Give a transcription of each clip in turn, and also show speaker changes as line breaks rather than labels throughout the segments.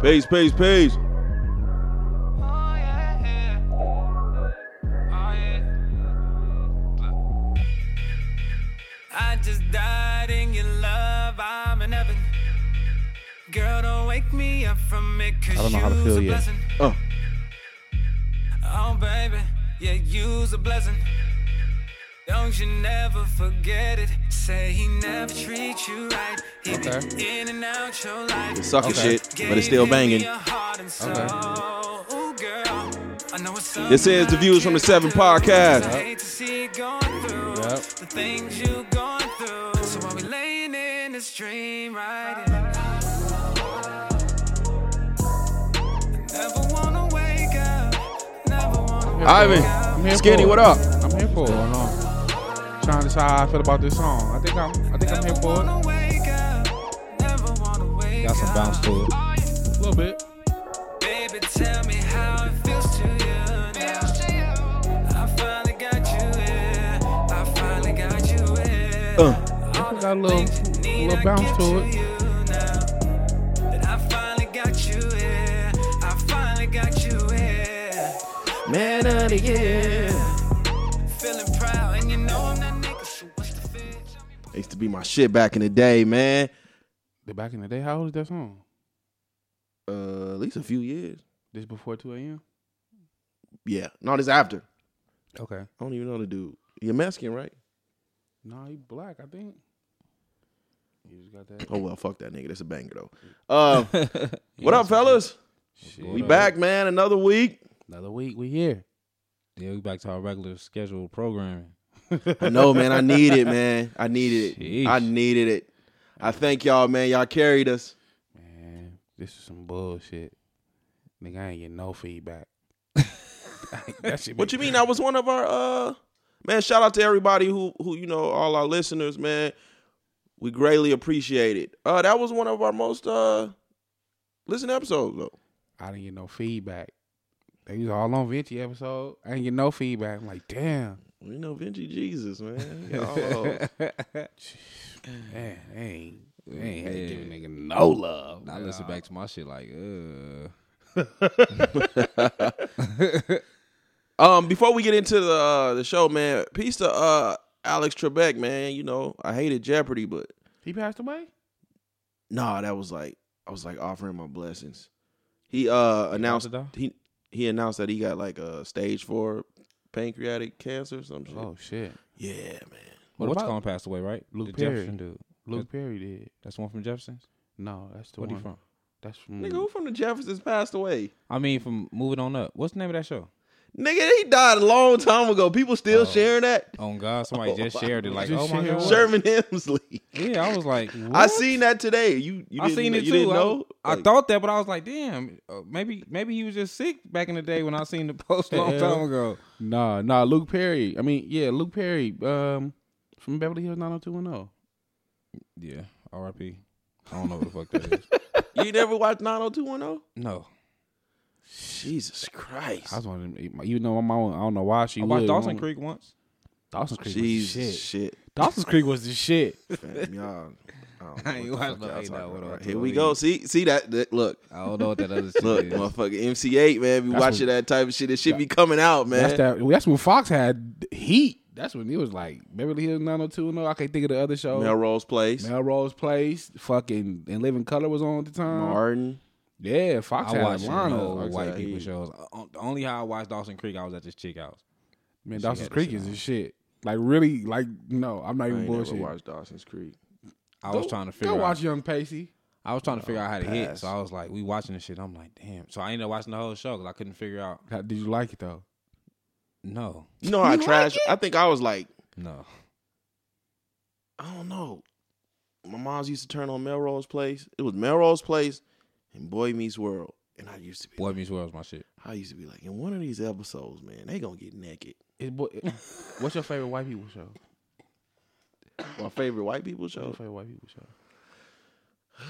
Peace, peace, peace.
Oh, yeah, yeah. Oh, yeah. Look. I just died in your love. I'm in heaven. Girl, don't wake me up from it. Cause
I don't know how to
you's
feel
a
yet.
blessing.
Oh.
Oh, baby. Yeah, you's a blessing. Don't you never forget it. Say he never treat you right. He
Okay.
did in and out your life.
It's sucking
Okay.
shit, but it's still banging.
Okay.
Okay.
This is the Views from the Seven podcast.
Yep.
The things you going through. So while we laying in this dream, right? in. Never wanna wake up. Never wanna wake up.
I'm here
Skinny,
for
what
it.
up?
I'm here for it. Going on. Trying to decide how I feel about this song. I think I'm. I think I'm here
Never
for it.
wanna wake up. Never wanna wake
Got some
up.
bounce to it.
A little bit.
Baby, tell me how it feels to you now. I finally got you here. I finally got you here.
Uh.
All
Got
the
a little,
things you need,
little
I
bounce
give
to it.
you now. That I finally got you here. I finally got you here.
Man of the year.
Feeling proud, and you know I'm that nigga. So what's the fit?
Used to be my shit back in the day, man.
The back in the day, how old is that song?
Uh, at least a few years.
This before 2 a.m.
Yeah, no, this after.
Okay.
I don't even know the dude. You're Mexican, right?
Nah, he black. I think. You just got that.
Oh well, fuck that nigga. That's a banger though. Uh, what up, fellas?
Shit.
We back, man. Another week,
Another week. We here.
Yeah, we back to our regular scheduled programming.
I know, man. I need it, man. I needed it.
Sheesh.
I needed it. I thank y'all, man. Y'all carried us.
Man, this is some bullshit. Nigga, I ain't getting no feedback. that shit
What you mean? That was one of our uh man, shout out to everybody who who you know, all our listeners, man. We greatly appreciate it. Uh that was one of our most uh listen episodes though.
I didn't get no feedback. They was all on Vinci episode. I didn't get no feedback. I'm like, damn.
We know Vinci Jesus, man. Y'all-
man, they ain't, they ain't had to give a nigga no love.
I
man.
listen back to my shit like, uh.
Um, before we get into the uh, the show, man, peace to uh Alex Trebek, man. You know, I hated Jeopardy, but
He passed away?
nah, that was like I was like offering my blessings. He uh announced
it, though?
he he announced that he got like a stage four pancreatic cancer or some shit.
Oh, shit.
Yeah, man.
What
Well, what's
about-
calling passed away, right?
Luke
the
Perry.
Jefferson dude.
Luke Perry did.
That's the one from Jefferson's.
No, that's the
What
one.
he from?
That's
Hmm.
from.
Nigga, who from the Jeffersons passed away?
I mean, from moving on up. What's the name of that show?
Nigga, he died a long time ago. People still
Oh.
sharing that.
Oh God, somebody
Oh,
just
wow.
shared it. Like,
Just
oh my
shared
God.
what?
Sherman Hemsley.
Yeah, I was like,
I
what?
seen that today. You, you
I
didn't,
seen it
you
too.
Didn't
I-
know?
I,
Like,
thought that, but I was like, damn, uh, maybe maybe he was just sick back in the day when I seen the post a long
Yeah.
time ago.
Nah, nah, Luke Perry. I mean, yeah, Luke Perry um, from Beverly Hills 90210.
Yeah, R.I.P. I don't know what the fuck that is.
you never watched 90210?
No,
Jesus Christ.
I was wondering, you know, my mom, I don't know why she
I
would.
watched Dawson
Mama-
Creek once.
Dawson Creek was the
Jesus
shit.
shit.
Dawson's Creek was the shit.
Fam, y'all. I don't know
I ain't
what the fuck y'all
watch no- ain't
talking
no what
about.
I'm
Here we
talking
go.
about.
See, see that, that- look,
I don't know what that other shit
look,
is.
motherfucker. MC8, man, we
That's
watching
what-
that type of shit. It should be coming out, man.
That's that. That's when Fox had heat. That's when he was like Beverly Hills 90210. I can't think of the other show.
Melrose Place,
Melrose Place, fucking and Living Color was on at the time.
Martin.
Yeah, Fox
I
had
watched
a lineup.
no white
Exactly.
people shows. O- Only how I watched Dawson Creek, I was at this chick house.
Man,
She
Dawson's
had a
Creek
shit
is
on.
the shit. Like really, like no, I'm not
I
even
ain't never
bullshit.
watched Dawson's Creek.
I
Go-
was trying to
Go
figure
watch
out.
Young Pacey.
I was trying to figure out how to hit.
Pass.
So I was like, we watching this shit. I'm like, damn. So I ended up watching the whole show because I couldn't figure out.
How, did you like it though?
No,
You know how I trash? I think I was like,
no.
I don't know. My mom's used to turn on Melrose Place. It was Melrose Place and Boy Meets World. And I used to be,
Boy Meets World was my shit.
I used to be like, in one of these episodes, man, they gonna get naked.
It's boy, what's your favorite white people show?
My favorite white people
What's your
show.
favorite white people show?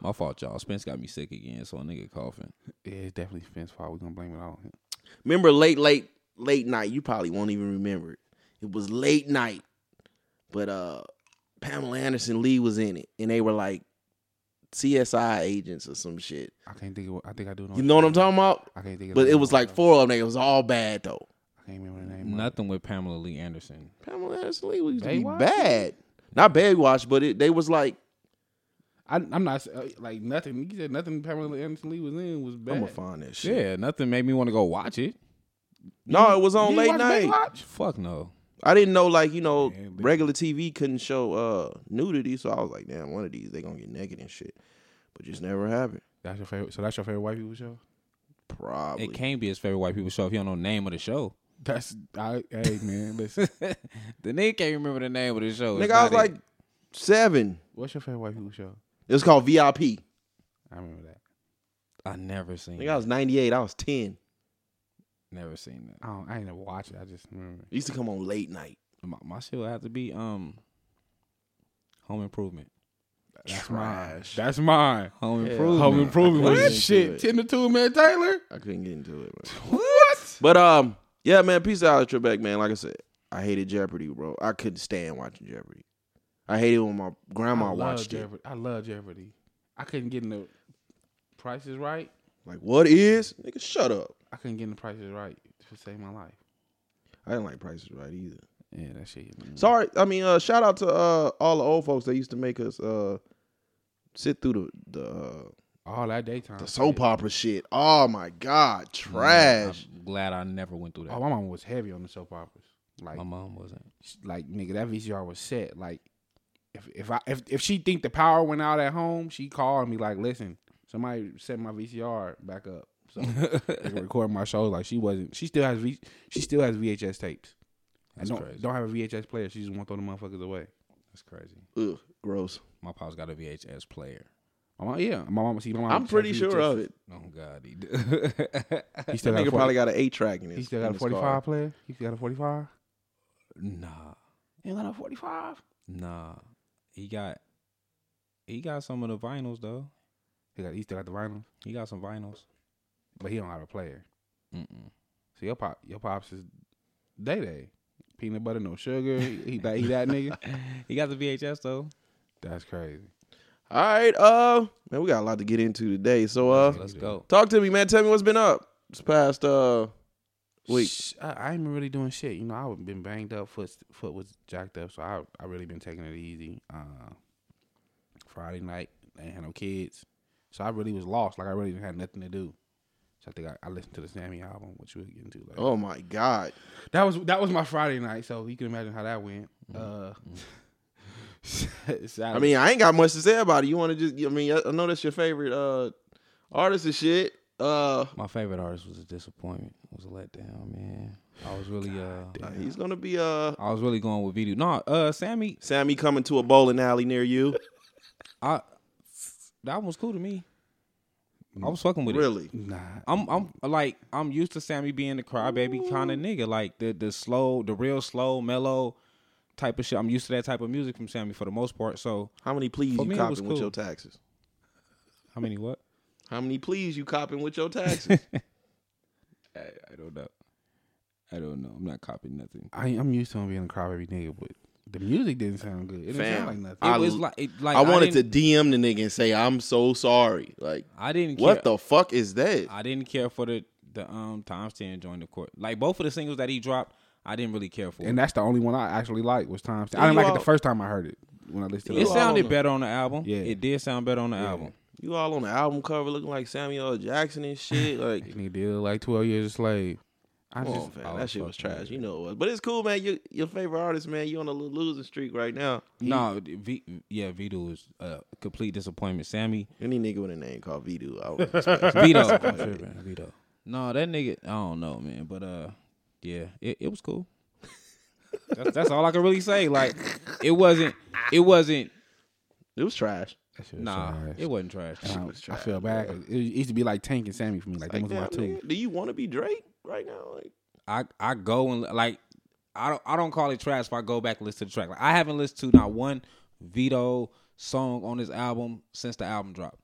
My fault, y'all. Spence got me sick again, so a nigga coughing.
Yeah, it's definitely Finn's fault. We're gonna blame it all on him.
Remember late, late, late night. You probably won't even remember it. It was late night, but uh, Pamela Anderson Lee was in it, and they were like CSI agents or some shit.
I can't think of. What, I think I do know.
You know what I'm talking about?
I can't think. Of
But
the
it
name
was
of
like four of them. niggas. It was all bad though.
I can't remember the name. of it.
Nothing with Pamela Lee Anderson.
Pamela Anderson Lee was used to be
Baywatch?
bad. Not Baywatch, but it, they was like,
I, I'm not uh, like nothing. You said nothing. Pamela Anderson Lee was in was bad.
I'm gonna find that shit.
Yeah, nothing made me want to go watch it.
No, it was on
You
late
watch
night.
Baywatch?
Fuck no.
I didn't know like you know
Yeah, but-
regular TV couldn't show uh nudity, so I was like, damn, one of these they gonna get naked and shit. But just never happened.
That's your favorite. So that's your favorite white people show.
Probably.
It can't be his favorite white people show if you don't know the name of the show.
That's I. Hey man, listen.
the nigga can't remember the name of the show.
Nigga,
It's
I was
not
like
it.
seven.
What's your favorite white people show?
It's called VIP.
I remember that.
I never seen.
Nigga, I was ninety eight. I was ten.
that. never seen that.
I don't. I ain't never watched it. I just mm, remember.
It used to come on late night.
My, my shit would have to be um, Home Improvement.
That's
Trash.
mine. That's mine.
Home
Yeah.
Improvement.
Home improvement.
What?
What shit? Ten to two, man. Taylor.
I couldn't get into it. Bro.
What?
But um, yeah, man. Peace out, Trebek, man. Like I said, I hated Jeopardy, bro. I couldn't stand watching Jeopardy. I hated when my grandma
I love
watched
Jeopardy. I love Jeopardy. I couldn't get in the prices right.
it. Like, what is? Nigga, shut up.
I couldn't get in the prices right to save my life.
I didn't like Prices Right either.
Yeah, that shit.
Sorry, I mean, uh, shout out to uh, all the old folks that used to make us uh, sit through the the, uh,
All that daytime.
the
shit.
soap opera shit. Oh my god,
Mm,
trash.
I'm glad I never went through that.
Oh, my mom was heavy on the soap operas. Like,
my mom wasn't.
sh- like nigga, that VCR was set. Like, if if I if, if she think the power went out at home, she called me like, listen, somebody set my VCR back up. So they can record my shows. Like she wasn't. She still has v, she still has VHS tapes.
That's
I don't
crazy.
don't have a VHS player. She just want to throw the motherfuckers away.
That's crazy.
Ugh, gross.
My pops got a VHS player.
My mom, yeah, my mama. See, my mom.
I'm
has
pretty sure
VHS.
of it.
Oh God, he
He
did.
still got
Nigga
a 40,
probably got an eight track in his.
He still
in
got a
his
45
car.
player. He still got a 45.
nah,
Ain't got no 45.
nah. He got, he got some of the vinyls though.
He got he still got the vinyl,
He got some vinyls.
but he don't have a player.
Mm-mm.
So your pop your pops is day day. Peanut butter, no sugar. He, he that he that nigga.
He got the VHS though.
That's crazy.
All right, uh, man, we got a lot to get into today. So, uh,
Let's go.
talk to me, man. Tell me what's been up this past uh week.
Shh, I, I ain't really doing shit. You know, I was been banged up. Foot foot was jacked up. So I I really been taking it easy. Uh, Friday night, I ain't had no kids, so I really was lost. Like I really didn't have nothing to do. So I think I, I listened to the Sammy album, which we'll get into later.
Oh my god,
That was that was my Friday night, so you can imagine how that went. Uh, Saturday.
Mm-hmm. I mean, I ain't got much to say about it. You want to just? I mean, I- I know that's your favorite uh artist and shit. Uh,
My favorite artist was a disappointment. It was a letdown, man. I was really, uh,
he's gonna be uh
I was really going with Voodoo. No, uh, Sammy,
Sammy coming to a bowling alley near you.
I that one was cool to me. I was fucking with it.
really?
nah,
I'm I'm like I'm used to Sammy being the crybaby kind of nigga, like the the slow, the real slow, mellow type of shit. I'm used to that type of music from Sammy for the most part. So
How many pleas
For
you
me, it
copping
was
with
cool.
your taxes?
how many what?
How many pleas you copping with your taxes?
I, I don't know. I don't know. I'm not copying nothing.
I, I'm used to him being a crybaby nigga, but the music didn't sound good. It didn't
Fam,
sound like nothing.
It
I
was
l-
like it, like
I wanted to
didn't-
DM the nigga and say I'm so sorry. Like,
I didn't. Care.
what the fuck is that?
I didn't care for the the um Tom Stan joined the court. Like both of the singles that he dropped, I didn't really care for.
and that's the only one I actually liked was Time. Stand. I
You
didn't like it
all-
the first time I heard it when I listened to
it
it.
You all-
sounded better on the album.
Yeah.
it did sound better on the album.
You all on the album cover looking like Samuel L. Jackson and shit. Like,
And he did like 12 years a slave. I
Come
just
on, fam.
oh,
that shit was
fuck,
trash.
man.
You know it was. But it's cool, man. You, your favorite artist, man. You on a little losing streak right now.
No, v, yeah, Vito was a complete disappointment. Sammy,
Any nigga with a name called Voodoo, I would respect.
Vito, Vito. No, that nigga. I don't know, man. But uh, yeah, it, it was cool. that's, that's all I can really say. Like, it wasn't. It wasn't.
it was trash.
that shit was
Nah,
trash.
it wasn't trash.
And I,
was
I feel bad. 'cause It used to be like Tank and Sammy for me. Like,
Like,
them was my
damn,
two.
nigga, do you want to be Drake right now? Like,
I I go and like I don't I don't call it trash if I go back and listen to the track. Like I haven't listened to not one Vito song on this album since the album dropped.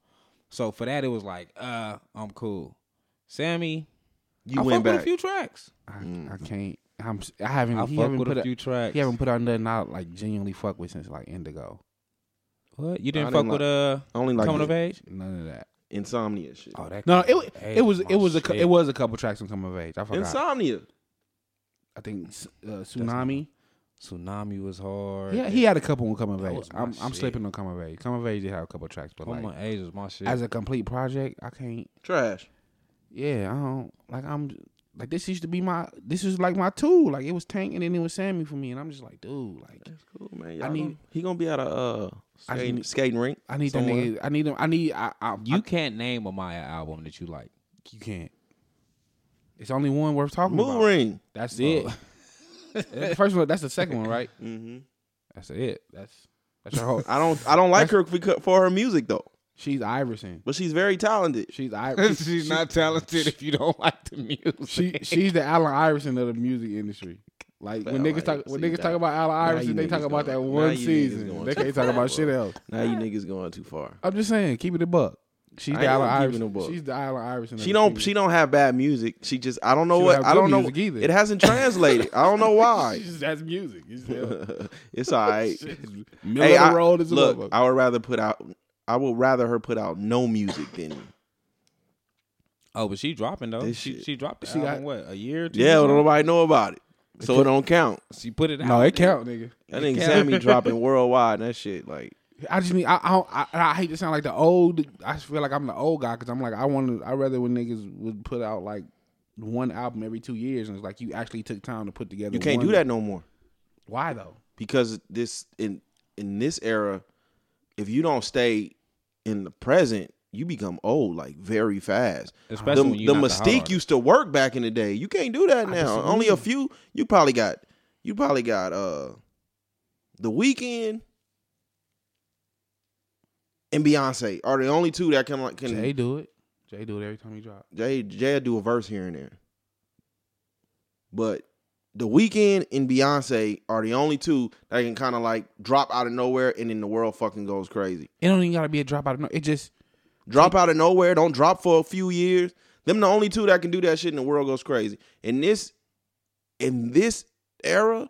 So for that it was like, uh, I'm cool. Sammy,
you
I
went
fuck with
back.
a few tracks.
I, I can't. I'm, s- I haven't.
Mm. I
he
fuck
haven't
with
put
a
out-
few tracks.
He haven't put out nothing I like genuinely fuck with since like Indigo.
What you didn't
I
fuck
didn't
with uh
I only like
coming
the
of age?
None of that.
insomnia shit.
Oh, that
No,
Coming
it
of Age
it was
my
it was a cou-
shit.
it was a couple tracks on Coming of Age. I forgot.
insomnia.
I think uh, Tsunami.
tsunami was hard.
Yeah, he had a couple on Coming of
That
Age.
was my
I'm I'm
shit.
slipping on Coming of Age. Coming of Age did have a couple tracks, but
Coming
like
of age was Oh my shit.
as a complete project, I can't.
Trash.
Yeah, I don't like. I'm like this used to be my this is like my tool. Like it was Tank and then it was Sammy for me, and I'm just like, dude, like
That's cool, man.
I
Y'all
need-
gonna- he gonna be at a uh,
I just
skating,
need-
skating rink.
I need
somewhere.
that nigga. I need him. I need. I, I
you
I-
can't name a Maya album that you like.
you can't. It's only one worth talking
Moon
about.
ring.
That's
Oh.
it. First one. That's the second one, right?
hmm
That's it. That's that's your whole.
I don't. I don't like her becau- for her music though,
She's Iverson.
but she's very talented.
She's Iverson.
She's not talented if you don't like the music.
She she's the Allen Iverson of the music industry. Like when
Well,
niggas
like,
talk when
see,
niggas
now-
talk about Allen
now
Iverson,
you
they talk
niggas
about that
going- now
one
you niggas
season.
going
They
too
can't talk
far,
about shit
bro.
else.
Now you niggas going too far.
I'm just saying, keep it a buck. She's
I
the
ain't
Allen
gonna keep it a
Iverson.
buck.
She's the Allen Iverson. of
She
the
don't.
shit.
She don't have bad music. She just. I don't know
She
what.
don't
I
have
don't
good
know.
music either.
It hasn't translated. I don't know why.
She's- that's music. It's hell.
it's all right.
Shit is- Middle
Hey,
of
I,
the road is a
look,
motherfucker.
I would rather put out. I would rather her put out no music than.
Oh, but she dropping though.
This
She
shit.
she dropped the
She
album
got-
what a year or two.
yeah,
ago?
don't nobody know about it, so it don't count.
she put it out.
no, it count, nigga.
That nigga
count.
Sammy dropping worldwide and that shit. Like
I just mean I I, don't- I I hate to sound like the old. I just feel like I'm the old guy because I'm like I want to. I rather when niggas would put out like one album every two years and it's like you actually took time to put together.
you can't
one-
do that no more
Why though?
because this in in this era, if you don't stay in the present, you become old like very fast.
Especially
the,
when you
the
not the hard
mystique
artist.
used to work back in the day. You can't do that now. Only a few. You probably got. You probably got uh, the weekend. And Beyonce are the only two that can like can
Jay do it. Jay do it every time he drop.
Jay Jay do a verse here and there. But the weekend and Beyonce are the only two that can kind of like drop out of nowhere and then the world fucking goes crazy.
It don't even gotta be a dropout. of No, it just
Drop out of nowhere, don't drop for a few years. Them the only two that can do that shit and the world goes crazy. In this in this era,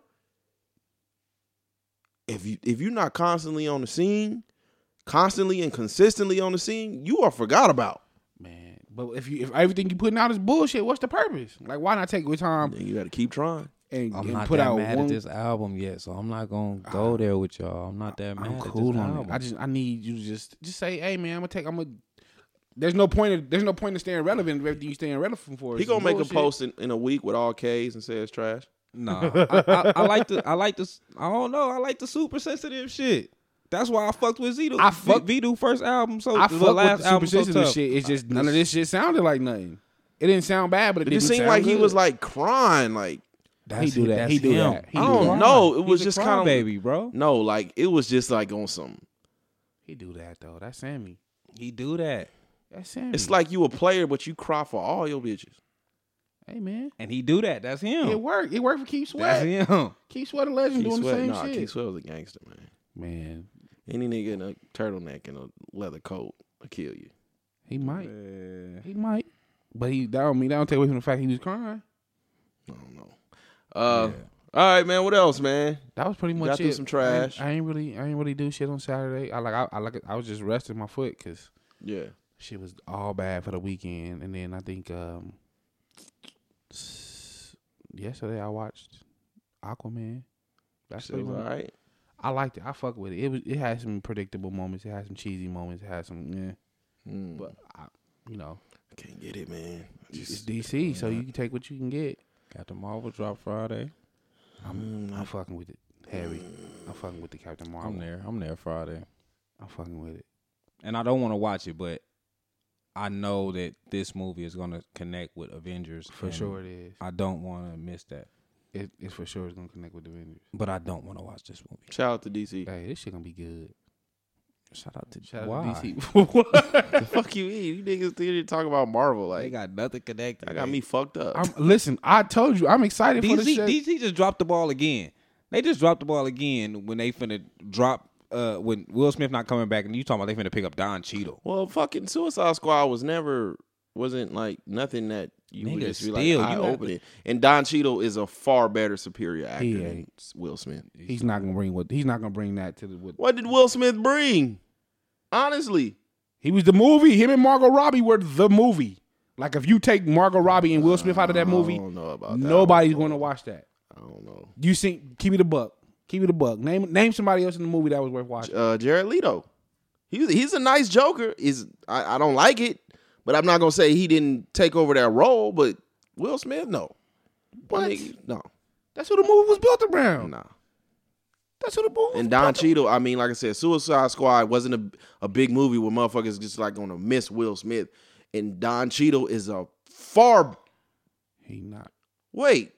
if you if you're not constantly on the scene, constantly and consistently on the scene, you are forgot about.
man. But if you if everything you putting out is bullshit, what's the purpose? Like why not take your time
Then you gotta keep trying.
and,
I'm
and
not
put
that
out
mad
one?
at this album yet, so I'm not gonna go there with y'all. Ah. I'm not that mad.
I'm
at this
cool on
album.
it. I just I need you to just just say, hey man, I'm gonna take. I'm gonna. There's no point. Of, there's no point in staying relevant if everything you staying relevant for.
He
is
gonna make a
bullshit.
post in, in a week with all K's and say it's trash.
no, I, I, I like the I like this. I don't know. I like the super sensitive shit. That's why I fucked with Vito.
I
V-
fuck-
Vito first album. So
I
the
fuck with
last
the
album so
superstition and
tough.
shit. It's just none of this shit sounded like nothing. It didn't sound bad, but it,
It
didn't
just seemed
sound
like he
good.
was like crying. Like
That's-
do that.
that's
He do
him.
that. He
I don't
do that.
know. It
He's
was
a
just kind of
baby, bro.
No, like it was just like on some.
he do that though. That's Sammy.
He do that,
That's Sammy.
It's like you a player, but you cry for all your bitches.
hey man,
and he do that. That's him.
it worked. It worked for Keith
that's
Sweat.
him.
Keith Sweat, a legend,
Oh. Keith
doing the
Sweat,
same
nah,
shit.
Keith Sweat was a gangster man.
Man,
Any nigga in a turtleneck and a leather coat will kill you.
he might. He might. But he that don't mean that don't take away from the fact he was crying.
I don't know. Uh, all right, man. What else, man?
That was pretty
You
much
got
it.
through some trash.
I ain't, I ain't really, I ain't really do shit on Saturday. I like, I, I like, I was just resting my foot because
Yeah,
shit was all bad for the weekend. And then I think um s- yesterday I watched Aquaman. That's
shit was
pretty
all
much-
right.
I liked it. I fuck with it. It was, it had some predictable moments. It had some cheesy moments. It had some, yeah.
Mm,
But I, you know,
I can't get it, man. I
it's
Just,
DC, so you can take what you can get.
Got the Marvel drop Friday.
Mm,
I'm
I-
fucking with it, heavy. I'm fucking with the Captain Marvel.
I'm there. I'm there Friday.
I'm fucking with it.
and I don't want to watch it, but I know that this movie is going to connect with Avengers
For
and
sure it is.
I don't want to miss that,
It, it's for sure it's gonna connect with the Avengers.
but I don't want to watch this movie.
shout out to DC.
Hey, this shit gonna be good.
Shout out to
Shout out
Why?
to DC. What?
the fuck you eat? You niggas did talk about Marvel.
They
Like,
got nothing connected.
I got
man.
me fucked up.
I'm, listen, I told you, I'm excited for the
DC,
shit.
DC just dropped the ball again. They just dropped the ball again when they finna drop. Uh, when Will Smith not coming back, and you talking about they finna pick up Don Cheadle.
Well, fucking Suicide Squad was never wasn't like nothing that You
Nigga,
would just be
still,
like, I
you have
open it. And Don Cheadle is a far better superior actor
He
than
ain't.
Will Smith.
He's not gonna bring what he's not gonna bring that to the what
What did Will Smith bring? Honestly,
he was the movie. Him and Margot Robbie were the movie. Like if you take Margot Robbie and Will Smith out of that
I
movie,
don't know about that.
nobody's gonna watch that.
I don't know.
You see, keep it a buck. Keep it a buck. Name name somebody else in the movie that was worth watching.
Uh, Jared Leto. He's he's a nice Joker. Is I, I don't like it, but I'm not gonna say he didn't take over that role. But Will Smith, no.
What?
Nigga, No,
That's who the movie was built around.
no.
That's who the movie. was
And Don
built
Cheadle, I mean, like I said, Suicide Squad wasn't a, a big movie where motherfuckers just like gonna miss Will Smith. And Don Cheadle is a far
He not.
wait,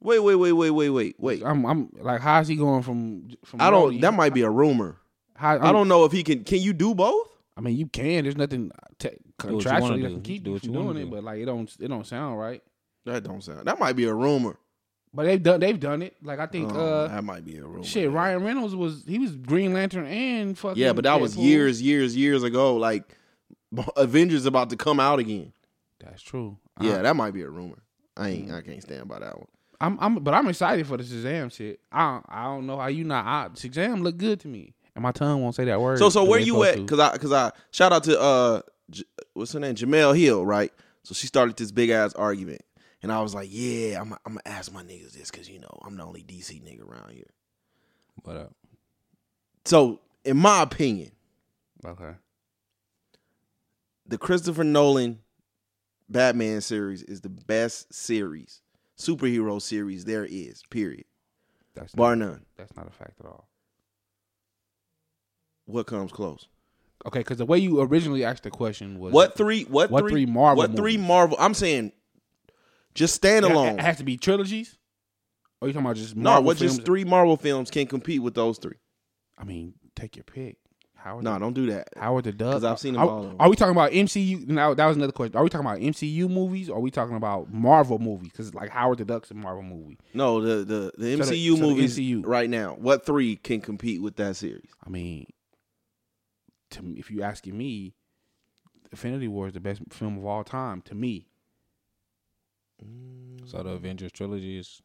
wait, wait, wait, wait, wait, wait, wait.
I'm. I'm like, how's he going from from?
I don't.
Brody?
That might be a rumor.
How,
I don't know if he can. Can you do both?
I mean, you can. There's nothing uh, te-
wanna
contractually that
do.
can keep
Do
you
what
from
you wanna
doing it,
do.
but like it don't. It don't sound right.
That don't sound. That might be a rumor.
But they've done. They've done it. Like I think.
Oh,
uh
that might be a rumor.
Shit,
man.
Ryan Reynolds was. He was Green Lantern and fucking.
Yeah, but that was
Deadpool.
years, years, years ago. Like Avengers about to come out again.
That's true.
Yeah, that might be a rumor. I ain't. I can't stand by that one.
I, am I'm. But I'm excited for the Shazam shit. I. I don't know how you not. I, Shazam look good to me, and my tongue won't say that word.
So so
the
where
way
you
it's
at?
supposed
Cause I cause I shout out to uh J- what's her name Jamel Hill right. So she started this big ass argument, and I was like, yeah, I'm I'm gonna ask my niggas this because you know I'm the only DC nigga around here.
What up?
So in my opinion,
to. Okay.
the Christopher Nolan Batman series is the best series superhero series there is. Period.
That's
Bar
not,
none.
That's not a fact at all.
What comes close?
Okay, because the way you originally asked the question was
What three? What,
What three Marvel
What three
movies?
Marvel? I'm saying, just standalone.
It has to be trilogies. Or you talking about just
no,
Marvel
what
films?
just three Marvel films can compete with those three?
I mean, take your pick. Howard,
No, don't do that.
the, Howard the Duck.
'Cause I've seen them
are,
all.
Are we talking about MCU? Now that was another question. Are we talking about MCU movies? Or are we talking about Marvel movies? Because like Howard the Duck's a Marvel movie.
No, the the, the
So the-
MCU
so the
movies
MCU.
right now. What three can compete with that series?
I mean, to me, if you asking me, Infinity War is the best film of all time to me.
So the Avengers trilogy is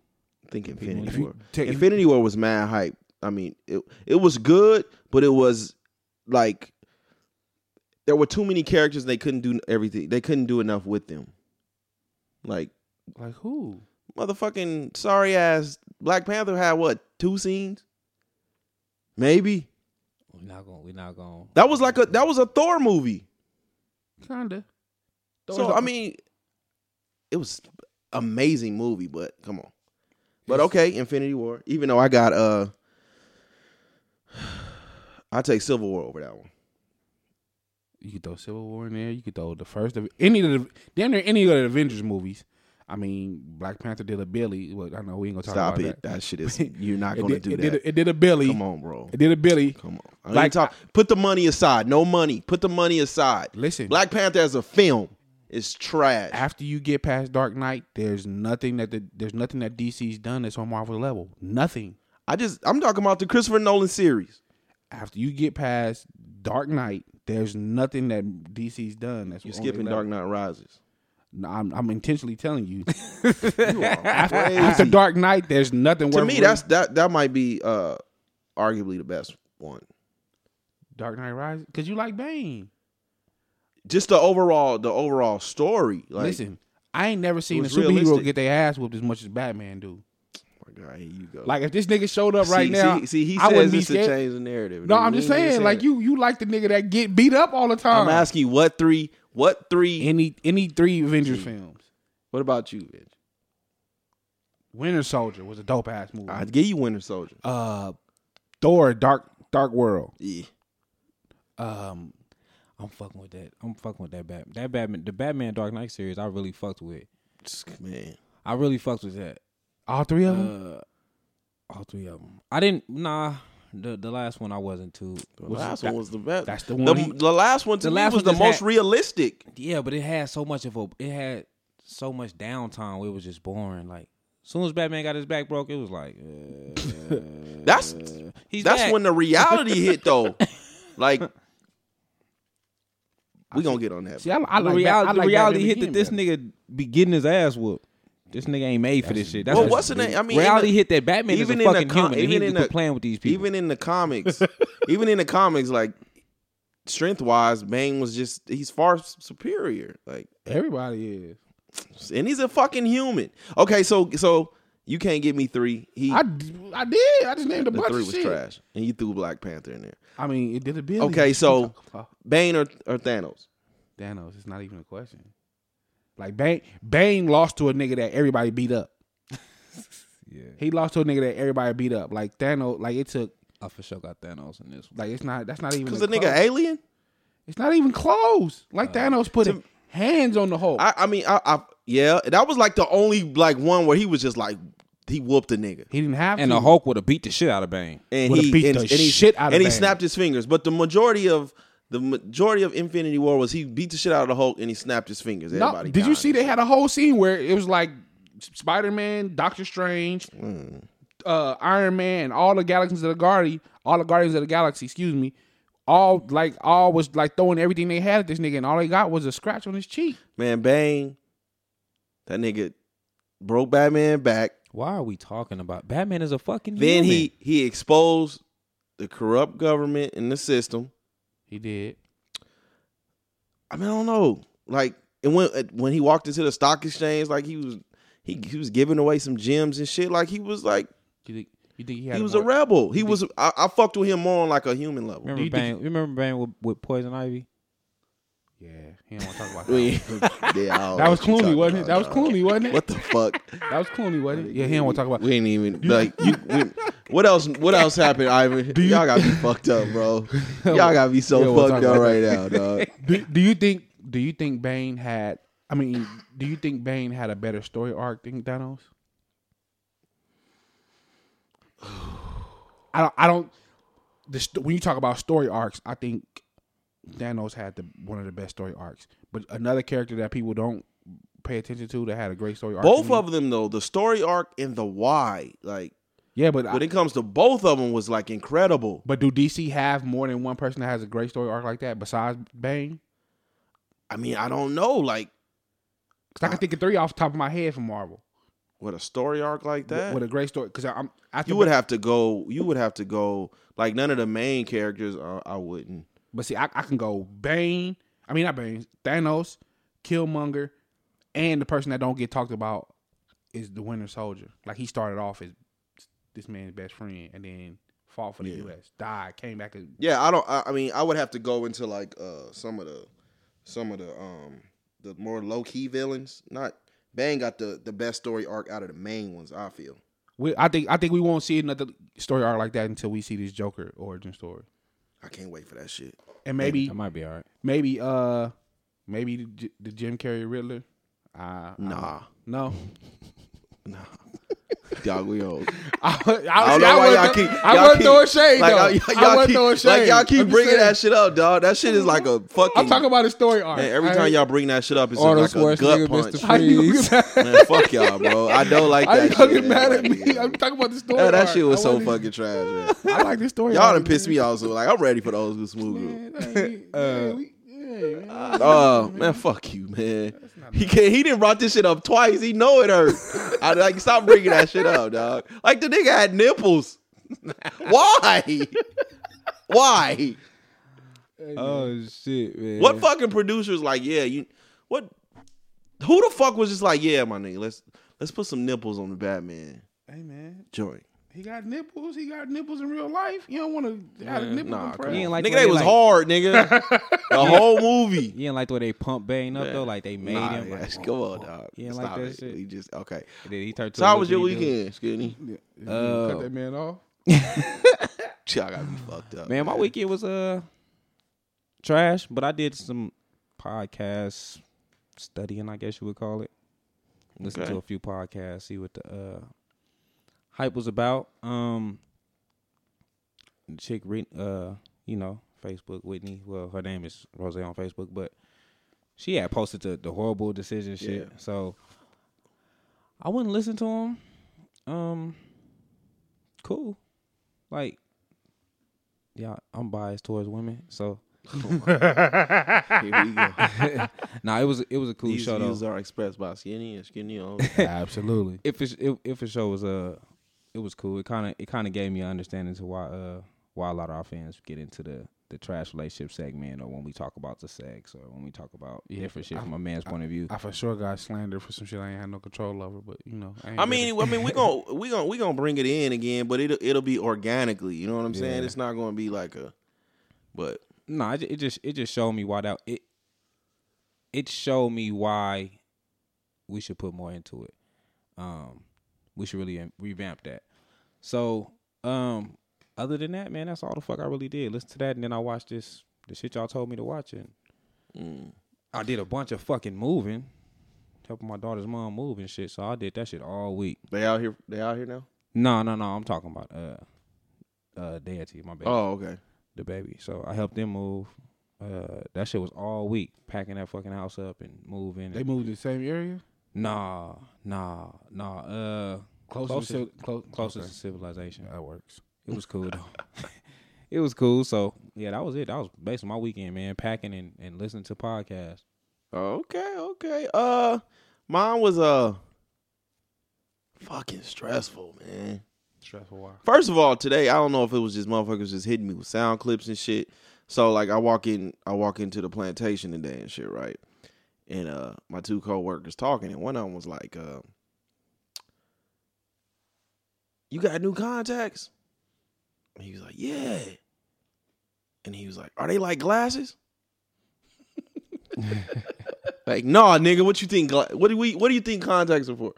I think Infinity
If you
War.
take-
Infinity War was mad hype. I mean, it it was good, but it was like there were too many characters. and They couldn't do everything. They couldn't do enough with them. Like
Like who?
motherfucking sorry ass Black Panther had what two scenes? Maybe
we're not gonna we're not gonna
that was like a that was a Thor movie.
Kinda.
so I mean, it was amazing movie, but come on. But okay, Infinity War. Even though I got uh, I take Civil War over that one.
You could throw Civil War in there. You could throw the first of any of the damn near any of the Avengers movies. I mean, Black Panther did a Billy. Well, I know we ain't gonna talk
Stop
about
it.
that.
That shit is you're not
It
gonna
did,
do
it,
that.
Did a, it did a Billy.
Come on, bro.
It did a Billy.
Come on. I ain't
Like-
talk, put the money aside. No money. Put the money aside.
Listen.
Black Panther as a film is trash.
After you get past Dark Knight, there's nothing that the, there's nothing that DC's done that's on Marvel level. Nothing.
I just I'm talking about the Christopher Nolan series.
After you get past Dark Knight, there's nothing that DC's done that's
You're
on
skipping
their
Dark
level.
Knight Rises.
No, I'm, I'm intentionally telling you.
You are crazy.
After Dark Knight, there's nothing.
to
worth
me,
really-
that's that that might be uh arguably the best one.
Dark Knight Rises because you like Bane.
Just the overall the overall story. Like,
Listen, I ain't never seen a
was
superhero
realistic.
get their ass whooped as much as Batman do.
oh my God, here you go.
Like if this nigga showed up right
see,
now,
see, see, he
I
says
wouldn't be
this to
scared.
change the narrative.
No,
Nigga,
I'm
we
just
ain't even
saying, like
that.
you, you like the nigga that get beat up all the time.
I'm asking you, what three? What three?
any any three Avengers films.
what about you, bitch?
Winter Soldier was a dope ass movie.
I'd give you Winter Soldier.
uh, Thor, Dark Dark World.
Yeah.
Um,
I'm fucking with that. I'm fucking with that Batman. That Batman, the Batman Dark Knight series, I really fucked with.
Just- Man,
I really fucked with that.
all three of them.
Uh, all three of them. I didn't. Nah, the the last one I wasn't too.
the last one was the best.
that's the
The,
one he-
the last one to
The
me
last
was
one
the
just
most
had-
realistic.
Yeah, but it had so much of a. It had so much downtime. where It was just boring. Like as soon as Batman got his back broke, it was like uh,
That's
he's
that's
back.
when the reality hit though. Like We gonna get on that.
See, I, I
the
like
reality,
that, I
the
like
reality
that
hit that this nigga be getting his ass whooped. This nigga ain't made for this shit. That's
well,
what-
what's the name? I mean, in
reality
the-
hit that Batman
even in
is a
the
fucking
com-
human. He
even
even
in the-
playing with these people.
even in the comics, even in the comics, like strength wise, Bane was just he's far s- superior. Like,
Everybody is.
and he's a fucking human. Okay, so so you can't give me three. He
I, d- I did. I just named a
the
bunch
three
of
was
shit.
trash, and you threw Black Panther in there.
I mean, it did a bit.
Okay, so Bane or, or Thanos?
Thanos, it's not even a question. Like Bane, Bane lost to a nigga that everybody beat up.
yeah,
He lost to a nigga that everybody beat up. Like Thanos, like it took.
I for sure got Thanos in this. One.
Like it's not. That's not even.
Because
a
the nigga
close-
alien.
It's not even close. Like Thanos putting hands on the Hulk.
I I mean I, I yeah that was like the only like one where he was just like he whooped a nigga.
he didn't have
and
to.
the Hulk would have beat the shit out of Bane.
and
Would've
he
beat
and,
the
and he
shit out of
and he
Bane.
snapped his fingers. But the majority of the majority of Infinity War was he beat the shit out of the Hulk and he snapped his fingers.
No,
Everybody
did you
dying.
see they had a whole scene where it was like Spider Man, Doctor Strange, uh, Iron Man, and all the Guardians of the Galaxy, all the Guardians of the Galaxy, excuse me, all like all was like throwing everything they had at this nigga, and all they got was a scratch on his cheek.
man Bane? That nigga broke Batman back.
Why are we talking about Batman is a fucking
Then
human.
he he exposed the corrupt government and the system.
He did.
I mean I don't know like and when when he walked into the stock exchange like he was he he was giving away some gems and shit like he was like
You think you think he had?
he was a
more-
rebel. He was I, I fucked with him more on like a human level.
remember
you think-
Bane. remember Bane with, with Poison Ivy.
Yeah, he don't want to talk about that.
Yeah, I
That was
don't know what you
Clooney, wasn't it?
talking
That was
about, dog.
Clooney, wasn't it?
What the fuck?
That was Clooney, wasn't it? Yeah, he don't want to talk about.
We didn't even like you. We, what else? What else happened, Ivan? Y'all got me fucked up, bro. Y'all got me so
Yeah, we'll
fucked
talk
up
about
right now, dog.
do, do you think do you think Bane had I mean, do you think Bane had a better story arc than Thanos? I don't I don't the st- when you talk about story arcs, I think Thanos had the one of the best story arcs. But another character that people don't pay attention to that had a great story arc.
Both
to me-
of them though, the story arc and the why, like
Yeah, but
when
I,
it comes to both of them, was like incredible.
but do DC have more than one person that has a great story arc like that besides Bane?
I mean, I don't know, like
Cuz I can think of three off the top of my head from Marvel.
with a story arc like that,
With a great story cuz I'm after
you would have to go. You would have to go. Like none of the main characters, uh, I wouldn't.
But see, I, I can go Bane. I mean, not Bane. Thanos, Killmonger, and the person that don't get talked about is the Winter Soldier. Like he started off as this man's best friend, and then fought for the U.S. Died, came back. As,
Yeah, I don't. I, I mean, I would have to go into like uh some of the some of the um the more low key villains. Not Bang got the the best story arc out of the main ones. I feel.
we, I think I think we won't see another story arc like that until we see this Joker origin story,
I can't wait for that shit.
and maybe
That might be all right.
maybe uh maybe the, J- the Jim Carrey Riddler. Uh,
Nah,
no.
dog, we old.
I, I,
I
see,
don't know
I
why
wasn't-
y'all keep.
I
y'all
wasn't
keep-
throwing shade
like,
though.
y'all- y'all
I wasn't
keep-
throwing shade.
Like y'all keep
I'm just
bringing
saying.
that shit up, dog. That shit is like a fucking.
I'm talking about a story arc.
Man, every
I-
time y'all bring that shit up, it's
Arnold
like a gut
Schwarzenegger,
punch.
Mr.
How you
Freeze.
gonna-
Man, fuck y'all, bro. I don't like
how you
that.
gonna
shit,
get mad at
man.
me? I'm talking about the story.
Yeah, that
arc.
shit was
I
so
wasn't-
fucking trash, man.
I like this story.
Y'all
arc,
done pissed
man.
me Uh, off. So like, I'm ready for the old school smooth group.
Man, man, we- yeah, man.
Oh man, fuck you, man. He can He didn't brought this shit up twice. He know it hurt. I like stop bringing that shit up, dog. Like the nigga had nipples. Why? Why?
Oh shit, man.
What fucking producers like? Yeah, you. What? Who the fuck was just like? Yeah, my nigga. Let's let's put some nipples on the Batman
Hey man,
joint.
he got nipples. He got nipples in real life. You don't want to have a nipple
Nah, come
impression.
You ain't
on.
like
nigga,
when
they
they
was
like-
hard, nigga. The whole movie.
You didn't like the way they pumped Bane up though. Like they made
Nah,
him.
yeah,
Like,
come on, dog.
You ain't like
Stop
that
it.
shit?
We just okay.
and then he turned. to
So
a
how was your
little dude.
weekend, Skinny?
You
Oh.
Uh,
cut that man off.
Y'all got me fucked up,
Man, my weekend was uh trash, but I did some podcast studying, I guess you would call it. Listen
Okay.
to a few podcasts, see what the uh hype was about. Um the chick re- uh, you know, Facebook Whitney. Well, her name is Rose on Facebook, but she had posted the, the horrible decision shit.
Yeah.
So I wouldn't listen to him. Um cool. Like yeah, I'm biased towards women, so
Here we go.
nah, it was it was a cool
These
show though.
views are expressed by Skinny and Skinny on.
Absolutely.
if it's if, if a show was uh it was cool. It kind of it kind of gave me an understanding to why uh why a lot of our fans get into the the trash relationship segment or when we talk about the sex or when we talk about
Yeah,
different shit
I-
from a man's point of view.
I for sure got slandered for some shit I ain't had no control over, but you know. ain't
I
really-
mean, I mean, we gon' we gon' we gonna bring it in again, but it'll it'll be organically. You know what I'm saying?
Yeah.
It's not gonna be like a, but
No, it, ju- it just it just showed me why that it it showed me why we should put more into it. Um, we should really am- revamp that. So, um, other than that, man, that's all the fuck I really did. Listen to that, and then I watched this the shit y'all told me to watch, and
mm.
I did a bunch of fucking moving, helping my daughter's mom move and shit. So I did that shit all week.
they out here. They out here now.
No, no, no, I'm talking about uh, uh, deity, my baby
Oh, okay.
the baby. So I helped them move. Uh, that shit was all week packing that fucking house up and moving.
they moved to the same area.
nah, nah, nah. Uh,
Close
closest,
to, civ-
closest,
clo- okay.
to civilization.
that works.
It was cool though. it was cool. So yeah, that was it. That was basically my weekend, man. Packing and, and listening to podcasts.
Okay, okay. Uh, mine was uh fucking stressful, man.
Stressful while.
First of all, today I don't know if it was just motherfuckers just hitting me with sound clips and shit. So like I walk in, I walk into the plantation today and shit, right? And uh, my two coworkers talking, and one of them was like, uh, "You got new contacts?" And he was like, "Yeah." And he was like, "Are they like glasses?" like, nah, nigga. What you think? Gla- what do we? What do you think contacts are for?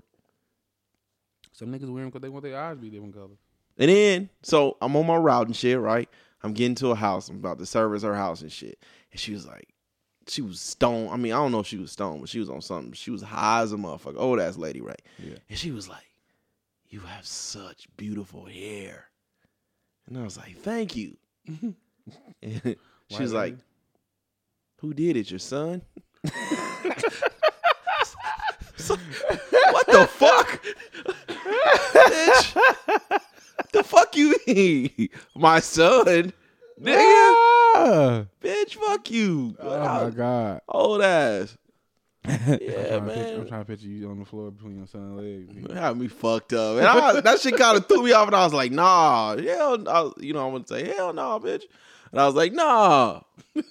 Some niggas wear them because they want their eyes to be different color.
And then, so I'm on my route and shit, right? I'm getting to a house. I'm about to service her house and shit. And she was like, she was stoned. I mean, I don't know if she was stoned, but she was on something. She was high as a motherfucker. Old ass lady, right?
Yeah.
And she was like, You have such beautiful hair. And I was like, Thank you. and she was like,
lady?
Who did it? Your son? So- what the fuck? Bitch. the fuck you mean? My son? Nigga? Bitch, fuck you.
Oh my god.
Old ass.
I'm
Yeah,
trying, to picture, I'm
man.
trying to picture you on the floor between your son's legs. nigga.
Had me fucked up. And I, that shit kind of threw me off, and I was like, nah, hell, I was- you know, I wouldn't say, hell no, bitch. And I was like, nah,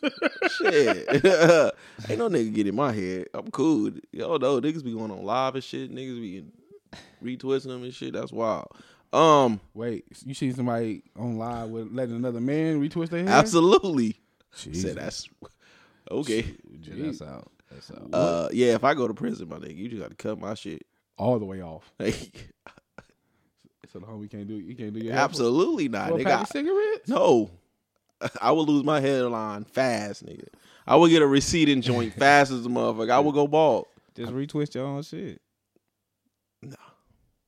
shit. Ain't no nigga get in my head. I'm cool. Yo, no, niggas be going on live and shit. Niggas be retwisting them and shit. That's wild. Um,
Wait, you seen somebody on live with letting another man retwist their hair?
absolutely.
Jesus.
Said that's okay.
Yeah, that's out. That's out.
Uh, yeah, if I go to prison, my nigga, you just got to cut my shit.
all the way off.
Like,
So the homie can't do you can't do your hair.
absolutely not,
Well, pack
nigga.
of cigarettes.
No. I would lose my hairline fast, nigga. I would get a receding joint fast as a motherfucker. I would go bald.
Just retwist your own shit.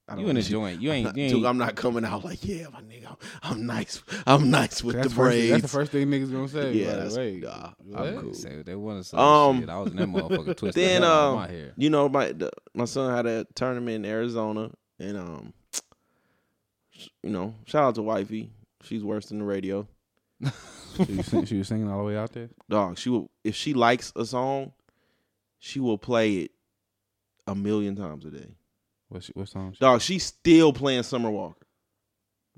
I don't
You in a
know.
joint. You ain't. You
Dude,
ain't
I'm not coming out like, yeah, my nigga, I'm, I'm nice. I'm nice with
That's
the
first thing-
braids.
that's the first thing niggas gonna say.
Yeah,
like,
that's-
wait,
nah,
what?
I'm cool.
say what they want to say
Um,
shit. I was in that motherfucker twisting
then,
the hell out of
um,
my hair.
You know, my the, my son had a tournament in Arizona, and um, you know, shout out to wifey. She's worse than the radio,
she, was sing, she was singing all the way out there.
dog. She will if she likes a song, she will play it a million times a day,
What, she, what song? She,
dog. She's still playing Summer Walker.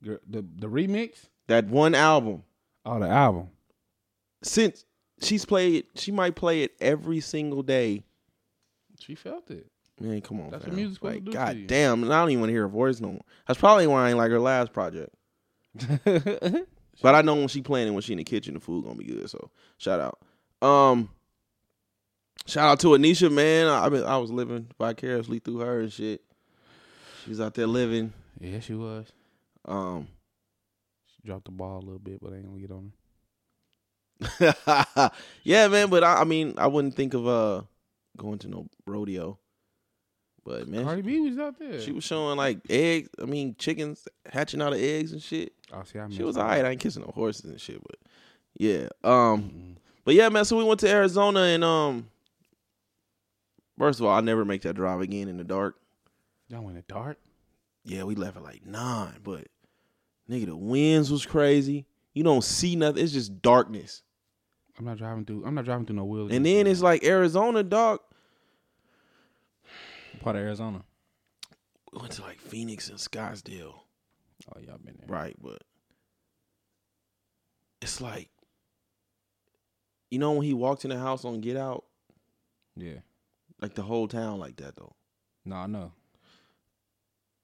girl, the the remix.
That one album
Oh, the album.
since she's played, she might play it every single day.
She felt it.
Man, come on,
That's
fam.
what music's supposed
like,
to do to
God
you.
damn, and I don't even want to hear her voice no more. That's probably why I ain't like her last project. um, but I know when she playing it, when she in the kitchen, the food gonna be good. So shout out, um, shout out to Anisha, man. I I been I was living vicariously through her and shit. She's out there living.
Yeah, she was.
Um,
She dropped the ball a little bit, but I ain't gonna get on her.
yeah, man. But I, I mean, I wouldn't think of uh going to no rodeo. But man,
Cardi B was out there.
She was showing like eggs. I mean, chickens hatching out of eggs and shit.
Oh, see, I
She
missed
was
that.
alright. I ain't kissing no horses and shit, but yeah.
Mm.
Um, but yeah, man. So we went to Arizona and um. First of all, I never make that drive again in the dark.
Y'all in the dark.
Yeah, we left at like nine, but nigga, the winds was crazy. You don't see nothing. It's just darkness.
I'm not driving through. I'm not driving through no wheels.
And then it's like Arizona, dog.
Part of Arizona.
We went to like Phoenix and Scottsdale,
Oh, y'all been there.
right? But it's like, you know, when he walked in the house on Get Out,
Yeah.
like the whole town like that though.
No, I know.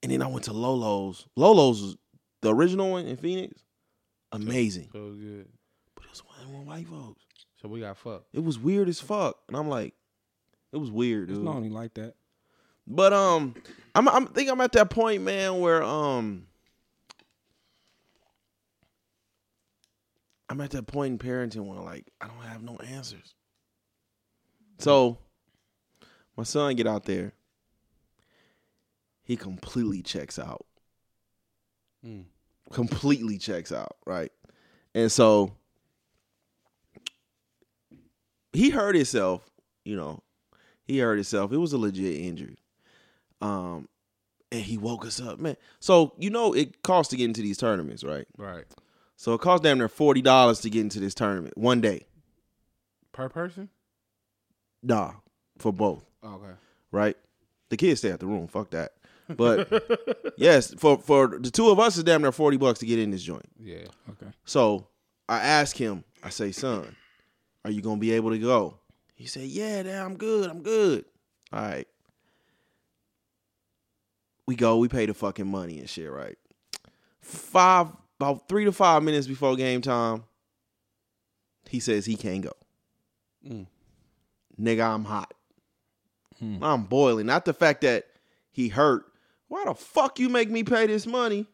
And then I went to Lolo's. Lolo's, was the original one in Phoenix, amazing.
so it was good.
But it was one one white folks.
So we got fucked.
It was weird as fuck, and I'm like, it was weird,
It's
dude.
not only like that.
But um, I'm I'm think I'm at that point, man, where um, I'm at that point in parenting where like I don't have no answers. So, my son get out there. He completely checks out.
Mm.
Completely checks out, right? And so he hurt himself, you know. He hurt himself. It was a legit injury. Um and he woke us up, man. So, you know, it costs to get into these tournaments, right?
Right.
So it costs damn near forty dollars to get into this tournament one day.
Per person.
Nah, for both,
Oh, okay.
right? The kids stay at the room. Fuck that. But yes, for for the two of us, it's damn near forty bucks to get in this joint.
Yeah.
Okay.
So I ask him. I say, son, are you gonna be able to go? He said, yeah, dad, I'm good. I'm good. All right. We go. We pay the fucking money and shit, right? Five about three to five minutes before game time, he says he can't go.
Mm.
nigga, I'm hot.
Hmm.
I'm boiling. Not the fact that he hurt. Why the fuck you make me pay this money?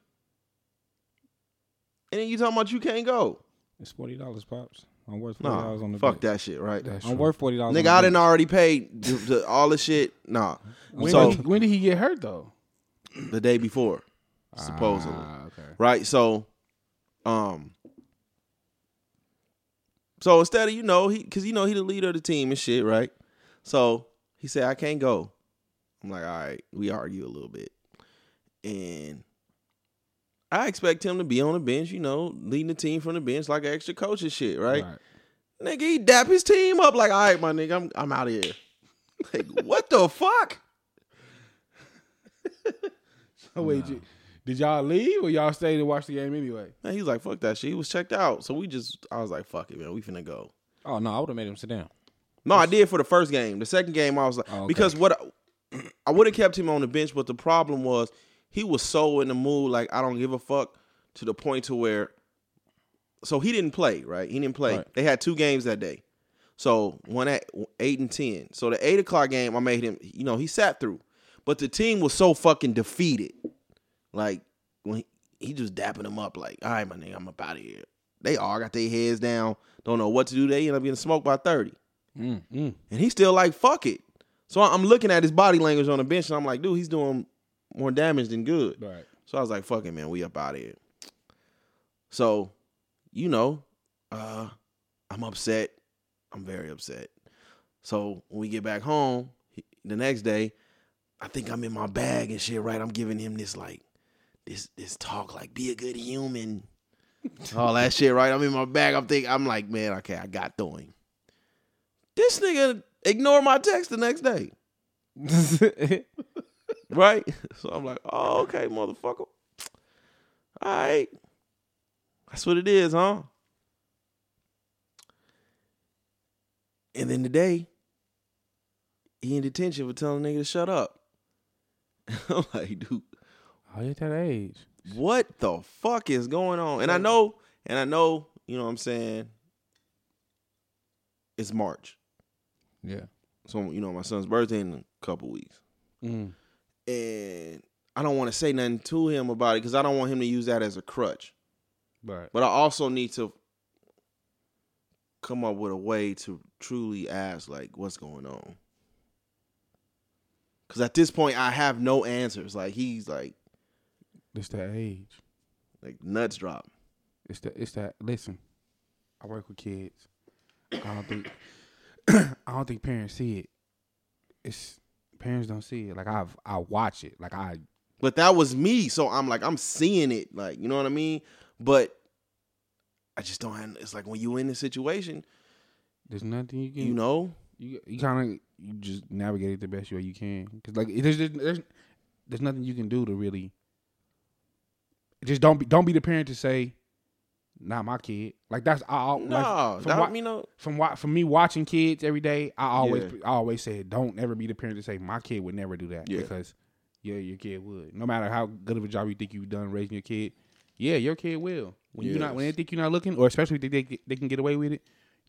And then you talking about you can't go.
It's forty dollars, pops. I'm worth forty
Nah,
dollars on the
fuck
bench.
that shit, right?
That's
I'm
true.
worth forty dollars.
Nigga, I didn't already paid th- th- all the shit. Nah,
When,
So-
did he, when did he get hurt though?
the day before, supposedly,
Ah, okay.
right? So, um, so instead of you know he, cause you know he the leader of the team and shit, right? So he said I can't go. I'm like, all right, we argue a little bit. And I expect him to be on the bench, you know, leading the team from the bench like an extra coach and shit, right? Nigga, he dap his team up like, all right, my nigga, I'm I'm out of here. Like, what the fuck?
Oh, wait, you- did y'all leave or y'all stayed to watch the game anyway?
Man, he was like, fuck that shit. He was checked out. So we just I was like, fuck it, man. We finna go.
Oh no, I would have made him sit down.
No, I did for the first game. The second game I was like
Oh, okay.
because what I- I would have kept him on the bench, but the problem was he was so in the mood, like I don't give a fuck, to the point to where so he didn't play, right? He didn't play.
Right.
They had two games that day. So one at eight and ten. So the eight o'clock game, I made him. You know, he sat through, but the team was so fucking defeated. Like when he, he just dapping them up, like, all right, my nigga, I'm up out of here. They all got their heads down, don't know what to do. They end up getting smoked by thirty,
Mm,
and he's still like, fuck it. So I'm looking at his body language on the bench, and I'm like, dude, he's doing more damage than good.
Right.
So I was like, fuck it, man, we up out of here. So, you know, uh, I'm upset. I'm very upset. So when we get back home he- the next day, I think I'm in my bag and shit, right? I'm giving him this like this this talk like be a good human. All that shit, right? I'm in my bag. I'm thinking I'm like, man, okay, I got through him. This nigga ignore my text the next day. Right? So I'm like, oh, okay, motherfucker. All right. That's what it is, huh? And then today, he in detention for telling a nigga to shut up. I'm like, dude,
Oh, you at that age.
what the fuck is going on? And I know, and I know, you know what I'm saying? It's March.
yeah.
So, you know, my son's birthday in a couple weeks.
Mm.
and I don't want to say nothing to him about it because I don't want him to use that as a crutch.
Right.
But I also need to come up with a way to truly ask, like, what's going on? Because at this point, I have no answers. Like he's like,
It's that age.
like nuts drop.
It's that. It's that. Listen, I work with kids. I don't think. I don't think parents see it. It's parents don't see it. Like I've I watch it. Like I
But that was me, so I'm like, I'm seeing it. Like you know what I mean? But I just don't have. It's like when you in the situation,
There's nothing you can.
You know,
you, you kind of you just navigate it the best way you can because like there's, there's there's there's nothing you can do to really just don't be don't be the parent to say not my kid like that's I all
no,
like, from,
that,
wa-
you know,
from wa- from me watching kids every day I always
Yeah.
I always said don't ever be the parent to say my kid would never do that
Yeah.
because yeah your kid would no matter how good of a job you think you've done raising your kid yeah your kid will when you not when they
Yes.
think you're not looking or especially if they, they they can get away with it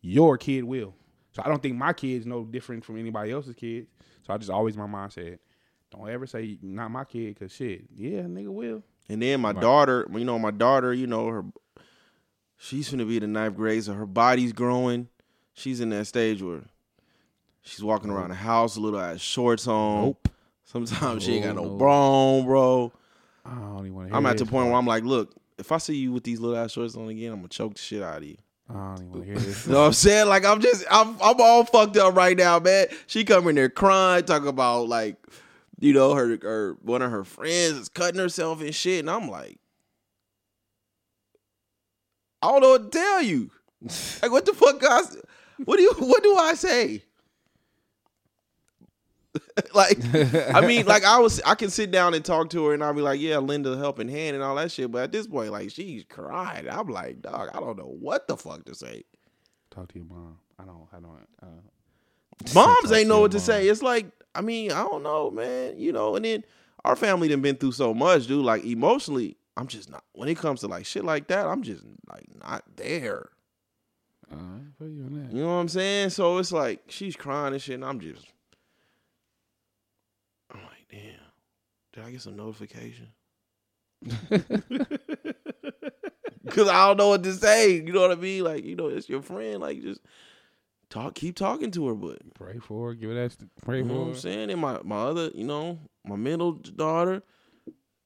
your kid will. So I don't think my kid's no different from anybody else's kids. So I just always my mind said, don't ever say not my kid, cause shit, yeah, nigga will.
And then my daughter, you know, my daughter, you know, her she's gonna be the ninth grade, so her body's growing. She's in that stage where she's walking around the house, little ass shorts on.
Nope.
Sometimes she ain't got
Oh,
no
no.
bra on, bro.
I don't even want to.
I'm at the point where I'm like, look, if I see you with these little ass shorts on again, I'm gonna choke the shit out of you.
I don't even want to hear this.
You know what I'm saying? Like I'm just I'm I'm all fucked up right now, man. She come in there crying, talking about like, you know, her her one of her friends is cutting herself and shit. And I'm like, I don't know what to tell you. Like what the fuck guys what do you what do I say? like I mean, like I was I can sit down and talk to her and I'll be like, yeah, lend a helping hand and all that shit. But at this point, like she's crying. I'm like, dog, I don't know what the fuck to say.
Talk to your mom. I don't. I don't. Uh,
moms
Sometimes
ain't know
your
what to
mom-
say. It's like, I mean, I don't know, man. You know, and then our family done been through so much, dude. Like emotionally, I'm just not when it comes to like shit like that, I'm just like not there.
all right, put you on that.
You know what I'm saying? So it's like she's crying and shit, and I'm just I'm like, damn, did I get some notification? Cause I don't know what to say. You know what I mean? Like, you know, it's your friend. Like just talk keep talking to her, but
Pray for. Her, give it that. Pray
You know what
for.
I'm
her.
saying? And my, my other, you know, my middle daughter,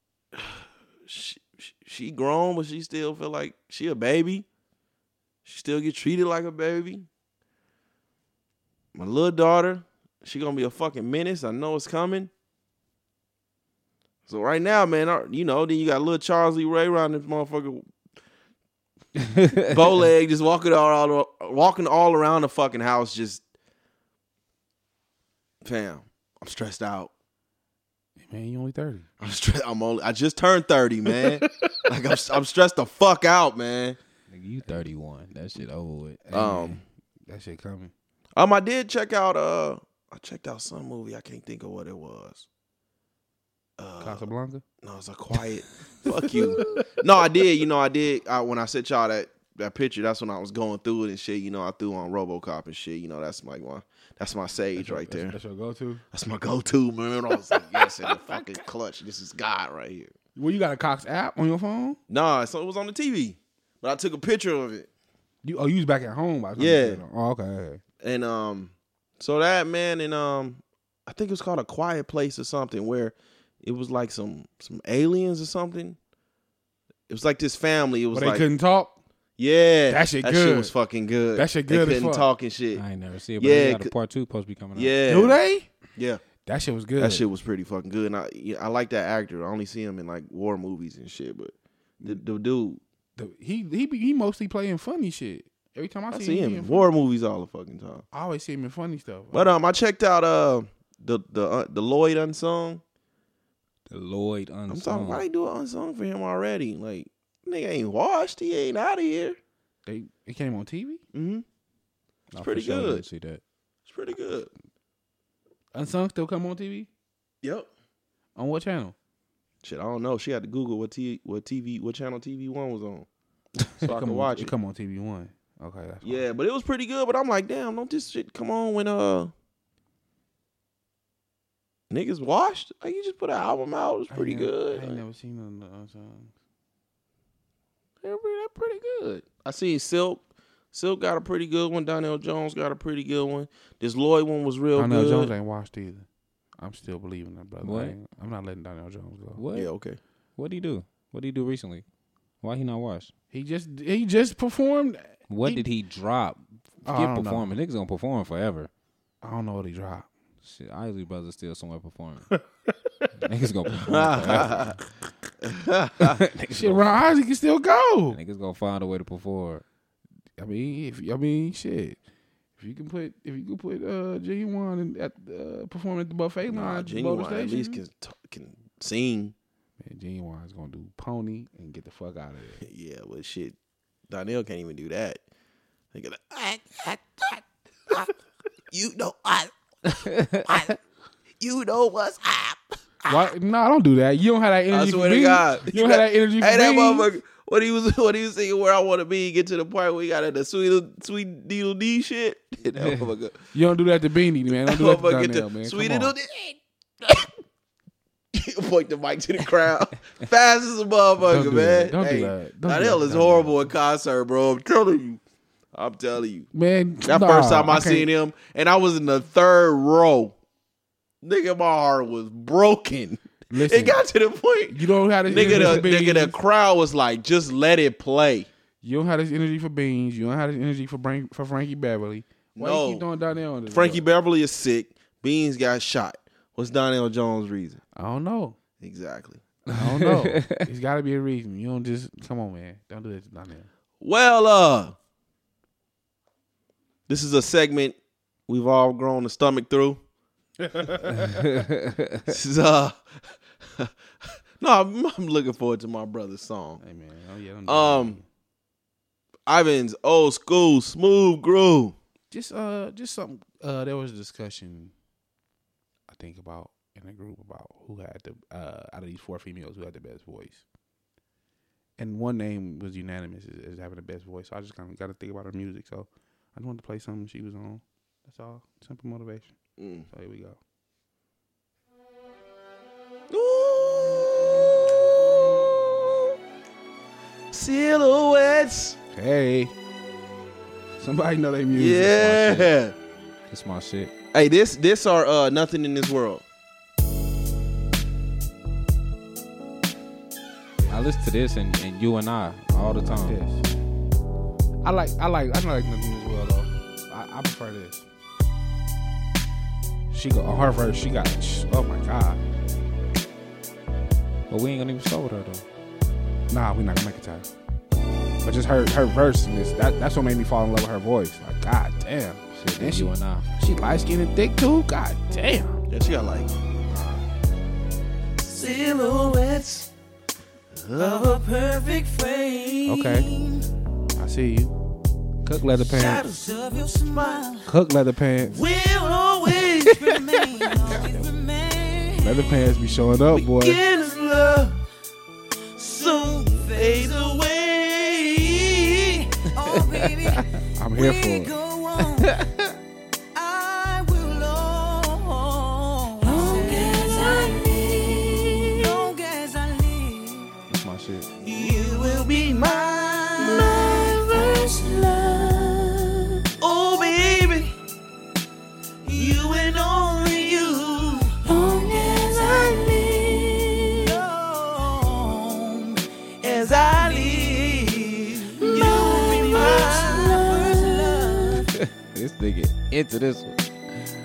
she, she, she grown, but she still feel like she a baby. She still get treated like a baby. My little daughter, she gonna be a fucking menace. I know it's coming. So right now, man, our- you know, then you got little Charles Lee Ray around this motherfucker bow leg just walking all, all walking all around the fucking house just fam i'm stressed out
Man, you only thirty.
i'm stressed i'm only i just turned 30 man like I'm, I'm stressed the fuck out man
Nigga, you 31. That shit over with.
um
That shit coming.
um i did check out uh i checked out some movie i can't think of what it was uh,
Casablanca.
no it's a quiet fuck you no i did you know i did I, when i sent y'all that that picture that's when i was going through it and shit you know i threw on robocop and shit you know that's like my that's my sage right there
That's your go-to.
That's my go-to, man. I was like, yes, in the fucking clutch. This is God right here.
Well, you got a Cox app on your phone.
Nah, so it was on the TV, but I took a picture of it,
You oh, you was back at home by the time you
Yeah.
did it. Oh, okay.
and um, so that man, and um, I think it was called a Quiet Place or something, where it was like some some aliens or something. It was like this family. It was
But they
like,
couldn't talk.
yeah,
That shit
shit
good.
was fucking good.
That shit
They
good as
couldn't
fuck.
talk and shit.
I ain't never see it, but
Yeah,
yeah, got
c-
a part two supposed to be coming out.
Yeah,
Do they?
Yeah,
That shit was good.
that shit was pretty fucking good. And I yeah, I like that actor. I only see him in like war movies and shit, but the, the dude.
The- he he be, he mostly playing funny shit. Every time I,
I
see,
see
him,
him
he
in
in-
war movies all the fucking time.
I always see him in funny stuff.
But um, I checked out uh the the uh, the Lloyd unsung.
The Lloyd Unsung.
I'm talking. Why they do an unsung for him already? Like nigga ain't washed. He ain't out of here.
they it came on TV.
Mm-hmm.
Nah, for
pretty
sure, I didn't
good.
See that?
It's pretty good.
Unsung still come on TV
Yep.
on what channel?
Shit, I don't know. She had to Google what t what TV what channel TV one was on, so I
come
could
on,
watch it.
Come on TV One. Okay. That's fine.
Yeah, but it was pretty good. But I'm like, damn, don't this shit come on when uh niggas washed? Like you just put an album out. It was
I
pretty
ain't never-
good.
I
Like,
ain't never seen uh, none of the Unsung.
They're pretty, they're pretty good. I seen Silk. Silk got a pretty good one. Donnell Jones got a pretty good one. This Lloyd one was real
Donnell
good.
Jones ain't watched either. I'm still believing that brother.
What?
I ain't- I'm not letting Donnell Jones go.
What?
Yeah, okay.
What do you do? What do you do recently? Why he not washed?
He just he just performed.
What
He-
did he drop?
Oh, I
Forget
don't know.
performing. Niggas gonna perform forever.
I don't know what he dropped.
Shit, Isley Brothers still somewhere performing. Niggas gonna perform forever. niggas,
Shit,
gonna,
Ron Isaac can still go.
niggas gonna find a way to perform.
I mean, if I mean, shit. If you can put, if you can put uh, Genuine and at uh, performing at the buffet line,
Nah,
at the Boulder
genuine. At least
Station,
can t- can sing.
man, Genuine's gonna do pony and get the fuck out of there.
Yeah, well, shit, Donnell can't even do that. They get like, you know I, I- you know what's up.
Why? No, don't do that. You don't have that energy.
I
for
swear to
Beans.
God,
you don't have that energy.
Hey,
for
that
Beans.
motherfucker. What he was, what he was singing, where I want to be, get to the part where he got the sweet, sweet deedle D shit. That motherfucker,
You don't do that to Beanie, man. Don't do that to
motherfucker, get
Donnell, man.
to sweet
Come
deedle
on.
D. Point the mic to the crowd, fast as a motherfucker,
Don't do
man.
that. Don't do
hey,
that. Don't do
Donnell
that,
is
Donnell.
horrible at concert, bro. I'm telling you, I'm telling you.
Man,
That
nah,
first time I,
can't-
seen him, and I was in the third row. Nigga, my heart was broken.
Listen.
it got to the point.
you don't have this energy
Nigga,
for
the,
Beans.
nigga, the crowd was like, just let it play.
You don't have this energy for Beans. You don't have this energy for Brank, for Frankie Beverly. Why
No.
you keep throwing Donnell on this?
Frankie
bro?
Beverly is sick. Beans got shot. What's Donnell Jones' reason?
I don't know.
Exactly.
I don't know. There's got to be a reason. You don't just come on, man. Don't do that to Donnell.
Well, uh, this is a segment we've all grown the stomach through. this is uh, no, I'm, I'm looking forward to my brother's song.
Hey, man. Oh yeah. Don't do
Um,
that.
Ivan's old school smooth groove.
just uh, just something. Uh, there was a discussion. I think about in a group about who had the uh out of these four females who had the best voice. And one name was unanimous as, as having the best voice. So I just kind of got to think about her music. So I just wanted to play something she was on. That's all. Simple motivation.
Mm.
So here we go.
Ooh, silhouettes.
Hey, somebody know their music.
Yeah.
It's my shit.
Hey, this this are uh nothing in this world.
I listen to this and, and you and I all the time.
This. I like. I like. I don't like nothing as well though. I, I prefer this. She go on her verse. She got. Oh my god.
But we ain't gonna even start with her though.
Nah, we not gonna make it time. But just her her verse and this. That, that's what made me fall in love with her voice. Like god damn.
Shit,
And
and
she-
you and I.
She light skinned and thick too. God damn.
Yeah, she got like silhouettes of a perfect frame.
Okay. I see you. Cook leather pants.
Of your smile
Cook leather pants.
will always remain, always remain.
Leather pants be showing up, boy.
Begins love soon fades away.
Oh, baby,
I'm
we
here for it.
go on. I will always. Long as I live. Long as I live.
That's my shit.
You will be mine. Oh, baby, you and only you. Long as I live, you will be mine.
This nigga into this one.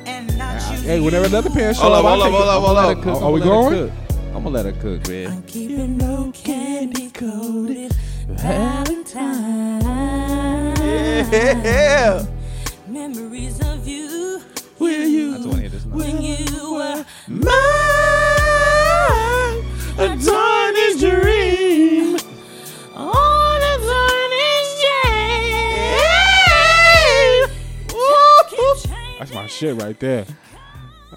And not you.
Hey, whenever another pair show
Hold
up,
up, hold up,
I think
hold up,
I'ma
hold
let
up.
her cook,
Are we
I'ma let
going?
her cook. I'm gonna let her cook, man.
Keeping no candy coated Valentine.
Yeah.
Memories of you
Will
I just want
you
to hear this now.
when you were
mine? A tarnished dream.
on a burnished day.
That's my shit right there.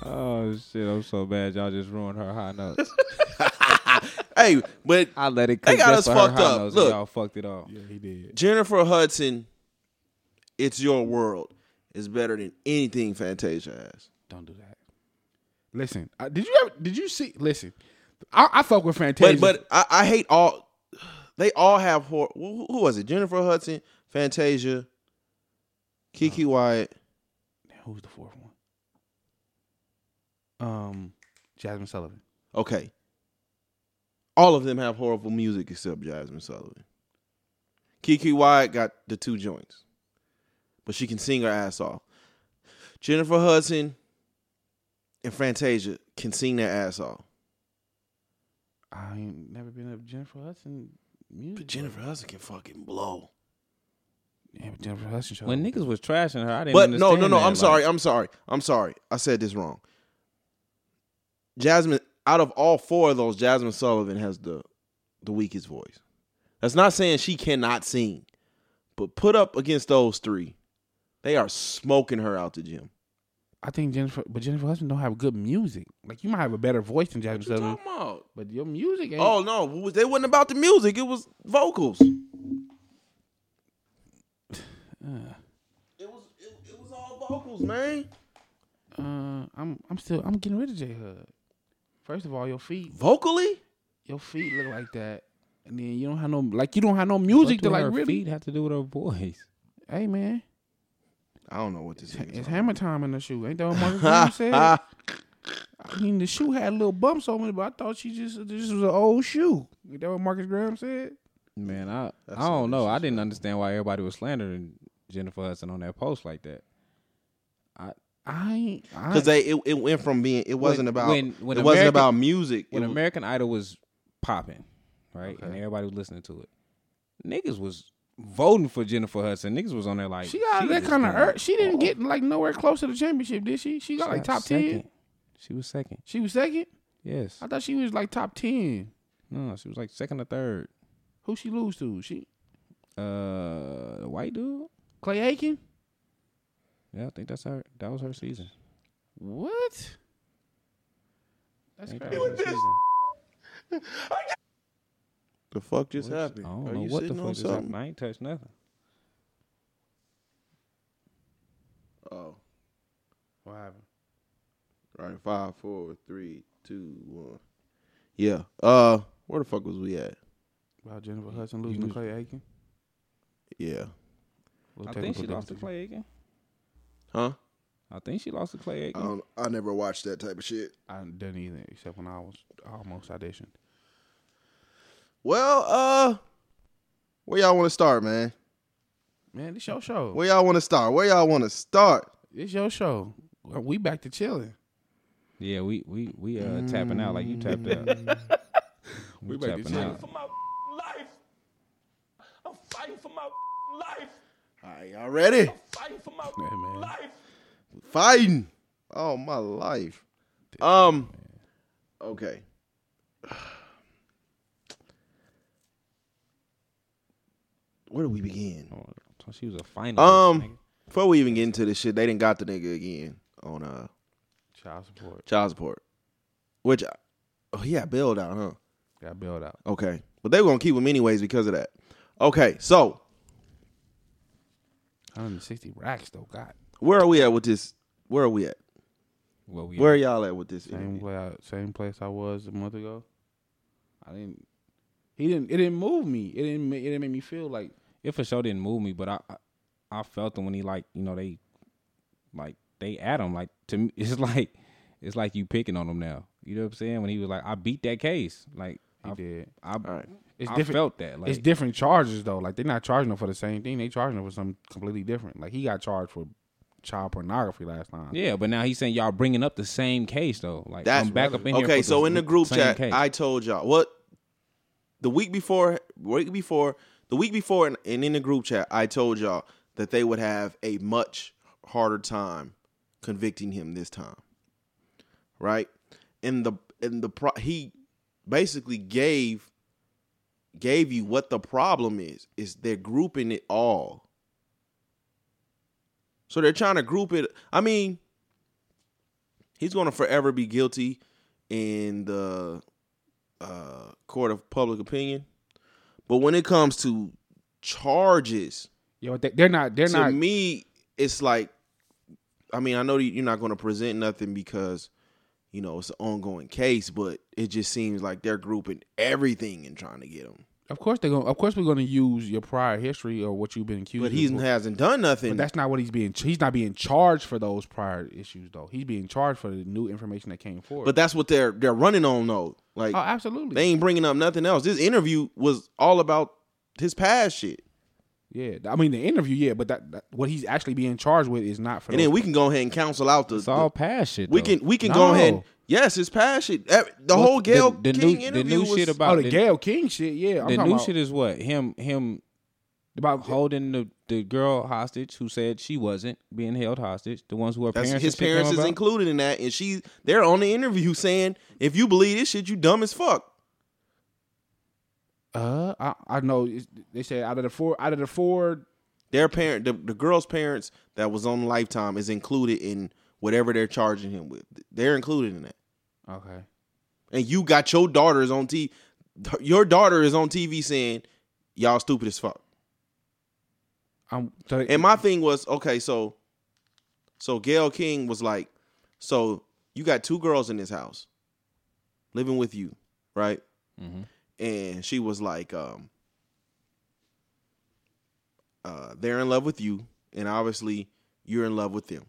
Oh shit, I'm so bad. Y'all just ruined her high notes.
Hey, but
I let it cook.
They got
just
us
for her
fucked
high
up.
notes,
Look.
and y'all fucked it all.
Yeah, he did.
Jennifer Hudson, It's Your World is better than anything Fantasia has.
Don't do that. Listen, uh, did you ever, did you see? Listen, I, I fuck with Fantasia.
But but I, I hate all. They all have hor- who, who was it? Jennifer Hudson, Fantasia, Kiki Wyatt.
who's the fourth one? Um, Jasmine Sullivan.
Okay. All of them have horrible music except Jasmine Sullivan. Kiki Wyatt got the two joints, but she can sing her ass off. Jennifer Hudson and Fantasia can sing their ass off.
I ain't never been up Jennifer Hudson music.
But Jennifer Hudson can fucking blow.
Yeah, but Jennifer Hudson show.
When niggas was trashing her, I didn't.
But no, no,
understand
no.
that,
I'm
like-
sorry. I'm sorry. I'm sorry. I said this wrong. Jasmine, out of all four of those, Jasmine Sullivan has the the weakest voice. That's not saying she cannot sing, but put up against those three, they are smoking her out the gym.
I think Jennifer, but Jennifer Hudson don't have good music. Like you might have a better voice than Jasmine Sullivan,
about?
but your music ain't.
Oh no, they wasn't about the music. It was vocals. It was it, it was all vocals, man.
Uh, I'm I'm still I'm getting rid of J Hud. First of all, your feet
Vocally,
your feet look like that, and then you don't have no like you don't have no music
What
to
do
like
her
really.
feet have to do with her voice?
Hey man,
I don't know what this is.
it's hammer time in the shoe. Ain't that what Marcus Brown said? I mean, the shoe had little bumps on it, but I thought she just this was an old shoe. Ain't that what Marcus Graham said?
Man, I
That's
I don't know. I
unacceptable.
didn't understand why everybody was slandering Jennifer Hudson on that post like that.
I ain't I,
because they it, it went from being it wasn't about
when- when
it wasn't
American-
about music.
When
it was-
American Idol was popping, right, and
Okay.
everybody was listening to it, niggas was voting for Jennifer Hudson. Niggas was on there like
she got that
is
kind of
going
earth. She didn't
off.
get like nowhere close to the championship, did she? She got
She
like
got
top ten.
second. She was second.
She was second.
Yes.
I thought she was like top ten.
No, she was like second or third.
Who she lose to? She
Uh, the white dude.
Clay Aiken.
Yeah, I think that's her. That was her season.
What? That's
Ain't that
crazy.
what this-
the fuck just
What's-
happened?
I don't
Are
know
you
what the
sitting
fuck
on
is
something?
happening. I ain't touched nothing.
Oh,
What happened?
right. Five, four, three, two, one. Yeah. Uh, where the fuck was we at?
About Jennifer Hudson losing to Clay Aiken.
Yeah.
I think she lost to Clay Aiken.
Huh?
I think she lost to
I
Clay Aiken.
don't, I never watched that type of shit.
I didn't either, except when I was almost auditioned.
Well, uh, where y'all want to start, man?
Man, this your show.
Where y'all want to start? Where y'all want to start?
This your show. Well, We back to chilling.
Yeah, we we we uh tapping out like you tapped out. we
about to
tapping
tell
out.
for my life. I'm fighting for my life.
All right, y'all ready?
Fighting for my
Hey, man.
life.
Fighting. Oh my life. Um. Okay. Where do we begin?
Oh, so she was a finalist.
Um,
nigga.
before we even get into this shit, they didn't got the nigga again on uh
Child support
child support, which I- oh yeah, bailed out, huh?
got bailed out.
Okay, but they were gonna keep him anyways because of that. Okay, so
160 racks though. God.
where are we at with this? Where are we at?
well, we
Where are y'all at with this?
Same
interview?
way. I, same place I was a month ago. I didn't. He didn't. It didn't move me. It didn't. ma- It didn't make me feel like.
it for sure didn't move me, but I I, I felt him when he like you know they like they at him like to me it's like it's like you picking on him now. You know what I'm saying? When he was like, I beat that case. Like
He
I
did.
I,
All right.
It's
I
different.
felt that. Like
it's different charges though. Like they're not charging him for the same thing. They charging him for something completely different. Like he got charged for child pornography last time.
yeah, but now he's saying y'all bringing up the same case though. Like
That's
I'm back up in here.
okay,
for
so
the
in the group
same
chat,
case.
I told y'all what the week before, week before, the week before, and, and in the group chat, I told y'all that they would have a much harder time convicting him this time, right? And the and the pro, he basically gave gave you what the problem is is they're grouping it all. So they're trying to group it. I mean, he's going to forever be guilty in the uh, court of public opinion. But when it comes to charges,
You know, they, they're not. They're
to
not.
me, it's like, I mean, I know that you're not going to present nothing because, you know, it's an ongoing case, but it just seems like they're grouping everything and trying to get him.
Of course they're going. Of course we're going to use your prior history or what you've been accused.
But
of
he
for.
hasn't done
But
nothing.
that's not what he's being. He's not being charged for those prior issues though. He's being charged for the new information that came forward.
But that's what they're they're running on though. Like
oh, absolutely.
they ain't bringing up nothing else. This interview was all about his past shit.
yeah, I mean the interview. Yeah, but that, that- what he's actually being charged with is not for.
And
those-
then we can go ahead and counsel out the,
it's all past shit.
We
though.
can we can go ahead.
No.
Yes, it's passion. Ev- The
What's
whole Gail
the, the
King
new,
interview
the new
was,
shit about
oh, the
the,
Gail King shit. Yeah, I'm
the
talking
new
about,
shit is what him him
about
holding the the girl hostage who said she wasn't being held hostage. The ones who her
That's,
parents
his
and shit came
parents is
about.
included in that, and she they're on the interview saying, "If you believe this shit, you dumb as fuck."
Uh, I, I know it's- they said out of the four, out of the four,
Their parent, the, the girl's parents that was on Lifetime, is included in whatever they're charging him with. They're included in that,
okay,
and you got your daughters on TV. Your daughter is on TV saying, "Y'all stupid as fuck."
I'm so they-
And my thing was, okay, so so Gail King was like, so you got two girls in this house living with you, right?
Mhm.
And she was like, um, uh, they're in love with you, and obviously you're in love with them.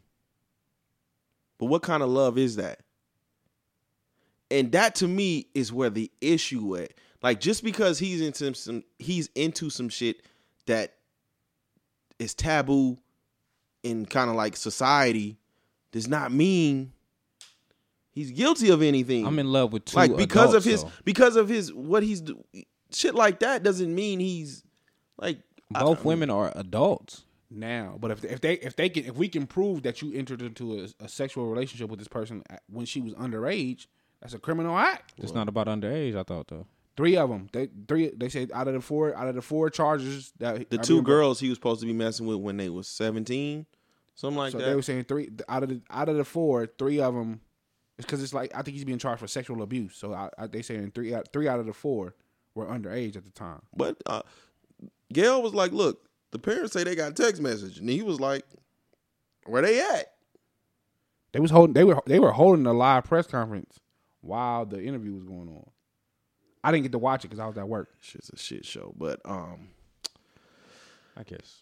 But what kind of love is that? And that to me is where the issue at. Like just because he's into some he's into some shit that is taboo in kind of like society does not mean he's guilty of anything.
I'm in love with two.
like because of
adults,
his
though.
because of his what he's do- shit like that doesn't mean he's like I
both
don't-
women are adults.
now. But if if they if they can if we can prove that you entered into a, a sexual relationship with this person at- when she was underage, that's a criminal act.
It's not about underage. I thought though.
Three of them, they three they said out of the four, out of the four charges that
The
are
two
being brought-
girls he was supposed to be messing with when they was 17, something like
So
that.
they were saying three out of the out of the four, three of them, it's because it's like I think he's being charged for sexual abuse. So I, I, they saying three out three out of the four were underage at the time.
But uh, Gail was like, "Look, the parents say they got text message," and he was like, "Where they at?"
They was holding they were they were holding a live press conference while the interview was going on. I didn't get to watch it because I was at work.
Shit's a shit show. But um,
I guess.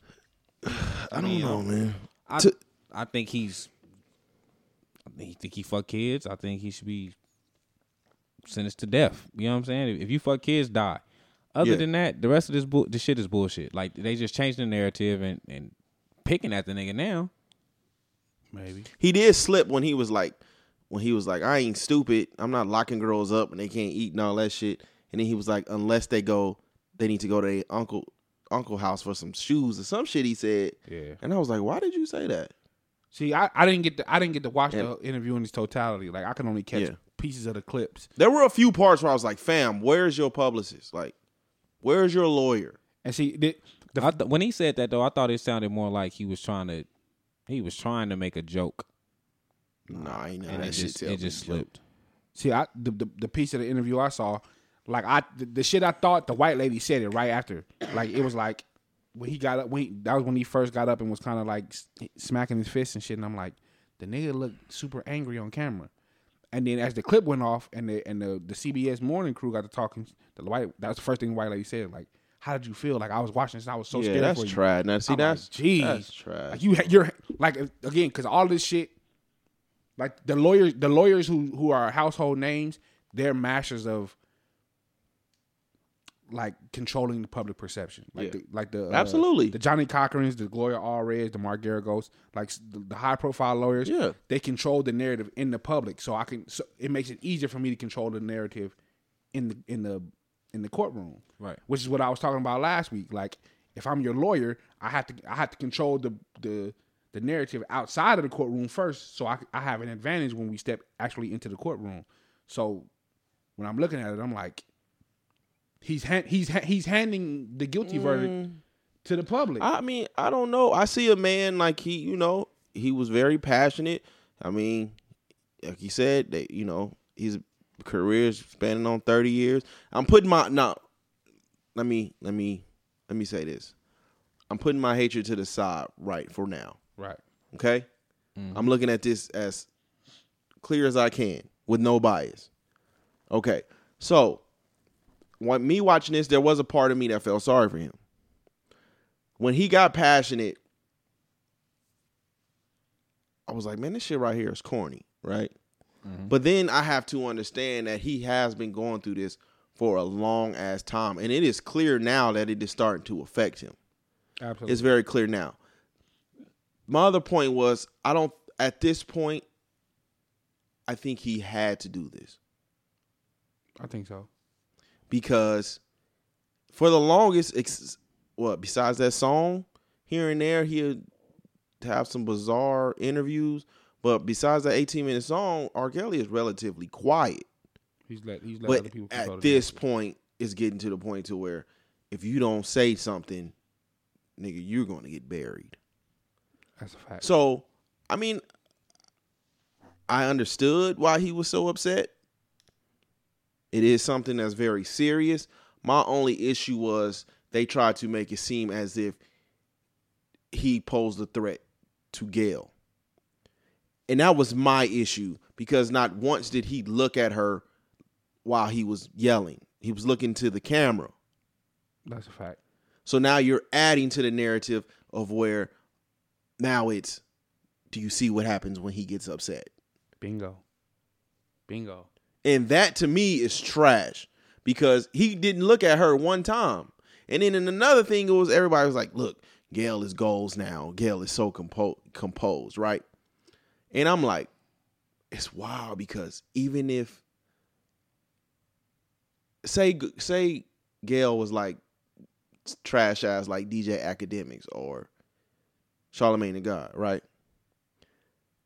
I don't know, man.
I
To-
I think he's. I think, think he fuck kids. I think he should be sentenced to death. You know what I'm saying? If you fuck kids, die. Other
Yeah.
than that, the rest of this bull, the shit is bullshit. Like they just changed the narrative and and picking at the nigga now.
Maybe
He did slip when he was like, when he was like, "I ain't stupid. I'm not locking girls up and they can't eat and all that shit." And then he was like, "Unless they go, they need to go to their uncle uncle house for some shoes or some shit." He said,
Yeah.
And I was like, "Why did you say that?"
See, I, I didn't get to, I didn't get to watch
Yeah.
the interview in its totality. Like I can only catch
Yeah.
pieces of the clips.
There were a few parts where I was like, "Fam, where's your publicist? Like, where's your lawyer?"
And see, the, the,
I th- when he said that though, I thought it sounded more like he was trying to, he was trying to make a joke,
Nah, I ain't know
and
that
it
shit
just
tell
it
me
just
to
slipped.
see, I the, the the piece of the interview I saw, like I the, the shit I thought the white lady said it right after. Like it was like when he got up, when he, that was when he first got up and was kind of like s- smacking his fist and shit. And I'm like, the nigga looked super angry on camera. And then as the clip went off and the and the, the CBS morning crew got to talking, the white that was the first thing the white lady said. Like, how did you feel? Like I was watching this, and I was so
yeah,
scared.
that's
for you.
trash. Now, see,
I'm
that's
like, geez,
that's trash.
Like you, you're like again because all this shit, like the lawyers, the lawyers who who are household names, they're masters of like controlling the public perception. Like
Yeah.
the, like the uh,
Absolutely.
the Johnny Cochran's, the Gloria Allreds, the Mark Garagos, like s- the, the high profile lawyers.
Yeah.
they control the narrative in the public, so I can. So it makes it easier for me to control the narrative in the in the in the courtroom
Right.
which is what I was talking about last week. Like, if I'm your lawyer, I have to I have to control the the the narrative outside of the courtroom first, so I I have an advantage when we step actually into the courtroom. So when I'm looking at it, I'm like, he's han- he's ha- he's handing the guilty verdict to the public.
Mm. I mean, I don't know. I see a man like he, you know, he was very passionate. I mean, like he said, that you know, his career's spanning on thirty years. I'm putting my no. Let me let me let me say this. I'm putting my hatred to the side right for now.
right.
Okay? I'm looking at this as clear as I can with no bias. Okay. So, when me watching this, there was a part of me that felt sorry for him. When he got passionate, I was like, man, this shit right here is corny, right? But then I have to understand that he has been going through this for a long ass time. And it is clear now that it is starting to affect him.
Absolutely.
It's very clear now. My other point was I don't at this point I think he had to do this
I think so.
because for the longest ex- what besides that song, he here and there he'll have some bizarre interviews. But besides that 18 minute song, R. Kelly is relatively quiet.
He's let he's let other
But
people control
at
the
this
narrative.
point, it's getting to the point to where if you don't say something, nigga, you're gonna get buried.
That's a fact.
So, I mean, I understood why he was so upset. It is something that's very serious. My only issue was they tried to make it seem as if he posed a threat to Gail. And that was my issue because not once did he look at her while he was yelling. He was looking to the camera.
That's a fact.
So now you're adding to the narrative of where now it's do you see what happens when he gets upset?
Bingo. Bingo.
And that to me is trash because he didn't look at her one time. And then in another thing, it was everybody was like, look, Gail is goals now. Gail is so compo- composed, right? And I'm like, it's wild because even if say say Gail was like trash ass like DJ Academics or Charlemagne the God, right?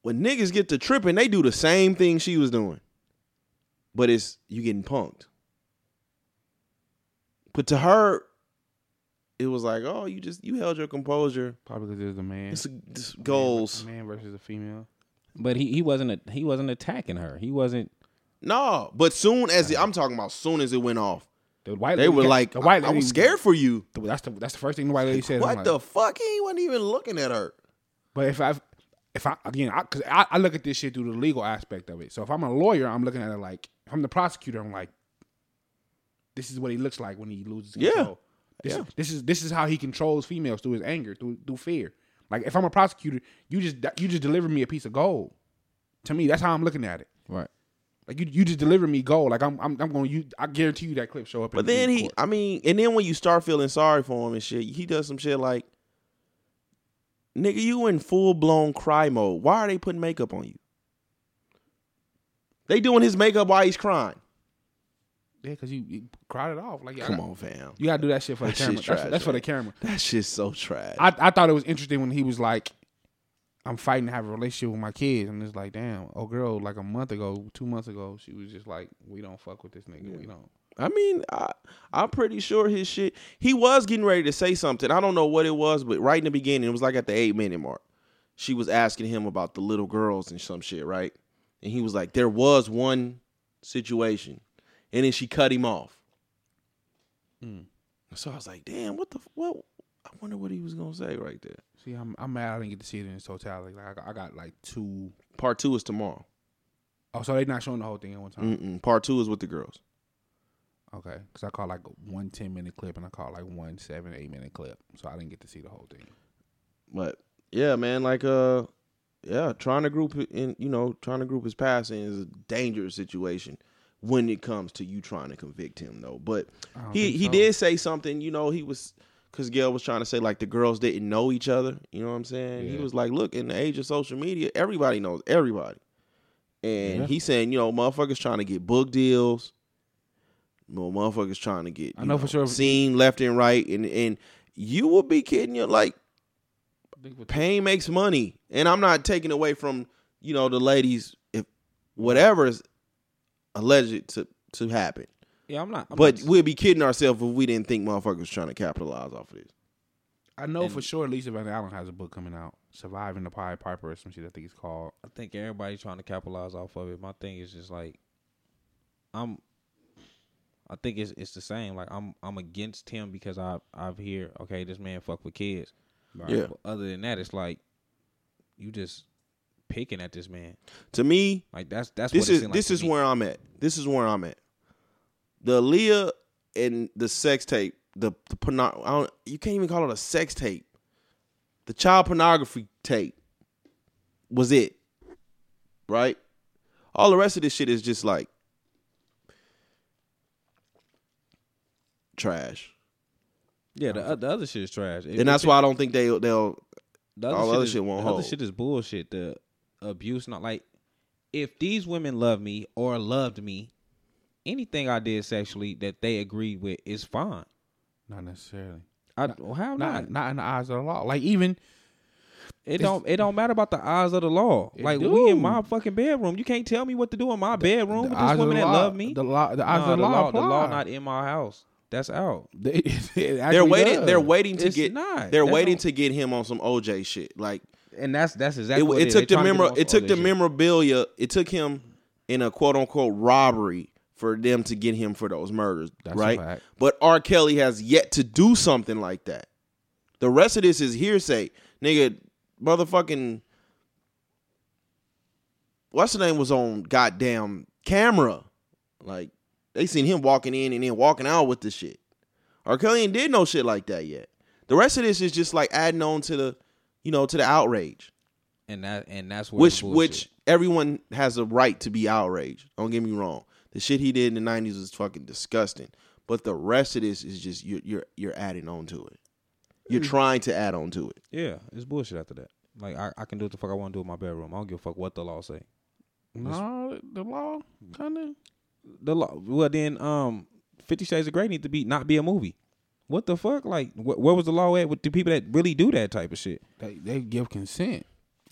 When niggas get to tripping, they do the same thing she was doing but it's you getting punked. But to her, it was like, oh, you just you held your composure.
Probably because there's a man.
It's, it's
man-
goals.
Man versus a female.
But he, he wasn't a, he wasn't attacking her. He wasn't.
No, but soon as it, I'm talking about, soon as it went off,
The white
they were
kept-
like,
the white
I, I was
lady-
scared for you.
That's the that's the first thing the white lady said.
What
I'm
the
like,
fuck? He wasn't even looking at her.
But if I if I again, I, cause I, I look at this shit through the legal aspect of it. So if I'm a lawyer, I'm looking at it like if I'm the prosecutor, I'm like, this is what he looks like when he loses
Yeah.
control. This,
Yeah.
this is this is how he controls females through his anger, through through fear. Like if I'm a prosecutor, you just you just deliver me a piece of gold. To me, that's how I'm looking at it.
Right.
Like you, you just deliver me gold. Like I'm, I'm, I'm going. to You, I guarantee you that clip show up. in
But
the
then he,
court.
I mean, and then when you start feeling sorry for him and shit, he does some shit like, nigga, you in full blown cry mode. Why are they putting makeup on you? They doing his makeup while he's crying.
yeah, because you, you cried it off. Like yeah, I
Come
got-
on, fam.
you gotta do that shit for the
That
camera.
shit's
That's,
trash,
that's for the
man.
camera.
That shit's so trash.
I, I thought it was interesting when he was like, I'm fighting to have a relationship with my kids. And it's like, damn, oh girl, like a month ago, two months ago, she was just like, We don't fuck with this nigga. We don't.
I mean, I, I'm pretty sure his shit. He was getting ready to say something. I don't know what it was, but right in the beginning, it was like at the eight minute mark. She was asking him about the little girls and some shit, right? And he was like, "There was one situation," and then she cut him off. Hmm. So I was like, "Damn, what the f- what?" I wonder what he was gonna say right there.
See, I'm I'm mad I didn't get to see it in its totality. Like I got, I got like two
Part two is tomorrow.
Oh, so they're not showing the whole thing at one time.
Mm-mm. Part two is with the girls.
Okay. Because I caught like one 10 minute clip and I caught like one seven, eight minute clip. So I didn't get to see the whole thing.
But yeah, man, like uh yeah, trying to group it in you know, trying to group his passing is a dangerous situation when it comes to you trying to convict him though. But
I don't
he
think
he
so.
did say something, you know, he was cuz Gail was trying to say like the girls didn't know each other, you know what I'm saying? He
Yeah.
was like, "Look, in the age of social media, everybody knows everybody." And he's saying, you know, motherfuckers trying to get book deals. Well, motherfuckers trying to get
I
you
know for sure-
seen left and right and and you will be kidding you like
I think with-
pain makes money and i'm not taking away from you know the ladies if whatever is alleged to to happen
Yeah, I'm not. I'm
but
not-
we'd be kidding ourselves if we didn't think motherfuckers was trying to capitalize off of this
I know for sure Lisa Van Allen has a book coming out, Surviving the Pied Piper or some shit. I think it's called.
I think everybody's trying to capitalize off of it. My thing is just like I'm I think it's it's the same. Like I'm I'm against him because I I've hear, okay, this man fuck with kids.
Yeah.
But other than that, it's like you just picking at this man.
to me
Like that's that's
this
what it
is
seem like
this
to
is
me.
where i'm at this is where i'm at the leah and the sex tape the the porno- I don't, you can't even call it a sex tape the child pornography tape was it right all the rest of this shit is just like trash
yeah the, o- the other shit is trash. It-
and that's why i don't think they, they'll
The other
All
shit
other
is,
shit won't
the other
hold.
shit is bullshit. The abuse, not like if these women love me or loved me, anything I did sexually that they agreed with is fine.
Not necessarily.
I well, how not?
Not not in the eyes of the law. Like even
It don't it don't matter about the eyes of the law.
It
Like
do.
we in my fucking bedroom. You can't tell me what to do in my bedroom
the
with
eyes
this
of
woman
the
that
law-
love me.
The law, the eyes
Nah,
of the, law,
the law not
apply.
in my house. That's out.
It
They're
actually
waiting.
does.
They're waiting to
It's
get.
not.
They're
That
waiting
don't-
to get him on some OJ shit. Like
And that's that's
it,
exactly what
it
is.
took the
They trying to get
memor.
on
It
some
took the
other shit.
memorabilia. It took him in a quote unquote robbery for them to get him for those murders.
That's a
right.
fact.
But R. Kelly has yet to do something like that. The rest of this is hearsay, nigga. Motherfucking. What's the name was on goddamn camera? Like they seen him walking in and then walking out with the shit. R. Kelly ain't did no shit like that yet. The rest of this is just like adding on to the, you know, to the outrage,
And that and that's where
which
the bullshit-
which everyone has a right to be outraged. Don't get me wrong. The shit he did in the '90s was fucking disgusting. But the rest of this is just you're you're you're adding on to it. You're
Mm.
trying to add on to it.
Yeah, it's bullshit after that. Like I, I can do what the fuck I want to do in my bedroom. I don't give a fuck what the law say.
No, the law kind of.
The law well then um Fifty Shades of Grey need to be not be a movie. What the fuck? Like wh- where was the law at with the people that really do that type of shit?
They they give consent.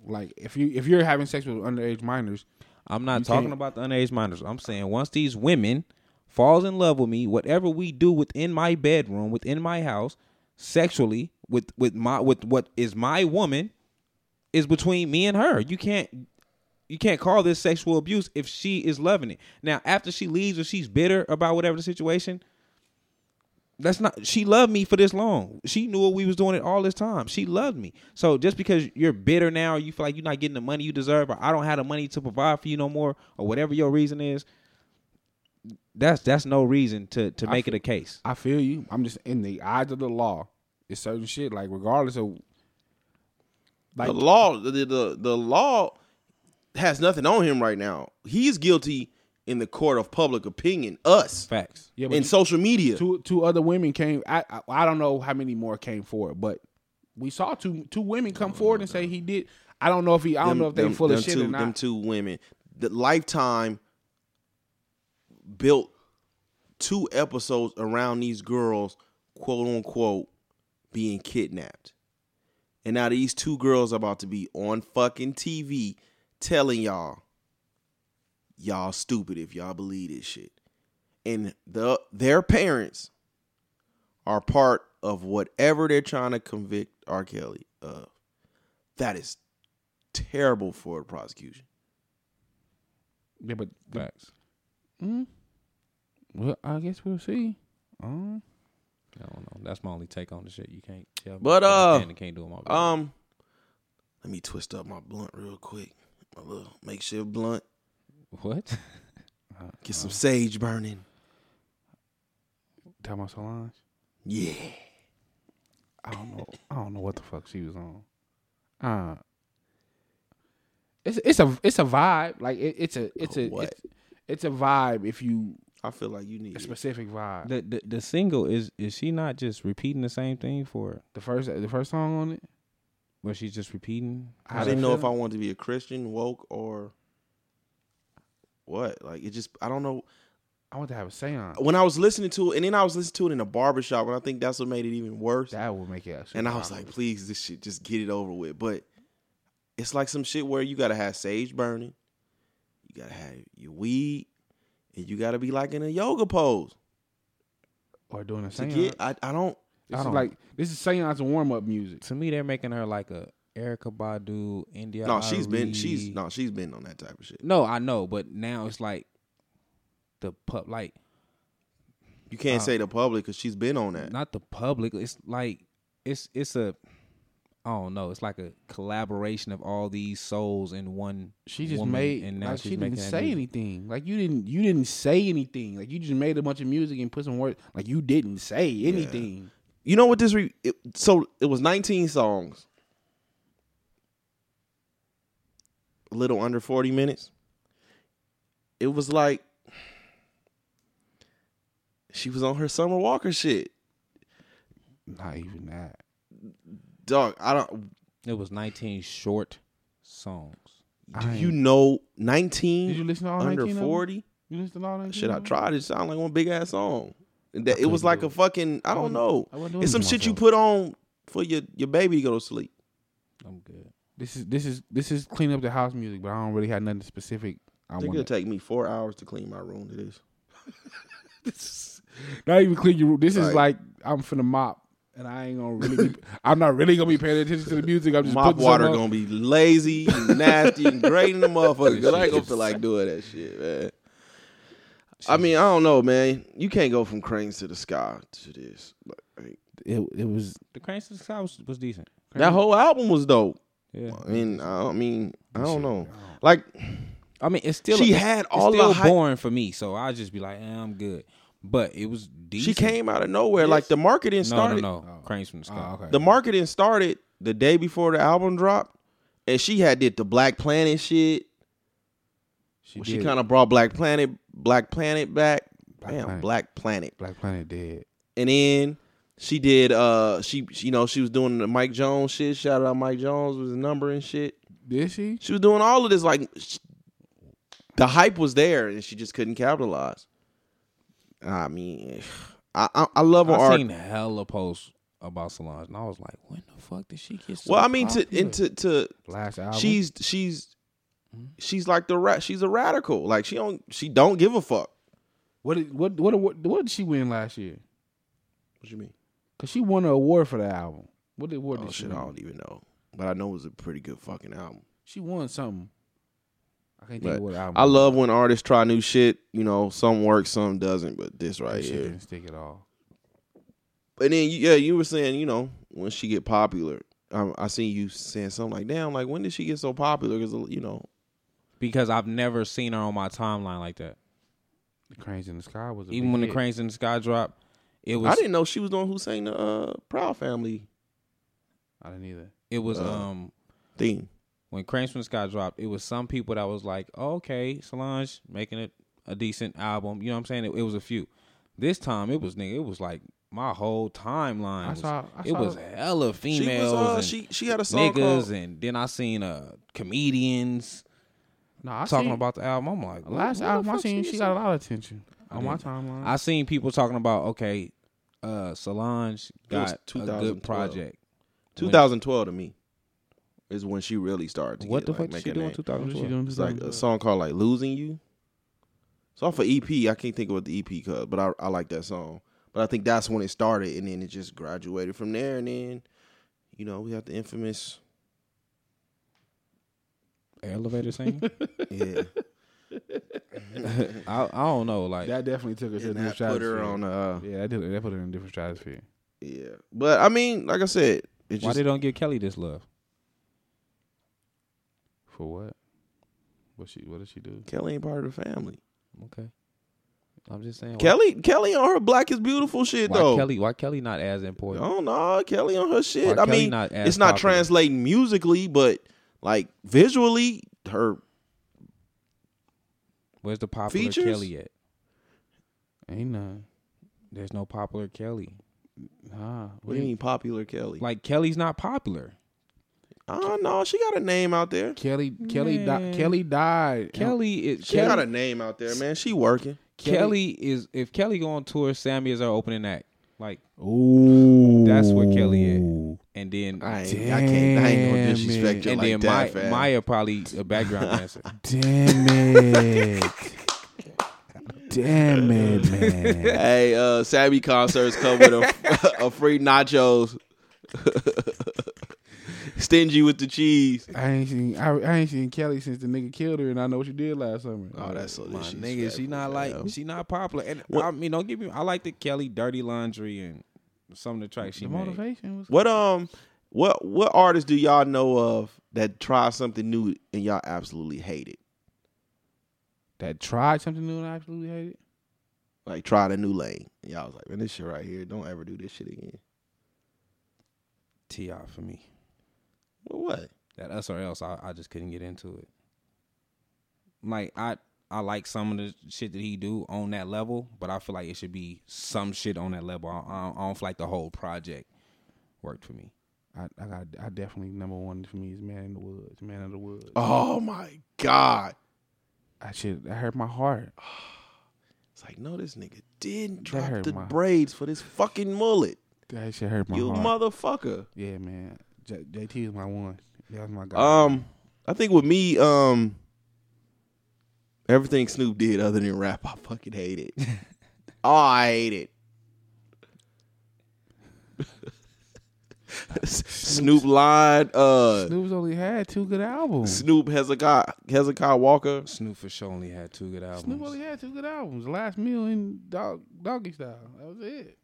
Like if you if you're having sex with underage minors,
I'm not
You
talking
can't-
about the underage minors. I'm saying once these women falls in love with me, whatever we do within my bedroom, within my house, sexually with with my with what is my woman is between me and her. You can't you can't call this sexual abuse if she is loving it. Now, after she leaves or she's bitter about whatever the situation, that's not she loved me for this long. She knew we was doing it all this time. She loved me. So just because you're bitter now, you feel like you're not getting the money you deserve, or I don't have the money to provide for you no more, or whatever your reason is, that's that's no reason to to
I
make
feel-
it a case.
I feel you. I'm just in the eyes of the law. It's certain shit. Like regardless of like
the law, the, the the law has nothing on him right now. He's guilty in the court of public opinion. Us
Facts.
yeah,
in
but you-
social media.
two two other women came. I, I I don't know how many more came forward, but we saw two two women come forward and say he did. I don't know if he. I don't know if they full
them
of shit
two,
or
Them
not.
two women, the Lifetime built two episodes around these girls, quote unquote, being kidnapped, and now these two girls are about to be on fucking TV telling y'all, y'all stupid if y'all believe this shit, and the their parents are part of whatever they're trying to convict R. Kelly of. That is terrible for the prosecution.
Yeah, but
Facts.
mm, well, I guess we'll see. Um,
I don't know. That's my only take on the shit. You can't tell.
But, uh,
you can't do it my way.
Um, let me twist up my blunt real quick. My little makeshift blunt.
what?
Get some sage burning.
tell my Solange.
Yeah.
I don't know. I don't know what the fuck she was on. Uh it's it's a it's a vibe. Like it, it's a it's a
What?
it's, it's a vibe. If you
I feel like you need
a
it.
specific vibe. The,
The, the the single is is she not just repeating the same thing for?
first the first song on it.
Where she's just repeating?
I didn't know if I wanted to be a Christian, woke, or what. Like it just I don't know.
I want to have a seance.
When I was listening to it, and then I was listening to it in a barbershop, and I think that's what made it even worse.
That would make it.
and I was like, please, this shit, just get it over with. But it's like some shit where you gotta have sage burning, you gotta have your weed, and you gotta be like in a yoga pose
or doing a
to
seance.
get. I, I don't.
this
I
is
don't-
like this is seance warm up music.
To me, they're making her like a Erica Badu, India.
no, she's been. She's
Ari.
no, she's been on that type of shit.
No, I know, but now it's like the pub, like
You can't
Uh,
say the public because she's been on that.
not the public. It's like it's it's a. I don't know. It's like a collaboration of all these souls in one.
She just
woman,
made
and now
like
she's
she didn't
making that
say
music.
anything. Like you didn't you didn't say anything. Like you just made a bunch of music and put some words. Like you didn't say anything.
You know what this? Re- it, so it was 19 songs, a little under 40 minutes. It was like she was on her Summer Walker shit,
Not even that.
dog. I don't.
It was 19 short songs.
Do
I
you
ain't-
know 19
Did you listen to all
under
19 of them? Mm-hmm.
40?
You listen to all that?
Shit, I tried. It sound like one big ass song. And that- it was like a fucking I don't
wouldn't-
know.
I wouldn't do
It's some
anything
shit you
myself.
put on for your your baby to go to sleep.
I'm good. This is this is this is clean up the house music, but I don't really have nothing specific. I
I think it'll
want
take me four hours to clean my room to this.
not even clean your room. This is
Right.
like I'm finna mop, and I ain't gonna really. Be, I'm not really gonna be paying attention to the music. I'm just
Mop
putting
water
something on.
gonna be lazy, and nasty, and grating the motherfucker. 'cause I ain't gonna
Shit.
feel like doing that shit, man. I mean, I don't know, man. You can't go from cranes to the sky to this. Like, like,
It, it was
The Cranes to the Sky was, was decent.
that whole album was dope.
Yeah.
I mean, I mean, I don't know. Like
I mean, it's still
she
it's-
had
it's
all
still
the hype.
boring for me, so I just be like, eh, I'm good. But it was
She
decent.
came out of nowhere. Like the marketing
No,
started.
no, no. Cranes from the Sky.
okay.
The marketing started the day before the album dropped, and she had did the Black Planet shit.
she,
she
did.
kind of brought Black Planet, Black Planet back.
Black
Damn,
Planet.
Black Planet.
Black Planet did.
And then she did. Uh, she, she- you know she was doing the Mike Jones shit. Shout out Mike Jones with his number and shit.
Did she?
She was doing all of this like sh the hype was there, and she just couldn't capitalize. I mean, I I, I love her
I
art.
seen hella posts about Solange, and I was like, when the fuck did she get so
Well, I mean to
popular?
and to to
Last album.
she's she's
Mm-hmm.
she's like the rat. She's a radical. Like she don't she don't give a fuck.
what did what what what, what did she win last year?
What you mean?
Cause she won an award for the album. What did what
Oh
did she
shit, I
win?
don't even know. But I know it was a pretty good fucking album.
She won something. I can't think
But
of what album.
I love when artists try new shit. You know, some works, some doesn't. But this right
She
here.
didn't stick at all.
But then you- yeah, you were saying you know when she get popular. Um, I seen you saying something like, "Damn, like when did she get so popular?" Because you know,
because I've never seen her on my timeline like that.
The Cranes in the Sky was a
Even
big
when the
hit.
Cranes in the Sky dropped, it
I
was
didn't know she was the one who sang the uh, Proud Family
I didn't either.
it was
Uh.
um
theme.
when Cranes from the Sky dropped, it was some people that was like, oh, okay, Solange making it a decent album. You know what I'm saying? It, it was a few. This time it was nigga, it was like my whole timeline.
I
was-
saw- I
it
saw-
was hella females.
she was uh,
and
she she had a song
niggas
called
and then I seen uh comedians
No, I
talking
seen,
about the album. I'm like,
last
what the
album I
fuck
seen.
is
She
on?
got a lot of attention on my timeline.
I seen people talking about okay, uh Solange
was
got a good
2012.
project.
2012 to me is when she really started. To get,
What the
like,
fuck
make
did she
her
do in
name.
2012?
It's like a song called like "Losing You." It's off an EP. I can't think of what the EP cuz, but I I like that song. But I think that's when it started, and then it just graduated from there. And then, you know, we have the infamous,
Elevator singing?
yeah,
I, I don't know. Like
that definitely took her to a
and
different
that put her
stratosphere.
on. Uh,
yeah, that, did, that put her in a different stratosphere.
yeah, but I mean, like I said, it
why
just
they don't give Kelly this love?
For what? What she? What did she do?
Kelly ain't part of the family.
Okay. I'm just saying
Kelly, Kelly on her Black is Beautiful shit
why,
though.
why Kelly why Kelly not as important?
Oh no, Kelly on her shit.
Why
I
Kelly
mean,
not as
it's not
popular?
translating musically, but like visually, her
Where's the popular
Features?
Kelly at?
Ain't none.
There's no popular Kelly.
Nah.
what do you mean popular Kelly? Like,
Like Kelly's not popular.
oh no, she got a name out there.
Kelly? Kelly? Di-
Man.
Kelly died.
Kelly is
She got a
Kelly,
name out there, man. She working.
Kelly is if Kelly go on tour, Sammy is our opening act. Like
Ooh.
That's where Kelly is. and then
I ain't, I can't. I ain't gonna
Damn
disrespect
it.
you
and
like
then
that,
Maya,
fam.
Maya probably a background dancer.
Damn it. Damn it, man.
Hey, uh, Sammy concerts come with a, a free nachos. Stingy with the cheese.
I ain't seen I, I ain't seen Kelly since the nigga killed her and I know what you did last summer.
Oh, that's so
My
disrespectful,
nigga, she not like
fam.
she not popular. And
What-
I mean, don't give me. I like the Kelly Dirty Laundry and some of the tracks she
the
made.
motivation was
What um, what what artists do y'all know of that try something new and y'all absolutely hate it?
that tried something new and I absolutely hated it.
like tried a new lane. And y'all was like, man, this shit right here, don't ever do this shit again.
Ti for me.
Well, what?
That us or else, I, I just couldn't get into it. Like I I like some of the shit that he do on that level, but I feel like it should be some shit on that level. I, I, don't, I don't feel like the whole project worked for me.
I, I got I definitely number one for me is Man in the Woods. Man in the Woods.
Oh my god,
I should that hurt my heart.
It's like, no, this nigga didn't drop
hurt
the
my-
braids for this fucking mullet.
That shit hurt my
you
heart.
motherfucker.
yeah, man. J- JT is my one. That was my guy.
Um, I think with me, um, everything Snoop did other than rap, I fucking hate it. oh, I hate it. Snoop lied. Uh, Snoop,
Snoop's only had two good albums.
Hezekiah Hezekiah Walker.
Snoop for sure only had two good albums.
Snoop only had two good albums. The Last Meal and Dog Doggy Style. That was it.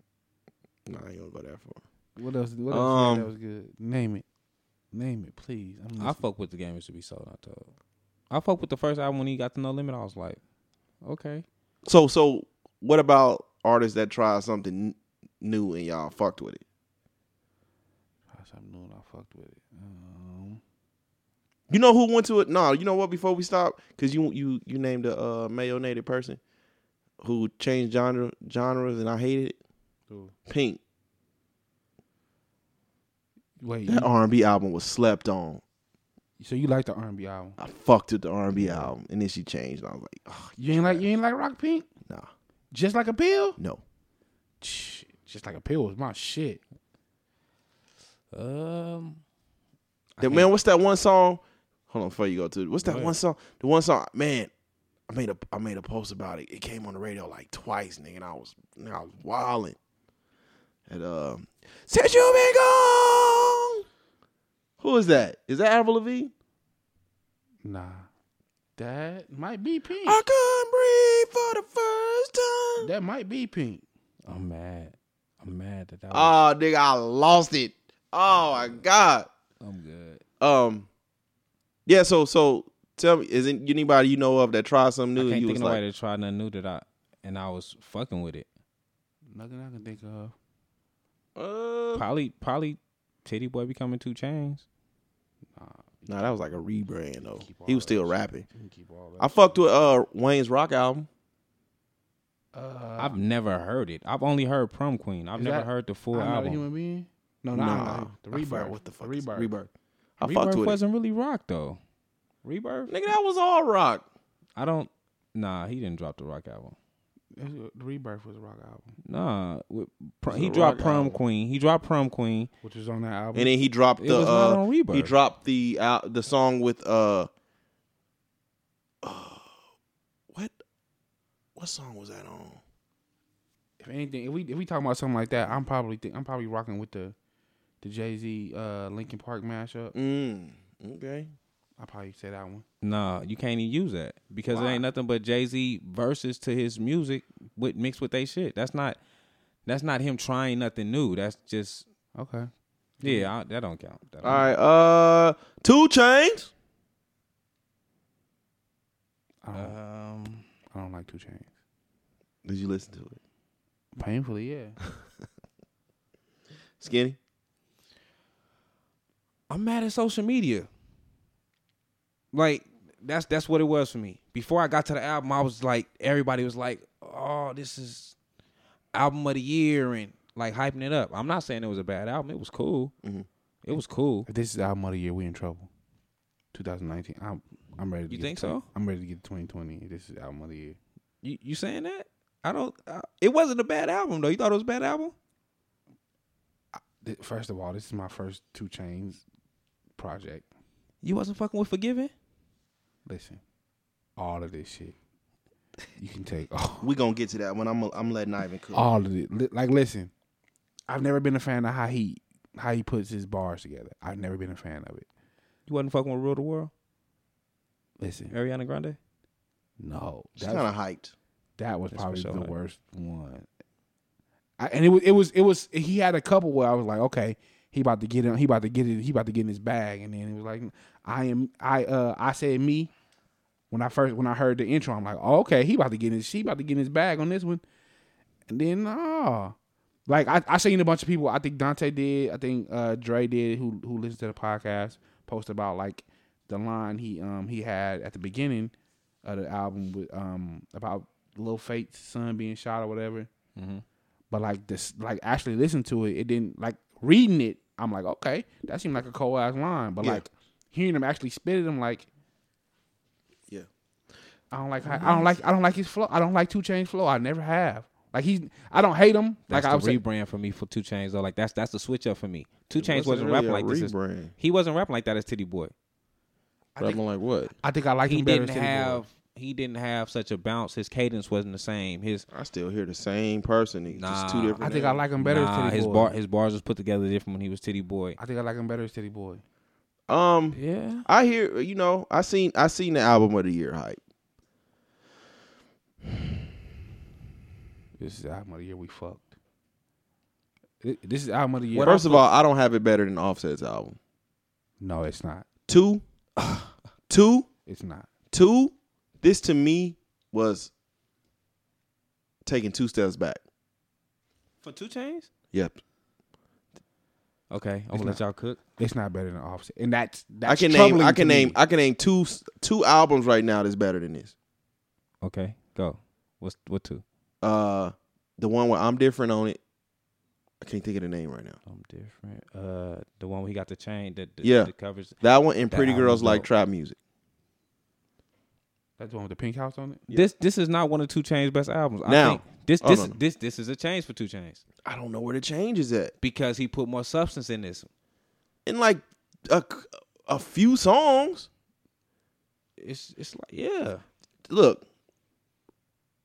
Nah, I ain't gonna go that far.
What else? What else?
Um,
that was good. Name it. Name it, please. I'm
I
listening.
fuck with the game is to be sold. I told. I fuck with the first album when he got to No Limit. I was like, okay.
So, so what about artists that try something n- new and y'all fucked with it?
Try something new and I fucked with it. Um,
You know who went to it? No, you know what? Before we stop, because you you you named a uh, Mayo native person who changed genre genres, and I hated it. Pink.
wait.
That
you-
R and B album was slept on.
so you like the R&B album?
I fucked with the R and B album, and then she changed. And I was like, oh,
You ain't like you ain't like Rock Pink?
nah,
Just like a pill?
no.
Shit, Just like a pill was my shit.
Um,
The, man, what's that one song? Hold on, before you go to it. What's that one song? The one song, man. I made a I made a post about it. It came on the radio like twice, nigga. And I was nigga, I was wilding. And um, since you been gone, who is that? Is that Avril Lavigne?
Nah, that might be Pink.
I couldn't breathe for the first time.
That might be Pink.
I'm mad. I'm mad that that. Was,
Oh, nigga, I lost it. Oh my god.
I'm good.
Um, yeah. So so tell me, is it anybody you know of that tried something
I
new?
can't
and you
think of
was
nobody
like,
that tried nothing new that I and I was fucking with it.
Nothing I can think of.
uh,
Probably, probably, Titty Boy becoming two chains.
Nah, that was like a rebrand though.
Keep
He
all
was still
that
rapping.
You can keep all
I fucked with uh Wayne's rock album.
Uh,
Ah.
I've never heard it. I've only heard Prom Queen. I've
Is
never
that-
heard the full
I'm not a
album.
human being. No, no,
Nah, I
the
forgot
rebirth.
What the fuck?
The
is-
rebirth.
Rebirth. I
Rebirth
fucked with
wasn't really rock though. Rebirth.
it. Nigga, that was all rock.
I don't. Nah, he didn't drop the rock album.
That's what- The rebirth was a rock album,
Nah, with, prom,
was
he
a
dropped
rock
Prom
album.
Queen. He dropped Prom Queen.
which was on that album.
And then he dropped
It
the
was not
uh,
on Rebirth.
he dropped the uh, the song with uh, uh what what song was that on?
if anything, if we if we talking about something like that, I'm probably think, I'm probably rocking with the the Jay Z uh Linkin Park mashup.
Mm. Okay.
I probably say that one.
Nah, you can't even use that because it
Why?
ain't nothing but Jay Z verses to his music with mixed with they shit. That's not. That's not him trying nothing new. That's just
Okay,
yeah. I, that don't count. That don't-
Mm-hmm. All right. Uh, Two Chains.
I don't,
Um,
I don't like Two Chains.
Did you listen to it?
Painfully, yeah.
Skinny.
I'm mad at social media. Like that's that's what it was for me. Before I got to the album, I was like, everybody was like, "Oh, this is album of the year," and like hyping it up. I'm not saying it was a bad album. It was cool.
Mhm.
It was cool.
If this is our mother year, we in trouble. 2019. I'm I'm ready. To
You
get
think
to 20
so?
I'm ready to get to 2020. If this is our mother year.
You you saying that? I don't. I, it wasn't a bad album though. You thought it was a bad album?
Th- First of all, this is my first two chains project.
You wasn't fucking with Forgiven.
Listen, all of this shit, you can take all,
We gonna get to that when I'm I'm letting Ivan cook.
Oh,
all of it. Li- Like, listen, I've never been a fan of how he how he puts his bars together. I've never been a fan of it.
You wasn't fucking with Real the World.
Listen,
Ariana Grande.
no,
It's
that's-
kind of hyped.
That was
That's for
probably
sure,
the
like-
worst one. I, and it was it was it was he had a couple where I was like, okay, he about to get in, he about to get it, he about to get in his bag, and then it was like, I am I uh I said me when I first when I heard the intro, I'm like, oh, okay, he about to get in, she about to get in his bag on this one, and then nah. Like I, I seen a bunch of people. I think Dante did. I think uh Dre did. Who who listens to the podcast post about like the line he um he had at the beginning of the album with um about Lil Fate's son being shot or whatever.
Mhm.
But like this, like actually listen to it, it didn't like reading it. I'm like, okay, that seemed like a cold ass line. But
Yeah.
like hearing him actually spit it, I'm like,
Yeah.
I don't like how, I don't like I don't like his flow. I don't like Two Chainz flow. I never have. Like he's I don't hate him. like
That's
I
the
was saying,
rebrand for me for Two Chains though. Like that's that's the switch up for me. Two Chains
wasn't
wasn't,
really
rapping
a
like this. as-
rebrand.
He wasn't rapping like that as Titty Boy.
I think,
Rapping like what?
I think I like
He
him better.
didn't
as City Boy.
have he didn't have such a bounce. His cadence wasn't the same. His
I still hear the same person. It's just two
Nah,
different.
I think I
names.
like him better.
nah,
as Titty
his
boy.
bar his bars was put together different when he was Titty Boy.
I think I like him better as Titty Boy.
Um,
Yeah.
I hear you know. I seen I seen the album of the year hype.
This is the album of the year we fucked. Th- This is the album of the year.
First of all, I don't have it better than Offset's album.
no, it's not.
Two, two,
It's not.
two. This to me was taking two steps back.
For Two Chains?
Yep,
Okay, I'm gonna let y'all cook.
It's not better than Offset. And that's that's
I can name
troubling
I
to
can
me.
name I can name two two albums right now that's better than this.
Okay, go. What's what two?
Uh, the one where I'm different on it. I can't think of the name right now.
I'm different. Uh, the one where he got the chain, the, the
Yeah.
the covers.
That one and
That
Pretty
album's
Girls Like
dope.
Trap Music.
That's the one with the pink house on it.
This this is not one of Two Chains' best albums. I
Now.
think this
Oh,
this
no, no.
this this is a change for Two Chains
I don't know where the change is at.
because he put more substance in this.
In like a, a few songs.
It's it's like yeah.
Look,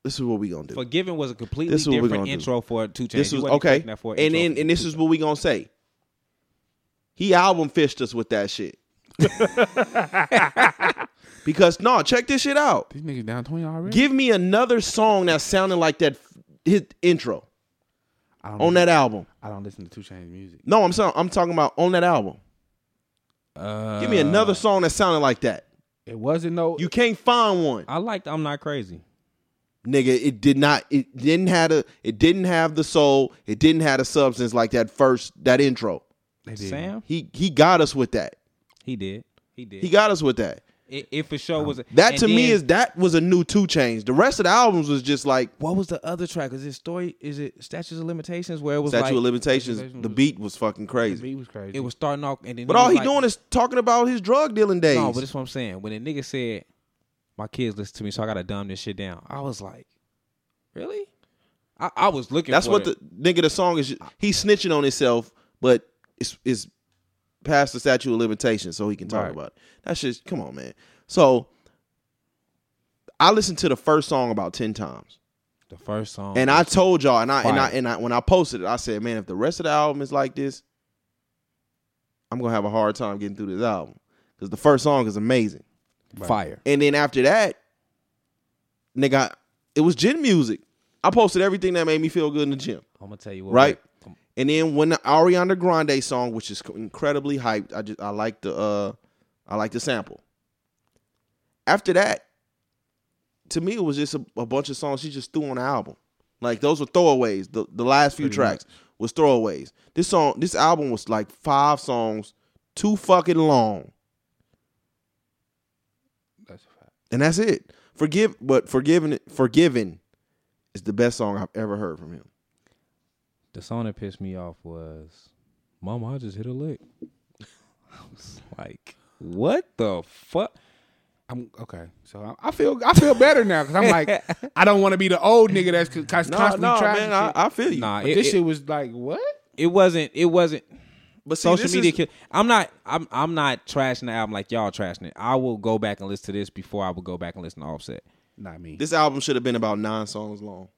this is what we gonna do.
Forgiven was a completely
This is what we
different
gonna do.
intro for Two Chains.
this
You
was
wasn't
okay,
expecting that for
and
intro
then
for
and this
Two
is what we gonna say. He album fished us with that shit. because no, check this shit out.
These niggas down twenty already.
Give me another song that sounded like that f- his intro
I don't
on
listen-
that album.
I don't listen to Two Chainz music.
No, I'm saying I'm talking about on that album.
Uh,
Give me another song that sounded like that.
It wasn't no.
You can't find one.
I liked I'm Not Crazy.
nigga it did not it didn't have a it didn't have the soul it didn't have the substance like that first that intro
they didn't.
Sam,
he he got us with that
he did. He did.
he got us with that
it, it for sure was.
that
and
to me
then-
is that was a new two change the rest of the albums was just like
what was the other track? Is it story? Is it Statutes of Limitations? Where it was
statue
like
of limitations
Limitations
the
was-
beat was fucking
The
crazy
beat was crazy.
it was starting off and then.
but all he
doing
doing is talking about his drug dealing days
No, but that's what I'm saying. When a nigga said, "My kids listen to me, so I gotta dumb this shit down," I was like, "Really?" I, I was looking.
that's
for
what
it.
the nigga the song is he's snitching on himself but it's it's past the statute of limitations so he can talk
Right.
about it that's just come on man so i listened to the first song about 10 times
the first song.
and i told y'all and i and i
Fire.
and i when i posted it i said man if the rest of the album is like this i'm gonna have a hard time getting through this album because the first song is amazing
fire.
and then after that, nigga, it was gym music. I posted everything that made me feel good in the gym.
I'm gonna tell you what.
Right.
wait.
And then when the Ariana Grande song, which is incredibly hyped, I just I like the uh I like the sample. After that, to me it was just a, a bunch of songs she just threw on the album. Like those were thwawaways. The the last few tracks was throwaways. This song, this album was like five songs, too fucking long.
That's a fact.
and that's it. Forgive, but forgiven, forgiven is the best song I've ever heard from him.
The song that pissed me off was, "Mama, I just hit a lick." I was like, "What the fuck?"
I'm okay. So I, I feel I feel better now because I'm like I don't want to be the old nigga that's con- con-
No,
constantly
no,
trying.
man, I, I feel you.
Nah,
but
it,
this
it,
shit was like what?
it wasn't. It wasn't.
but see,
social
this
media
is-
kill. I'm not. I'm. I'm not trashing the album like y'all trashing it. I will go back and listen to this before I will go back and listen to Offset.
Not me.
this album should have been about nine songs long.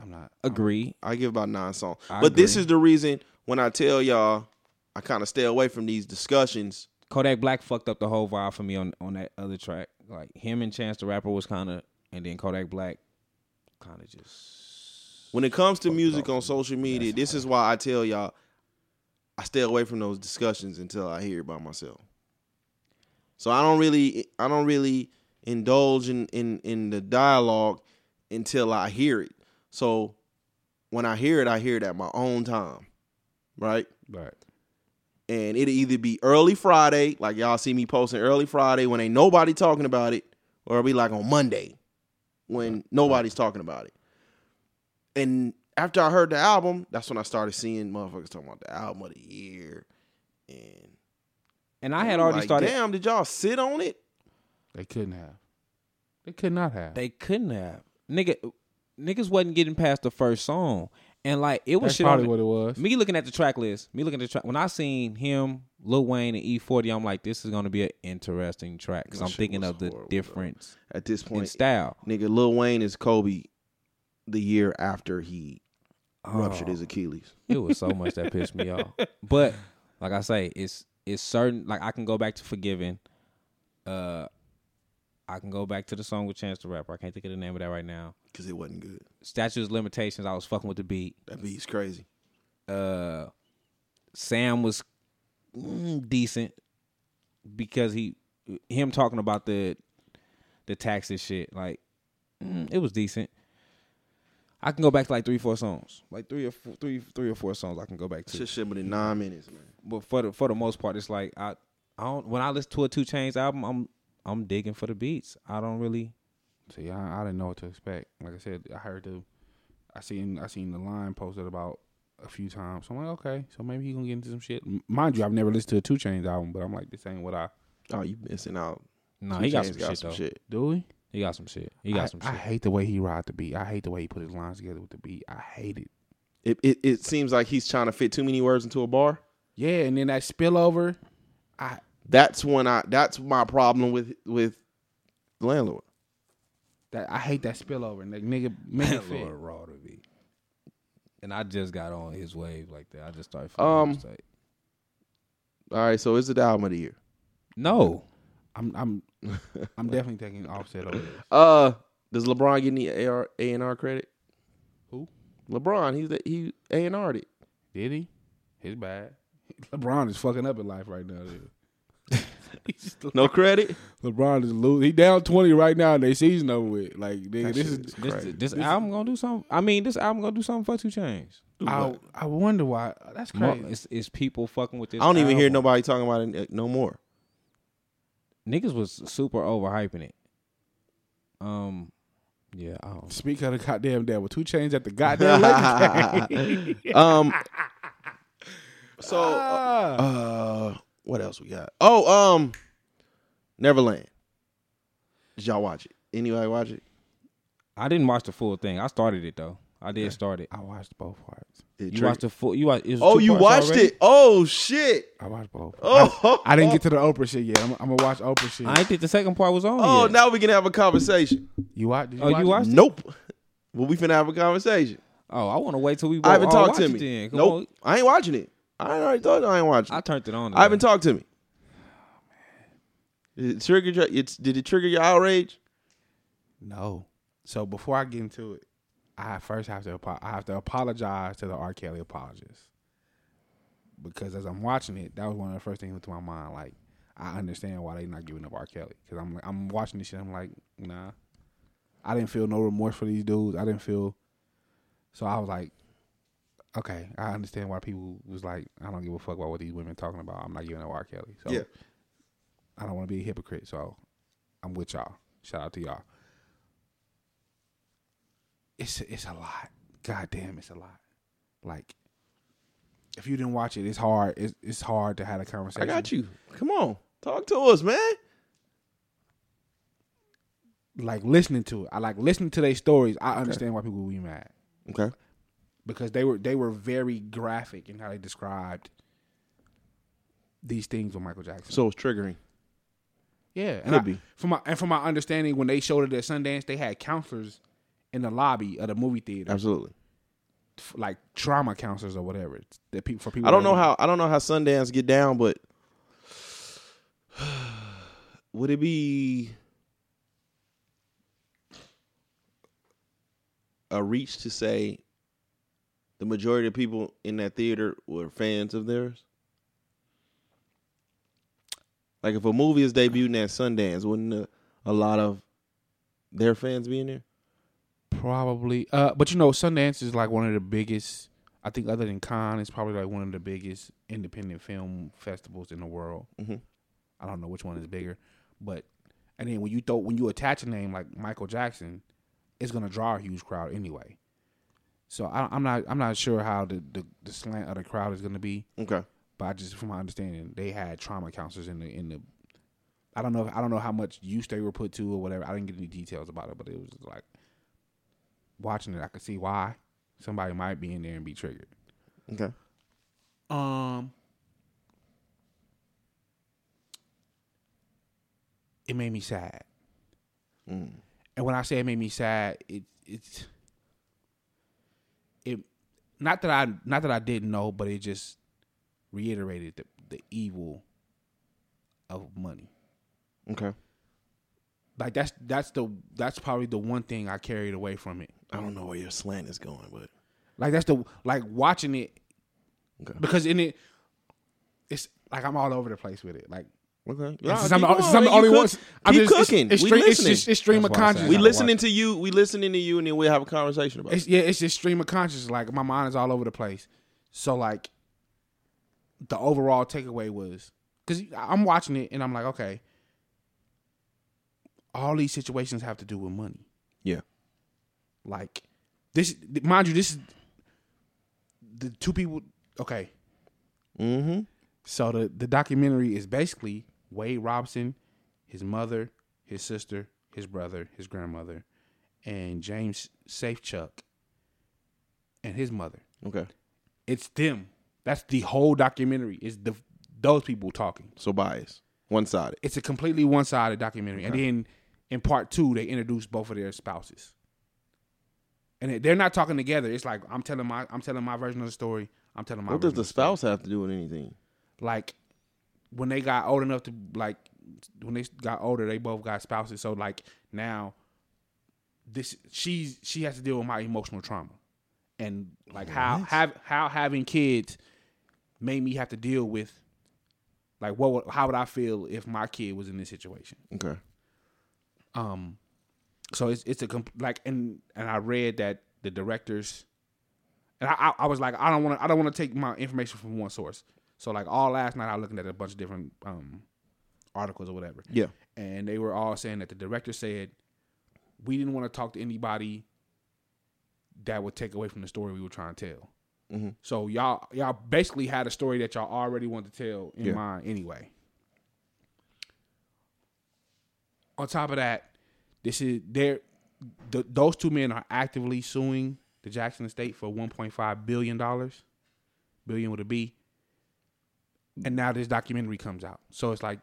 I'm not.
Agree.
I give about nine songs.
I
but this
agree.
is the reason when I tell y'all, I kind of stay away from these discussions.
Kodak Black fucked up the whole vibe for me on on that other track. Like him and Chance the Rapper was kind of, and then Kodak Black kind of just.
When it comes to music on social media, this is why I tell y'all, I stay away from those discussions until I hear it by myself. So I don't really, I don't really indulge in in in the dialogue until I hear it. So when I hear it, I hear it at my own time, right?
Right.
And it'll either be early Friday, like y'all see me posting early Friday when ain't nobody talking about it, or it'll be like on Monday when nobody's talking about it. And after I heard the album, that's when I started seeing motherfuckers talking about the album of the year. And
And I had
I'm
already
like,
started.
Damn, did y'all sit on it?
They couldn't have. They could not have.
They couldn't have. Nigga, niggas wasn't getting past the first song. And like it was
That's
shit on
probably
the-
what it was.
Me looking at the track list, me looking at the track. When I seen him, Lil Wayne, and E40, I'm like, this is gonna be an interesting track because
That
I'm
shit
thinking
was
of the
horrible, though.
difference
At this
in
point,
style.
nigga, Lil Wayne is Kobe the year after he ruptured
Oh.
his Achilles.
It was so much that pissed me off. But like I say, it's it's certain. Like I can go back to Forgiven. Uh, I can go back to the song with Chance the Rapper. I can't think of the name of that right now.
Cause it wasn't good.
Statue's Limitations. I was fucking with the beat.
That beat's crazy.
Uh, Sam was mm, decent because he him talking about the the taxes shit. Like mm, it was decent. I can go back to like three, four songs, like three or four, three, three or four songs. I can go back to
Shit shit within nine minutes, man.
but for the for the most part, it's like I I don't when I listen to a Two Chains album, I'm I'm digging for the beats. I don't really
See, I, I didn't know what to expect. Like I said, I heard the, I seen I seen the line posted about a few times. So I'm like, okay, so maybe he gonna get into some shit. M- Mind you, I've never listened to a Two Chains album, but I'm like, this ain't what I
Oh, you missing out.
nah.
Two
He got
Chainz
some shit though.
do. We?
He got some shit. He got
I,
some
I
shit.
hate the way he ride the beat. I hate the way he put his lines together with the beat. I hate it.
It, it it seems like he's trying to fit too many words into a bar.
Yeah, and then that spillover. I
That's when I. That's my problem with with the landlord.
that I hate that spillover. Like nigga, make it fit.
Lord Raw to be. And I just got on his wave like that. I just started.
Um,
feeling like,
All right, so it's the album of the year.
no,
I'm I'm I'm definitely taking offset over. this.
Uh, does LeBron get any AR A and R credit?
Who?
LeBron. He's the, he A and R'd it.
Did he? His bad. LeBron is fucking up in life right now. dude. He's still-
No credit.
LeBron is losing. He down twenty right now, and they season over with. Like nigga,
That shit
this is.
is
this
crazy.
this album gonna do something. I mean, this album gonna do something for Two Chains.
I, I wonder why. That's
Mo-
crazy.
It's, it's people fucking with this.
I don't even hear
album.
nobody talking about it uh, no more.
niggas was super overhyping it. Um, yeah, I don't.
Speak of the goddamn devil. Two chains at the goddamn Lakers game.
Um. So uh,
Ah.
uh, what else we got? Oh, um, Neverland. Did y'all watch it? Anybody watch it?
I didn't watch the full thing. I started it though. I did start it.
I watched both parts.
It
You
trick-
watched the full. You watched. It was
Oh,
two
you
parts
watched
already?
it? Oh shit!
I watched both.
Oh,
I, I didn't get to the Oprah shit yet. I'm, I'm gonna watch Oprah shit.
I ain't think the second part was on.
Oh,
yet.
now we can have a conversation.
you watched? Did you
Oh,
watch
you
it?
watched? it?
Nope. Well, we finna have a conversation.
Oh, I want to wait till we.
I haven't
oh,
talked to
watch it
me.
then. Come
Nope. I ain't watching it. I already told you I ain't watching.
on. I
it.
turned it on.
I haven't
today.
talked to me. Did it trigger? your- It's, did it trigger your outrage?
No. So before I get into it, I first have to apo- I have to apologize to the R. Kelly apologists because as I'm watching it, that was one of the first things that went to my mind. Like I understand why they not giving up R. Kelly because I'm like I'm watching this shit. I'm like nah, I didn't feel no remorse for these dudes. I didn't feel so I was like. Okay, I understand why people was like, I don't give a fuck about what these women talking about. I'm not giving up R. Kelly. So
Yeah.
I don't want to be a hypocrite. So I'm with y'all. Shout out to y'all it's it's a lot. God damn, it's a lot. Like if you didn't watch it, it's hard. It's it's hard to have a conversation.
I got you. Come on, talk to us, man.
Like listening to it, I like listening to their stories. I understand why people would be mad
Okay.
because they were they were very graphic in how they described these things with Michael Jackson.
So it's triggering.
yeah, and
could
I-
be.
from my and from my understanding, when they showed it at Sundance, they had counselors in the lobby of the movie theater,
Absolutely.
f- like trauma counselors or whatever. That people for people.
I don't
that
know
were-
how I don't know how Sundance get down, but would it be a reach to say the majority of people in that theater were fans of theirs? Like if a movie is debuting at Sundance, wouldn't a, a lot of their fans be in there?
Probably. Uh, but you know, Sundance is like one of the biggest. I think other than Cannes, it's probably like one of the biggest independent film festivals in the world.
Mhm.
I don't know which one is bigger, but and then when you throw when you attach a name like Michael Jackson, it's gonna draw a huge crowd anyway. So I, I'm not I'm not sure how the, the the slant of the crowd is gonna be,
Okay.
but I just from my understanding, they had trauma counselors in the in the I don't know. If, I don't know how much use they were put to or whatever. I didn't get any details about it, but it was just like watching it. I could see why somebody might be in there and be triggered.
Okay.
Um, it made me sad. And when I say it made me sad, it it's it not that I not that I didn't know, but it just reiterated the the evil of money.
Okay.
Like that's that's the that's probably the one thing I carried away from it.
I don't know where your slant is going, but
Like that's the like watching it
Okay.
because in it it's like I'm all over the place with it. Like
okay.
since I'm, the- since I'm the only one, I'm
keep
just- it's-
cooking.
It's,
we
stre- it's,
listening.
just- it's stream of
That's why I said
consciousness.
we
gotta
listening
watch
to you. We listening to you, and then we have a conversation about
It's,
it.
yeah, it's just stream of consciousness. Like my mind is all over the place. So like, the overall takeaway was because I'm watching it and I'm like, okay, all these situations have to do with money.
Yeah.
Like this, mind you, this is the two people. Okay,
Mm-hmm.
so the the documentary is basically Wade Robson, his mother, his sister, his brother, his grandmother, and James Safechuck and his mother.
Okay.
It's them. That's the whole documentary. It's the those people talking.
So bias, one sided.
It's a completely one sided documentary. And then in part two, they introduce both of their spouses. And they- they're not talking together. It's like I'm telling my I'm telling my version of the story. I'm telling my
What does
version
the
of story
spouse have to do with anything?
like when they got old enough to like when they got older they both got spouses so like now this she's she has to deal with my emotional trauma and like how have how having kids made me have to deal with like what would, how would I feel if my kid was in this situation
Okay.
um so it's it's a comp- like and and I read that the directors and I I, I was like I don't want to I don't want to take my information from one source. So like all last night I was looking at a bunch of different um articles or whatever.
Yeah.
And they were all saying that the director said we didn't want to talk to anybody that would take away from the story we were trying to tell.
Mhm.
So y'all y'all basically had a story that y'all already wanted to tell in
Yeah.
mind anyway. On top of that, this is there. Th- those two men are actively suing the Jackson estate for 1.5 billion dollars, billion with a B. And now this documentary comes out, so it's like,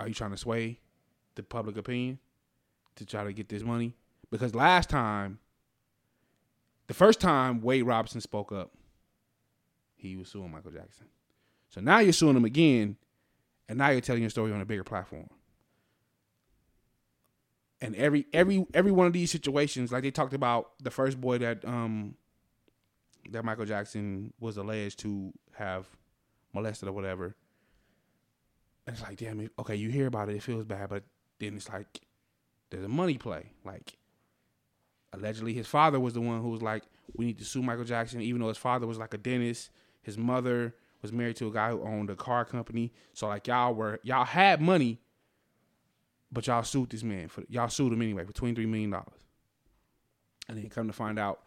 are you trying to sway the public opinion to try to get this money? Because last time, the first time Wade Robson spoke up, he was suing Michael Jackson. So now you're suing him again, and now you're telling your story on a bigger platform and every every every one of these situations, like they talked about the first boy that um that Michael Jackson was alleged to have molested or whatever. And it's like, damn it, okay, you hear about it, it feels bad, but then it's like there's a money play. Like allegedly his father was the one who was like, We need to sue Michael Jackson, even though his father was like a dentist, his mother was married to a guy who owned a car company. So like y'all were y'all had money, but y'all sued this man for y'all sued him anyway for twenty three million dollars. And then come to find out,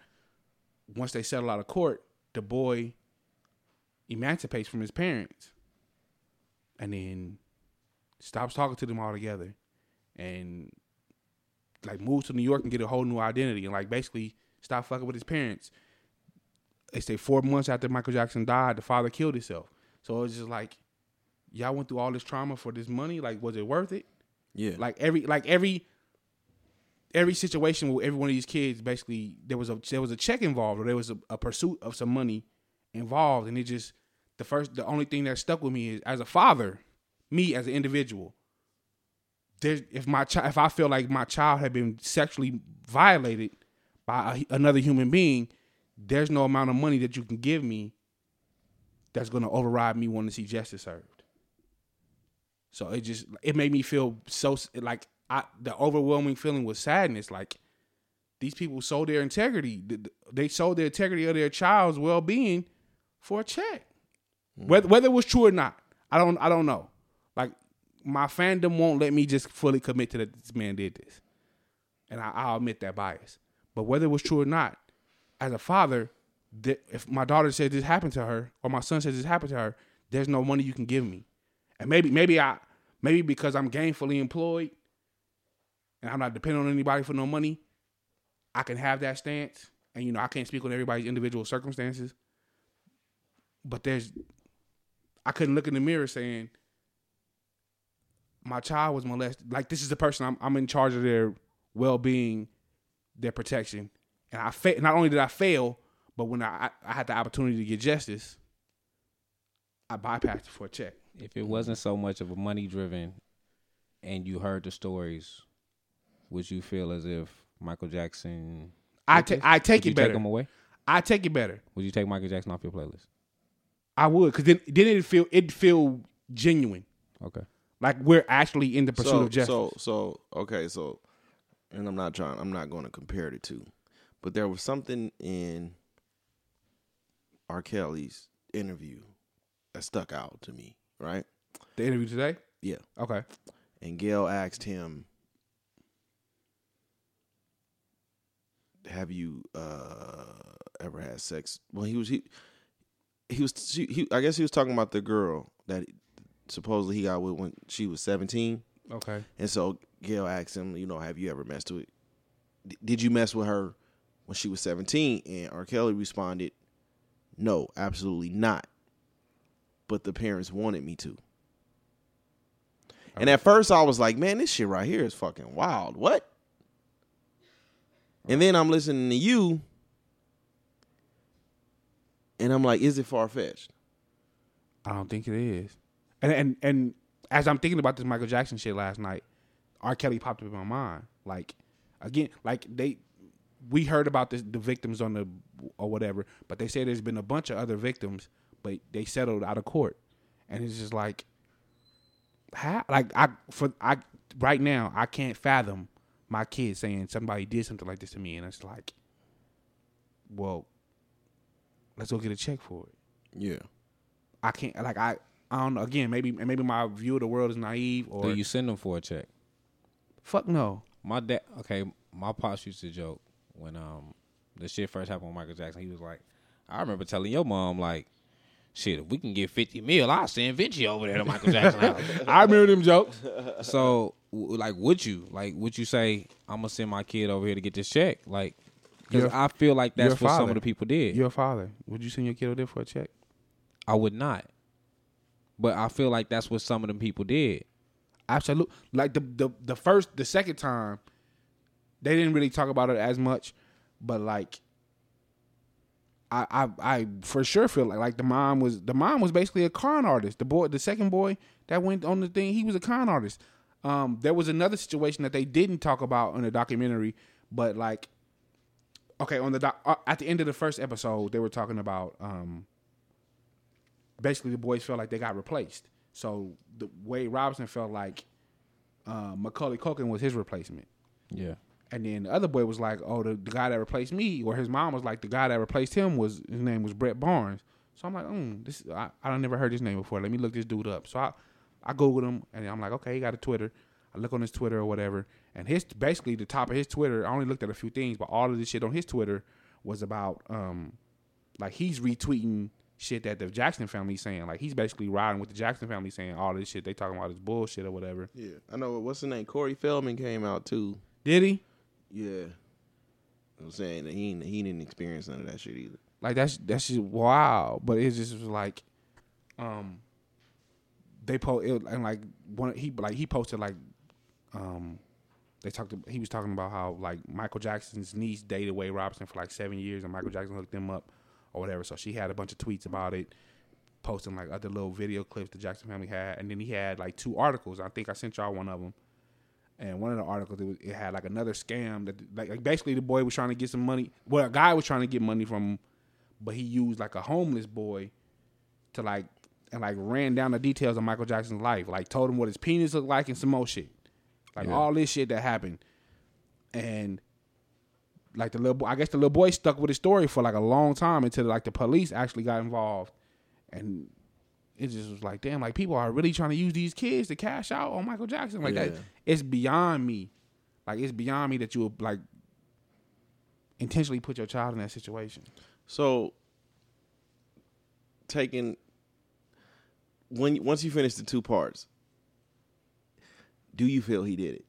once they settle out of court, the boy emancipates from his parents, and then stops talking to them altogether, and like moves to New York and get a whole new identity, and like basically stop fucking with his parents. They say four months after Michael Jackson died, the father killed himself. So it's just like, y'all went through all this trauma for this money. Like, was it worth it?
Yeah.
Like every like every every situation with every one of these kids, basically there was a there was a check involved or there was a, a pursuit of some money involved, and it just the first the only thing that stuck with me is as a father, me as an individual. There, if my child, if I feel like my child had been sexually violated by a, another human being, there's no amount of money that you can give me that's going to override me wanting to see justice served. So it just it made me feel so like I the overwhelming feeling was sadness. Like these people sold their integrity. Th- th- They sold the integrity of their child's well being for a check. Whether whether it was true or not, I don't I don't know. Like my fandom won't let me just fully commit to that this man did this, and I, I'll admit that bias. But whether it was true or not, as a father, th- if my daughter says this happened to her or my son says this happened to her, there's no money you can give me, and maybe maybe I Maybe because I'm gainfully employed and I'm not depending on anybody for no money, I can have that stance. And you know, I can't speak on everybody's individual circumstances. But there's I couldn't look in the mirror saying my child was molested. Like this is the person I'm I'm in charge of their well being, their protection. And I fa- not only did I fail, but when I, I, I had the opportunity to get justice, I bypassed it for a check.
If it wasn't so much of a money driven, and you heard the stories, would you feel as if Michael Jackson?
I,
did
ta-
this?
I take
would you
it better.
Take him away.
I take it better.
Would you take Michael Jackson off your playlist?
I would, cause then then it feel it feel genuine,
Okay.
like we're actually in the pursuit
so,
of justice.
So, so okay, so, and I'm not trying. I'm not going to compare the two, but there was something in R. Kelly's interview that stuck out to me. Right?
the interview today,
Yeah.
okay,
And Gail asked him, "Have you uh, ever had sex?" Well, he was he he was she, he. I guess he was talking about the girl that supposedly he got with when she was 17.
okay,
And so Gail asked him, you know, have you ever messed with? d- Did you mess with her when she was 17? And R. Kelly responded, no, absolutely not. But the parents wanted me to. And at first I was like, man, this shit right here is fucking wild. What? And then I'm listening to you. And I'm like, is it far fetched?
I don't think it is. And and and as I'm thinking about this Michael Jackson shit last night, R. Kelly popped up in my mind. Like again, like they we heard about this, the victims on the or whatever, but they say there's been a bunch of other victims, but they settled out of court, and it's just like how like I for I right now I can't fathom my kid saying somebody did something like this to me, and it's like, well, let's go get a check for it.
Yeah.
I can't like I I don't know. Again, maybe maybe my view of the world is naive or
Do you send him for a check?
fuck no.
My dad, okay, my pops used to joke when um the shit first happened with Michael Jackson. He was like, I remember telling your mom like, shit, if we can get fifty mil, I'll send Vinci over there to Michael Jackson. house."
I remember them jokes.
so, w- like, would you like would you say I'm gonna send my kid over here to get this check? Like, because
You're-
I feel like that's
you're a
what some
father.
of the people did.
Your father, would you send your kid over there for a check?
I would not, but I feel like that's what some of them people did.
Absolutely. Like the the the first the second time, they didn't really talk about it as much, but like. I, I I for sure feel like like the mom was the mom was basically a con artist. The boy, the second boy that went on the thing, he was a con artist. Um, there was another situation that they didn't talk about in the documentary, but like okay on the doc, uh, at the end of the first episode they were talking about um basically the boys felt like they got replaced so the wade robinson felt like uh, macaulay culkin was his replacement
Yeah,
and then the other boy was like oh the, the guy that replaced me or his mom was like the guy that replaced him was his name was brett barnes so i'm like mm, this i i don't never heard this name before let me look this dude up so i i googled him and i'm like okay he got a twitter i look on his twitter or whatever and his basically the top of his twitter i only looked at a few things but all of this shit on his twitter was about um like he's retweeting shit that the jackson family saying like he's basically riding with the jackson family saying all this shit they talking about is bullshit or whatever
Yeah. I know. What's the name? Corey Feldman came out too.
did he
Yeah. I'm saying that he he didn't experience none of that shit either.
Like that's that's just wow. But it just was like, um, they po it, and like one he like he posted like, um, they talked he was talking about how like Michael Jackson's niece dated Wade Robinson for like seven years and Michael Jackson hooked them up or whatever. So she had a bunch of tweets about it, posting like other little video clips the Jackson family had, and then he had like two articles. I think I sent y'all one of them. And one of the articles, it, was, it had like another scam that, like, like, basically the boy was trying to get some money. Well, a guy was trying to get money from but he used like a homeless boy to like and like ran down the details of Michael Jackson's life, like told him what his penis looked like and some more shit, like all this shit that happened, and like the little boy, I guess the little boy stuck with his story for like a long time until like the police actually got involved, and it just was like damn, like people are really trying to use these kids to cash out on Michael Jackson, like that.
Yeah.
It's beyond me, like it's beyond me that you would like intentionally put your child in that situation.
So taking when once you finish the two parts, Do you feel he did it?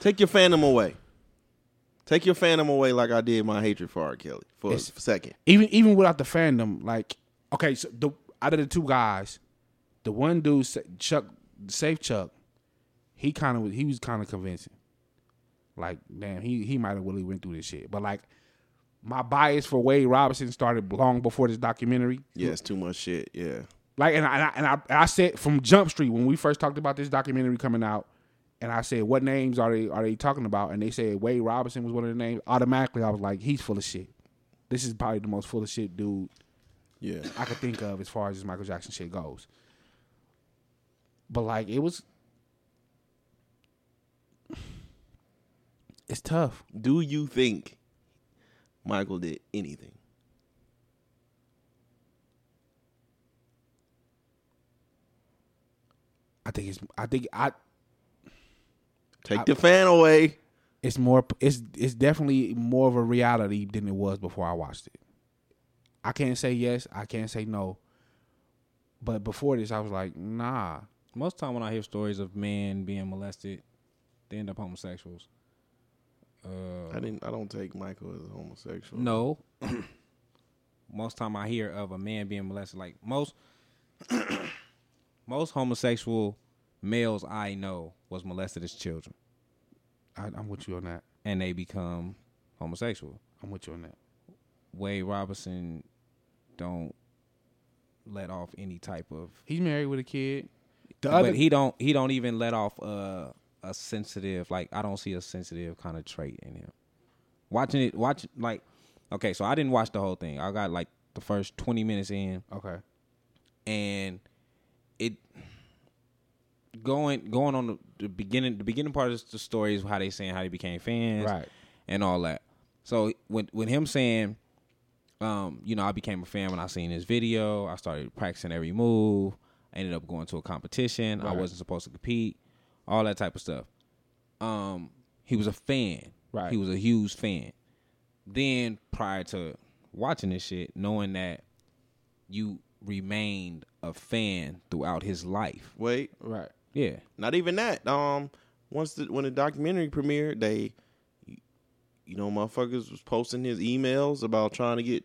Take your fandom away. Take your fandom away, like I did my hatred for R. Kelly for
It's-
a second.
even even without the fandom, like okay, so the out of the two guys, the one dude Sa- Chuck Safe Chuck, he kind of he was kind of convincing. Like damn, he he might have really went through this shit, but like my bias for Wade Robinson started long before this documentary.
Yeah, it's too much shit. Yeah,
Like and I, and I and I, and I said from Jump Street when we first talked about this documentary coming out. And I said, "What names are they are they talking about?" And they said Wade Robinson was one of the names. Automatically, I was like, "He's full of shit. This is probably the most full of shit dude
yeah.
I could think of as far as this Michael Jackson shit goes. But like it was It's tough.
Do you think Michael did anything?
I think it's I think I
Take the fan away.
it's more it's it's definitely more of a reality than it was before I watched it. I can't say yes, I can't say no. But before this I was like, nah.
Most time when I hear stories of men being molested, they end up homosexuals.
I didn't. I don't take Michael as a homosexual.
No. most time I hear of a man being molested, like most most homosexual males I know was molested as children,
I, I'm with you on that.
and they become homosexual.
I'm with you on that.
Wade Robinson don't let off any type of
He's married with a kid. The
but he don't he don't even let off uh, a sensitive like I don't see a sensitive kind of trait in him. Watching it, watch like okay, so I didn't watch the whole thing. I got like the first twenty minutes in,
Okay.
and it going going on the, the beginning the beginning part of the story is how they saying how they became fans,
Right.
and all that. So when when him saying, um, you know, I became a fan when I seen this video. I started practicing every move. I ended up going to a competition. I
Right.
wasn't supposed to compete. All that type of stuff. Um, he was a fan.
Right.
He was a huge fan. Then prior to watching this shit, knowing that you remained a fan throughout his life.
Wait,
Right.
Yeah.
not even that. Um, once the when the documentary premiered, they, you know, motherfuckers was posting his emails about trying to get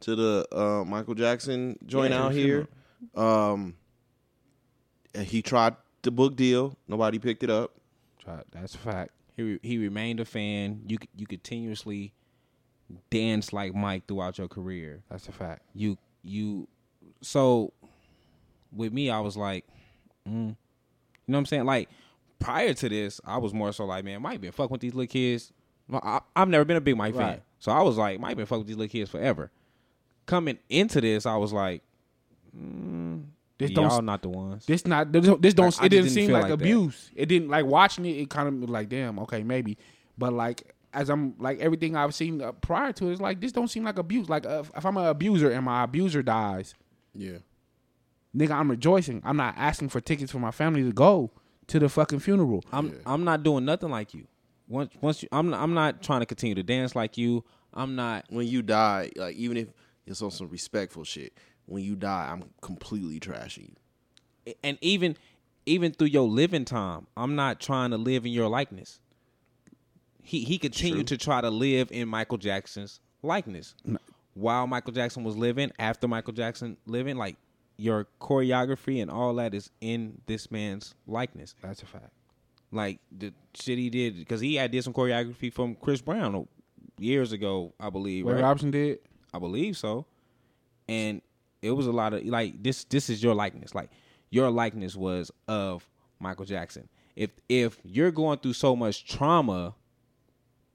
to the uh, Michael Jackson joint
Yeah,
out
sure.
here. Um, and he tried the book deal. Nobody picked it up.
Try, that's a fact.
He re- he remained a fan. You c- you continuously danced like Mike throughout your career.
That's a fact.
you you so with me i was like mm. you know what i'm saying like prior to this i was more so like man mike been fucking with these little kids Well, I, i've never been a big mike fan
Right.
so i was like mike been fucking with these little kids forever coming into this i was like
This don't
y'all not the ones
This not this don't, this don't
I
it
just
didn't,
didn't
seem
feel
like,
like that.
abuse. It didn't like watching it. It kind of was like damn okay maybe, but like as I'm like everything I've seen uh, prior to it, it's like this don't seem like abuse. Like uh, if- if I'm an abuser and my abuser dies,
Yeah.
nigga, I'm rejoicing. I'm not asking for tickets for my family to go to the fucking funeral.
i'm i'm not doing nothing like you once once you, i'm i'm not trying to continue to dance like you i'm not
When you die, like even if it's on some respectful shit, when you die, I'm completely trashing you.
and even even through your living time, I'm not trying to live in your likeness. He he continued to try to live in Michael Jackson's likeness. While Michael Jackson was living, after Michael Jackson living, like your choreography and all that is in this man's likeness.
That's a fact.
Like the shit he did because he had did some choreography from Chris Brown years ago, I believe.
Wade
right?
Robinson did.
I believe so. And it was a lot of like this this is your likeness. Like your likeness was of Michael Jackson. If if you're going through so much trauma,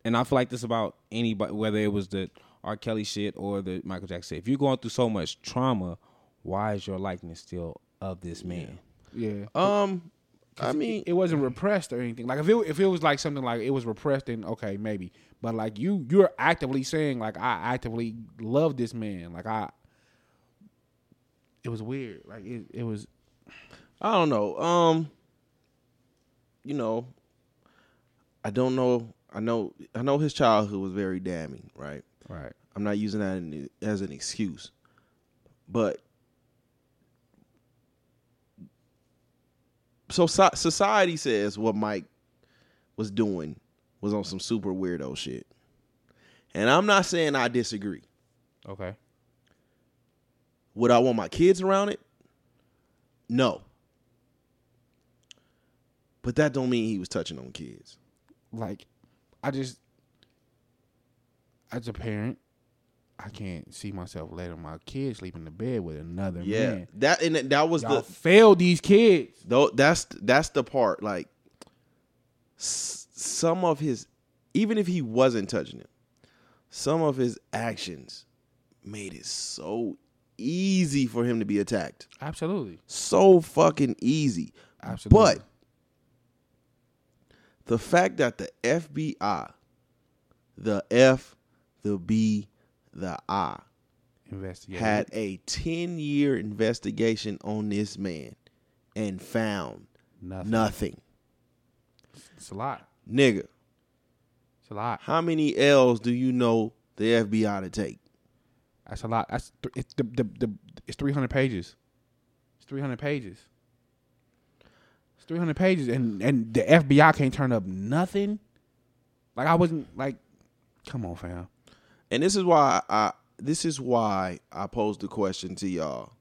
and I feel like this about anybody whether it was the R. Kelly shit or the Michael Jackson, shit, if you're going through so much trauma, why is your likeness still of this man?
Yeah.
Um, I mean,
it wasn't repressed or anything. Like if it if it was like something like it was repressed, then okay, maybe. But like you you're actively saying like I actively love this man. Like I it was weird. Like it, it was
I don't know. Um, you know, I don't know. I know. I know his childhood was very damning, right?
right.
I'm not using that in, as an excuse, but so so- society says what Mike was doing was on some super weirdo shit. And I'm not saying I disagree.
Okay.
Would I want my kids around it? No. But that don't mean he was touching on kids.
Like, I just, as a parent, I can't see myself letting my kids sleep in the bed with another
Yeah.
man.
That and that was
Y'all
the
fail these kids.
though that's that's the part like s- some of his even if he wasn't touching him some of his actions made it so easy for him to be attacked
Absolutely.
so fucking easy
Absolutely.
but the fact that the FBI the F the B the I
investigate.
had a 10 year investigation on this man and found
nothing.
nothing
It's a lot.
nigga
It's a lot.
How many L's do you know the FBI to take?
That's a lot. That's th- it's the, the, the it's three hundred pages. It's three hundred pages. It's three hundred pages, and and the FBI can't turn up nothing. Like I wasn't like, come on, fam.
And this is why I this is why I posed the question to y'all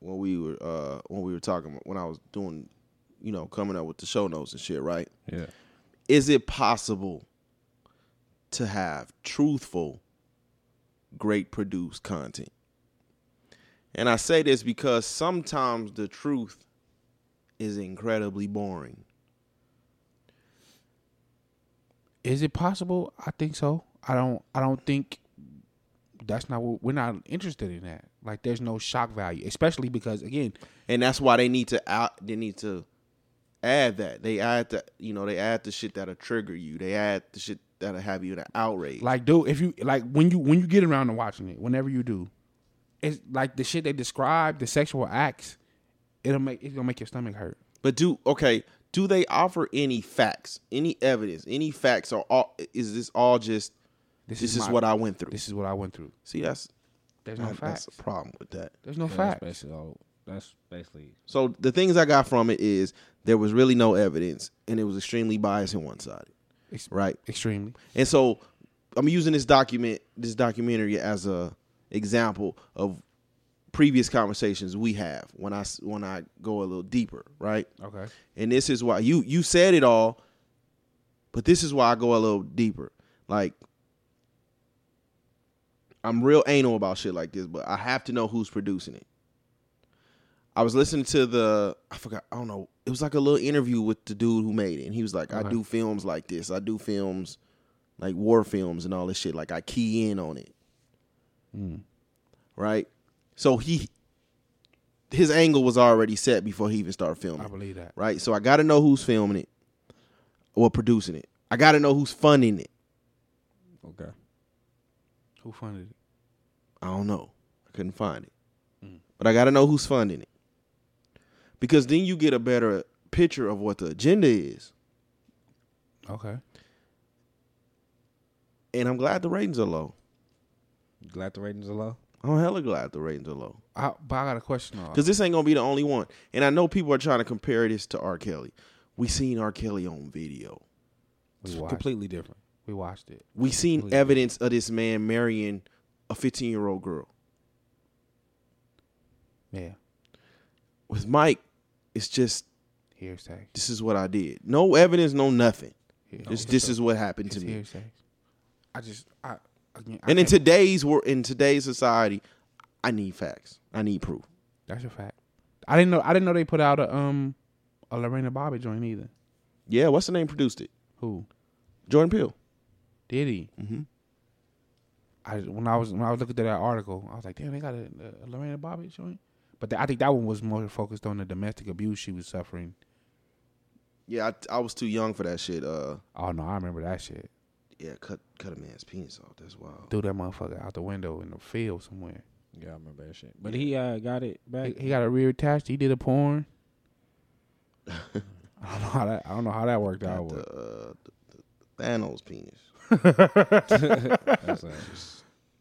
when we were uh when we were talking when I was doing you know coming up with the show notes and shit, right?
Yeah.
Is it possible to have truthful great produced content? And I say this because sometimes the truth is incredibly boring.
Is it possible? I think so. I don't. I don't think that's not. what We're not interested in that. Like, there's no shock value, especially because again,
and that's why they need to out they need to add that they add that you know they add the shit that'll trigger you they add the shit that'll have you in an outrage
Like, dude, if you like when you when you get around to watching it, whenever you do, it's like the shit they describe, the sexual acts, it'll make it's gonna make your stomach hurt.
but do okay do they offer any facts any evidence any facts or all is this all just
This
this,
is
is,
my-
what i went through
This is what I went through.
see that's
There's no
that-
facts.
that's a problem with that
There's no
Yeah, That's
facts.
basically, all, that's basically
so the things i got from it is there was really no evidence and it was extremely biased and one-sided
Ex-
right
Extremely.
And so I'm using this document, this documentary as a example of previous conversations we have when I s- when I go a little deeper, right?
Okay.
And this is why you you said it all, but this is why I go a little deeper. Like I'm real anal about shit like this, but I have to know who's producing it. I was listening to the I forgot I don't know it was like a little interview with the dude who made it, and he was like, "I
Okay.
do films like this. I do films like war films and all this shit. Like I key in on it, right?" So he his angle was already set before he even started filming
I believe that.
right? So I got to know who's filming it or producing it. I got to know who's funding it.
okay.
Who funded it?
I don't know. I couldn't find it. But I got to know who's funding it. Because then you get a better picture of what the agenda is.
Okay.
And I'm glad the ratings are low.
Glad the ratings are low.
I'm hella glad the ratings are low.
I, but I got a question. though.
Because this ain't going to be the only one. And I know people are trying to compare this to R. Kelly. We seen R. Kelly on video.
we watched,
Completely different.
we watched it.
We seen evidence of this man marrying a 15 year old girl.
Yeah.
With Mike, it's just
Hearsay.
this is what I did. No evidence, no nothing.
Hearsay.
This, this is what happened to
It's
me.
hearsay. I just I again. I
And in
can't-
today's world, in today's society, I need facts. I need proof.
that's a fact. I didn't know. I didn't know they put out a um a Lorena Bobby joint either.
Yeah, what's the name produced it?
Who?
Jordan Peele.
Did he?
Mhm.
I when I was when I was looking at that article, I was like, damn, they got a, a Lorena Bobbitt joint. But the, I think that one was more focused on the domestic abuse she was suffering.
Yeah, I, I was too young for that shit. Uh,
Oh no, I remember that shit.
yeah, cut cut a man's penis off. That's wild.
Threw that motherfucker out the window in the field somewhere.
Yeah, I remember that shit. But he uh, got it
He,
back.
he got a rear attached. He did a porn. I don't know how that. I don't know how that worked out.
The,
with-
uh, the, the Thanos penis.
That's, uh,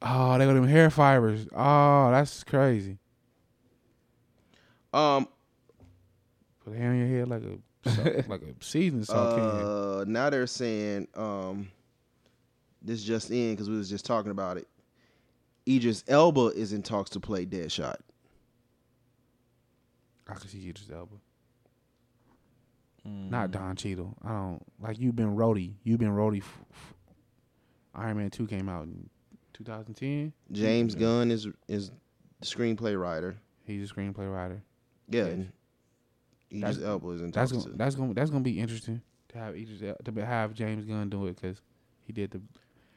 Oh, they got them hair fibers. Oh, that's crazy.
Um,
Put a hand on your head like a so- like a season salt can.
Uh, now they're saying um, this just in because we was just talking about it. Idris Elba is in talks to play Deadshot.
I could see Idris Elba. Not Don Cheadle. I don't like you've been roadie. You've been roadie. F- f- Iron Man Two came out in 2010.
James
Mm-hmm.
Gunn is is the screenplay writer.
He's a screenplay writer.
Yeah, and Idris
That's-
Elba is in
That's
talks
gonna,
to.
that's gonna that's gonna be interesting to have Idris El- to have James Gunn do it because he did the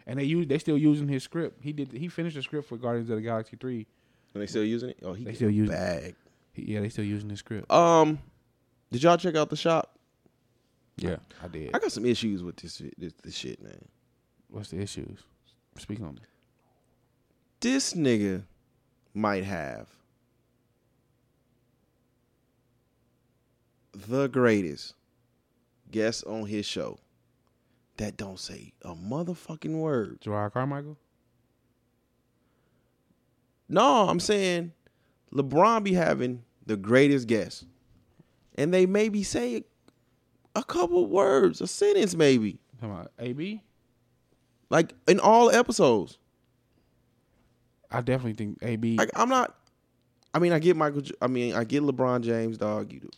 and they use they still using his script. He did he finished the script for Guardians of the Galaxy Three.
and they still using it. Oh, he
They
get
still using
bag.
yeah they still using his script.
Um, did y'all check out the shop?
Yeah, I did.
I got some issues with this this, this shit, man.
What's the issues? Speak on it.
This nigga might have the greatest guest on his show that don't say a motherfucking word.
Gerard Carmichael.
No, I'm saying LeBron be having the greatest guest. And they maybe say a couple words, a sentence maybe,
Come on, AB.
like in all episodes.
I definitely think AB.
I, I'm not. I mean, I get Michael. J- I mean, I get LeBron James, dog. You, do-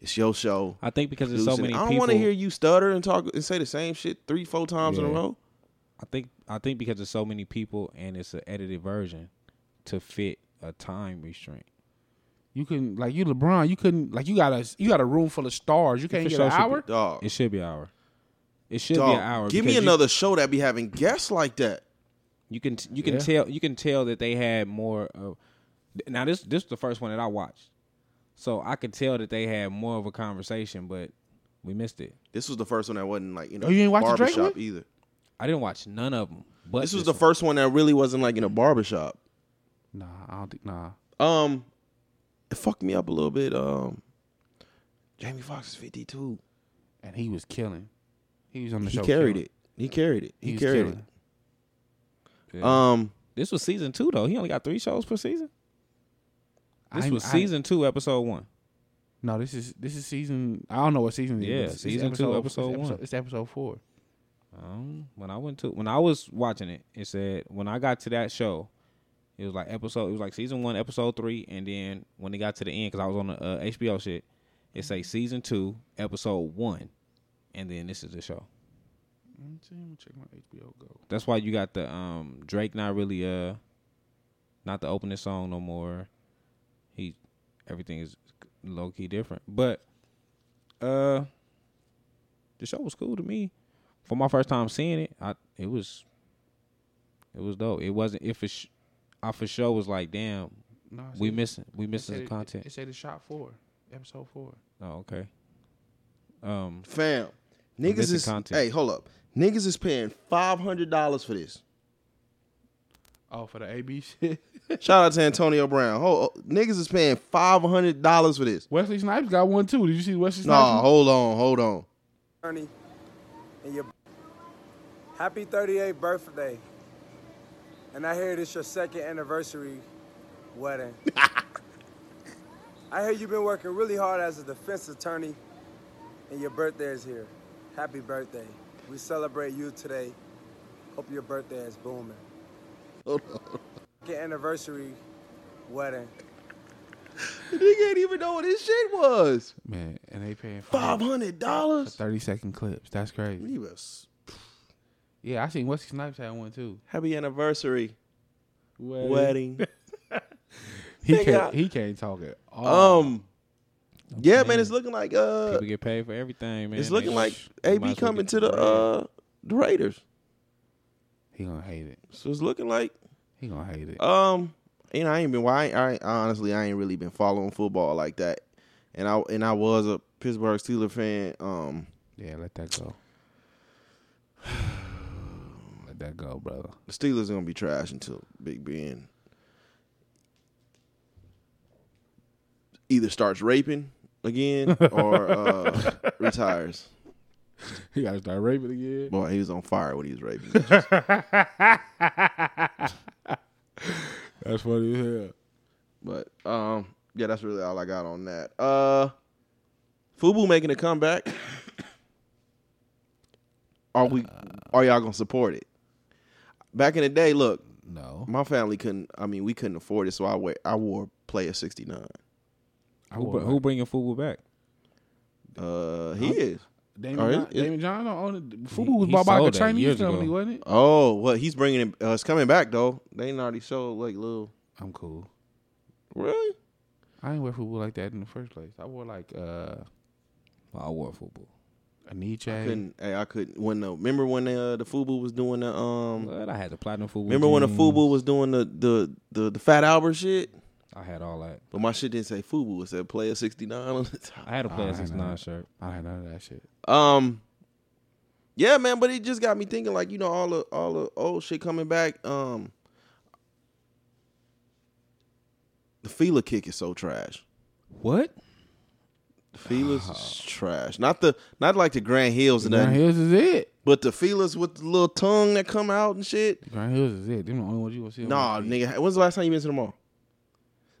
it's your show.
I think because there's
Listen,
so many
I don't
people.
want to hear you stutter and talk and say the same shit three, four times in a
Yeah.
row.
I think I think because there's so many people and it's an edited version to fit a time restraint.
you couldn't like you LeBron. You couldn't like you got a you got a room full of stars. You can't
for
get
sure
an
should be-
hour.
Dog,
It should be an hour. It should
dog.
be an hour.
give me
because you-
another show that be having guests like that.
You, can you can
Yeah.
tell you can tell that they had more of. Now this this is the first one that I watched, so I could tell that they had more of a conversation, but we missed it.
This was the first one that wasn't like in a
Oh, you ain't watch the Drake
barbershop
one?
either.
I didn't watch none of them. But
This was the first one that really wasn't like in a barbershop.
Nah, I don't think nah.
Um, it fucked me up a little bit. Um, Jamie Foxx is 52.
And he was killing. He was on the
He
show.
carried
killing.
it. He carried it. He,
was
carried
killing.
it.
Yeah.
Um,
This was season two though. He only got three shows per season. This
I-
was
I-
season two, episode one.
No, this is this is season. I don't know what season. it is,
Yeah,
but it's- it's
season two, episode
it's
one.
It's episode four.
Um, when I went to when I was watching it, it said when I got to that show, it was like episode. It was like season one, episode three, and then when they got to the end, because I was on the uh, HBO shit, it say season two, episode one, and then this is the show.
Let me see, let me check my HBO Go.
That's why you got the um Drake not really uh not the opening song no more. He everything is low key different. But uh the show was cool to me. For my first time seeing it, I it was it was dope. It wasn't if it sh- I for sure was like, damn,
No, it
we
said-
missing we
it
missing
said
the
it-
content.
It, said it's shot four, episode four.
oh, okay. Um
fam,
missing
niggas is.
content.
Hey, hold up. Niggas is paying five hundred dollars for this.
Oh, for the AB shit.
Shout out to Antonio Brown. Ho niggas is paying five hundred dollars for this.
Wesley Snipes got one too. Did you see Wesley
No,
Snipes?
hold on, hold on.
Ernie, and your happy 38th birthday. And I hear this your second anniversary wedding. I hear you've been working really hard as a defense attorney, and your birthday is here. Happy birthday. We celebrate you today. Hope your birthday is booming. Second anniversary wedding.
The nigga ain't even know what his shit was.
Man, and they paying for
Five hundred dollars.
thirty second clips. That's crazy. Yeah, I seen Wesley Snipes had one too.
Happy anniversary
Wedding.
wedding.
He
Nigga.
can't. He can't talk at all.
Um, yeah, man, it's looking like uh,
people get paid for everything, man.
it's
They-
looking like
you might
AB
as well
coming
get
to the
bread.
uh the Raiders.
he gonna hate it.
So it's looking like
He gonna hate
Uh,
it.
um,
And I ain't been. Why? I, ain't- honestly, I ain't really been following football like that. And I and I was a Pittsburgh Steelers fan. Um,
yeah, let that go. let that go, brother.
the Steelers gonna be trash until Big Ben either starts raping again or uh, retires.
He gotta start raping again.
Boy, he was on fire when he was raping.
That's funny as hell.
But um, yeah, that's really all I got on that. Uh, Fubu making a comeback. Are we? Are y'all gonna support it? Back in the day, look,
No,
my family couldn't. I mean, we couldn't afford it, so I wear, I wore Player sixty nine.
who br- who bringing Fubu back?
Uh, he is.
Damon,
All right,
John,
yeah.
Damon John don't own it. Fubu
He-
was
he
bought by like a
sold that
Chinese
years
company,
ago.
wasn't it?
Oh, well, he's bringing it. Uh, it's coming back though. They done already showed like little.
I'm cool.
Really?
I didn't wear Fubu like that in the first place. I wore like uh,
I wore Fubu.
a knee chain.
Couldn't. Hey, I couldn't. When the remember when uh, the Fubu was doing the um.
But I had the platinum Fubu.
Remember when the
jeans.
Fubu was doing the the the, the Fat Albert shit?
I had all that.
But my shit didn't say Fubu. It said Player 69 on the top.
I had a
I
player
had
six
none.
nine shirt.
I had none of that shit.
Um, yeah, man. But it just got me thinking, like you know, all the all the old shit coming back. Um, the Fila kick is so trash.
What?
The Fila's is trash. Not the not like the Grand Hills and
Ah. Grand
that,
Hills is it.
but the Filas with the little tongue that come out and shit.
Grand Hills is it. Them the only ones you gonna see. on
Nah,
the-
nigga. When's the last time you been to the mall?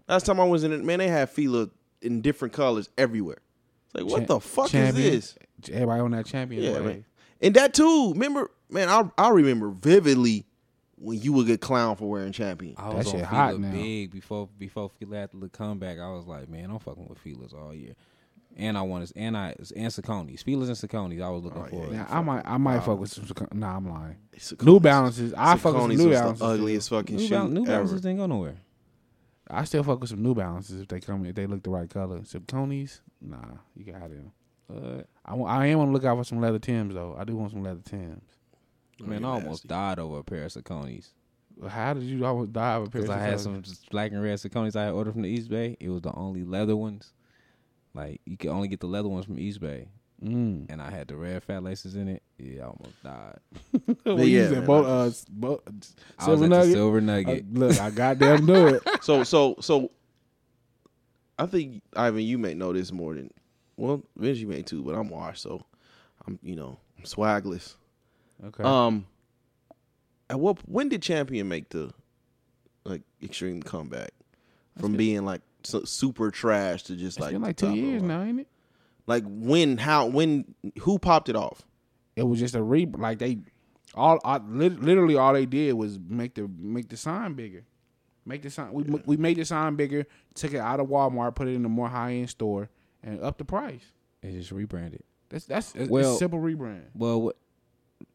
Last time I was in it, man, they had Fila in different colors everywhere. It's like, what
Cha-
the fuck
champion.
is this?
Everybody on that champion.
Yeah,
wave.
man. And that too. Remember, man, I I remember vividly when you would get clown for wearing champion.
I was
shit
on
hot
Fila
now.
big before before Fila had the comeback. I was like, man, I'm fucking with Fila's all year. And I wanted and I and Saucony's. Fila's and Saucony's. I was looking for.
Nah, I might, I might fuck with some. Sauco- Nah, I'm lying.
Saucony's-
New Balances. I fuck with some
Saucony's
New
was
Balances.
the ugliest fucking
New,
shoe
Bal- New
ever.
Balances didn't go nowhere.
I still fuck with some New Balances if they come if they look the right color. Sipconis, nah, you got them. I, wa- I am on the lookout for some leather Tims though. I do want some leather Tims.
Oh,
man, I almost died over a pair of Saucony's.
How did you almost die of a pair?
Because
of
I had
Saucony's?
some just black and red Saucony's I had ordered from the East Bay. It was the only leather ones. Like you could only get the leather ones from East Bay,
Mm.
and I had the red fat laces in it. Yeah, I almost died.
we
yeah,
used
man,
at both,
I
uh, s- both
I was
silver
at the
nugget.
Silver
Uh,
Nugget.
look, I goddamn knew it.
So so so. I think Ivan, you may know this more than, well, Vince, you may too, but I'm washed, so I'm you know I'm swagless.
Okay,
Um, at what when did Champion make the like extreme comeback from being like su- super trash to just
it's
like
been like two
top of the
years
line?
now, ain't it?
Like when? How? When? Who popped it off?
It was just a re like they all I, lit- literally all they did was make the make the sign bigger. Make the sign. We we made the sign bigger. Took it out of Walmart, put it in a more high end store, and up the price.
It just rebranded.
That's that's it's
Well-
a simple rebrand.
Well, what,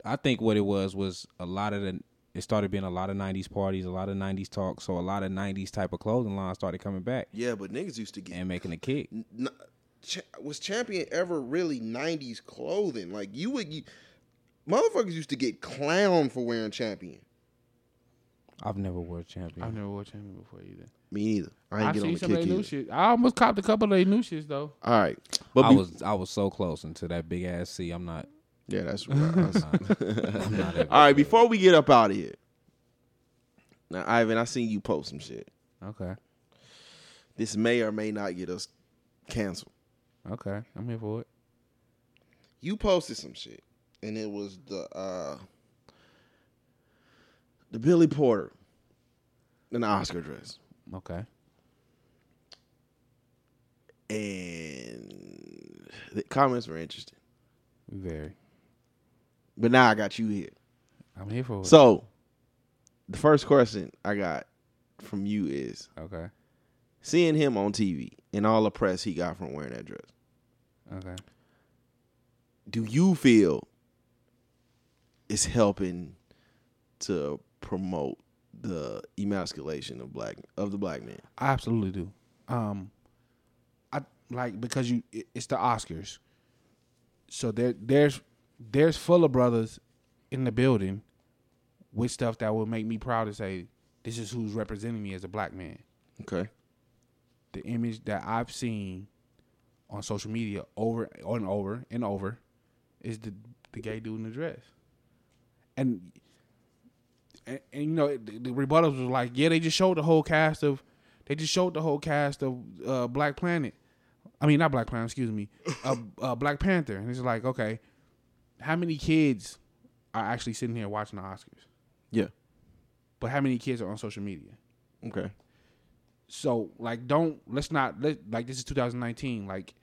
I think what it was was a lot of the. It started being a lot of '90s parties, a lot of '90s talk, so a lot of '90s type of clothing lines started coming back
Yeah, but niggas used to get.
and making a kick.
n- cha- was Champion ever really '90s clothing? Like you would, you, motherfuckers used to get clown for wearing Champion.
I've never wore a champion.
I've never wore champion before either.
Me neither. I ain't
I've
get on
seen
the
some of
kick
their new
either.
shit. I almost copped a couple of their new shits though.
All right,
I
but be-
was I was so close into that big ass C. I'm not.
yeah, that's right.
I'm not. ever-
All right, before we get up out of here, now Ivan, I seen you post some shit.
Okay,
This may or may not get us canceled.
okay, I'm here for it.
You posted some shit, and it was the uh the Billy Porter in the Oscar dress,
Okay,
and the comments were interesting.
very.
But now I got you here.
I'm here for it.
So the first question I got from you is
okay,
seeing him on TV and all the press he got from wearing that dress.
okay.
do you feel is helping to promote the emasculation of black of the black man?
I absolutely do. Um, I like because you it, it's the Oscars, so there there's there's full of brothers in the building with stuff that will make me proud to say this is who's representing me as a black man.
Okay.
The image that I've seen on social media over and over and over is the the gay dude in the dress, and and, and you know the, the rebuttals was like, yeah, they just showed the whole cast of, they just showed the whole cast of uh, Black Planet, I mean not Black Planet, excuse me, uh, uh, Black Panther, and it's like, okay, how many kids are actually sitting here watching the Oscars?
Yeah.
But how many kids are on social media?
Okay.
So like, don't let's not let like this is 2019. Like,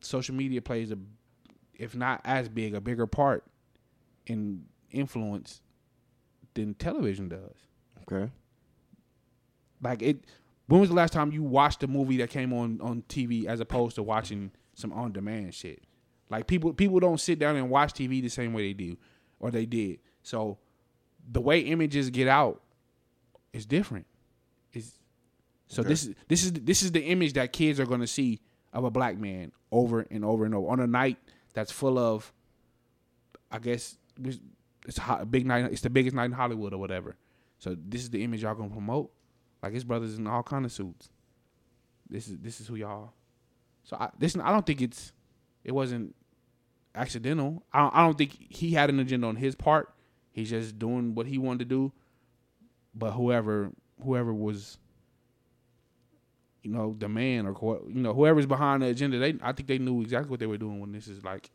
social media plays a, if not as big, a bigger part in influence than television does.
Okay.
Like it. When was the last time you watched a movie that came on on TV as opposed to watching some on demand shit? Like people people don't sit down and watch TV the same way they do, or they did. So the way images get out is different. Is so this is this is this is the image that kids are going to see of a black man over and over and over on a night that's full of, I guess this- it's hot, a big night. It's the biggest night in Hollywood or whatever. So this is the image y'all gonna promote. Like his brothers in all kind of suits. This is this is who y'all. So I, this I don't think it's it wasn't accidental. I don't, I don't think he had an agenda on his part. He's just doing what he wanted to do. But whoever whoever was, you know, the man or co- you know whoever's behind the agenda, they I think they knew exactly what they were doing when this is like,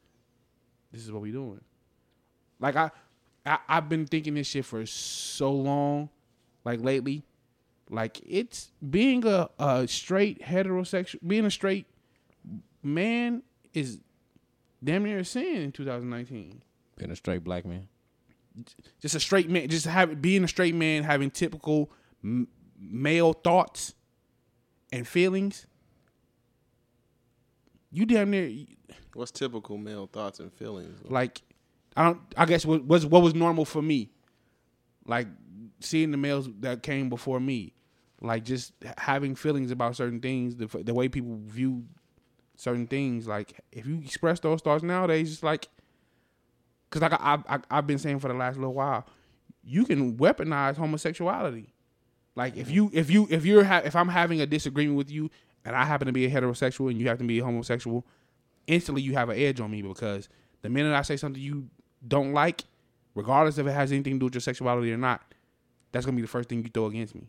this is what we doing. Like I, I I've been thinking this shit for so long, like lately. Like it's being a, a straight heterosexual, being a straight man is damn near a sin in 2019.
Being a straight black man.
Just a straight man, just have being a straight man, having typical m- male thoughts and feelings. You damn near
What's typical male thoughts and feelings?
like I don't. I guess what was what was normal for me, like seeing the males that came before me, like just h- having feelings about certain things, the f- the way people view certain things. Like if you express those thoughts nowadays, it's like because like I, I, I I've been saying for the last little while, you can weaponize homosexuality. Like if you if you if you're ha- if I'm having a disagreement with you and I happen to be a heterosexual and you happen to be a homosexual, instantly you have an edge on me because the minute I say something you don't like, regardless if it has anything to do with your sexuality or not, that's gonna be the first thing you throw against me.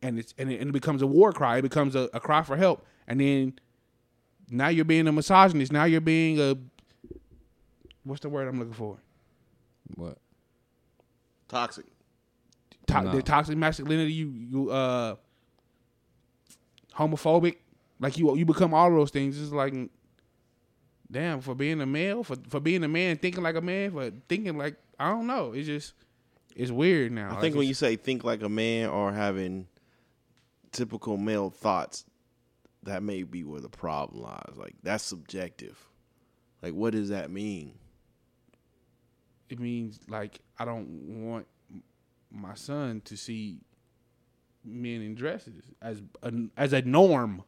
And it's and it, and it becomes a war cry. It becomes a, a cry for help. And then now you're being a misogynist. Now you're being a what's the word I'm looking for?
What?
Toxic.
to-
No.
the toxic masculinity, you you uh homophobic, like you you become all those things. It's like damn for being a male, for for being a man, thinking like a man, for thinking like I don't know. It's just it's weird now.
I think when you say think like a man or having typical male thoughts, that may be where the problem lies. Like that's subjective. Like what does that mean?
it means like I don't want my son to see men in dresses as a, as a norm.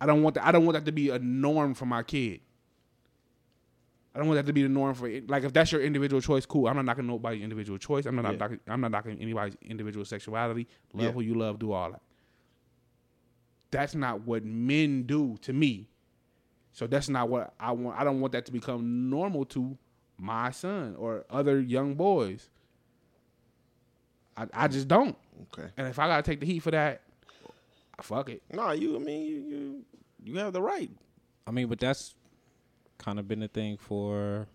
I don't want that. I don't want that to be a norm for my kid. I don't want that to be the norm for it. like if that's your individual choice, cool. I'm not knocking nobody's individual choice. I'm not knocking, I'm not knocking anybody's individual sexuality. Love
Yeah.
who you love, do all that. That's not what men do to me. So that's not what I want. I don't want that to become normal to my son or other young boys. I, I just don't.
Okay.
And if I gotta take the heat for that, fuck it.
No, you. I mean, you you you have the right.
I mean, but that's kind of been a thing for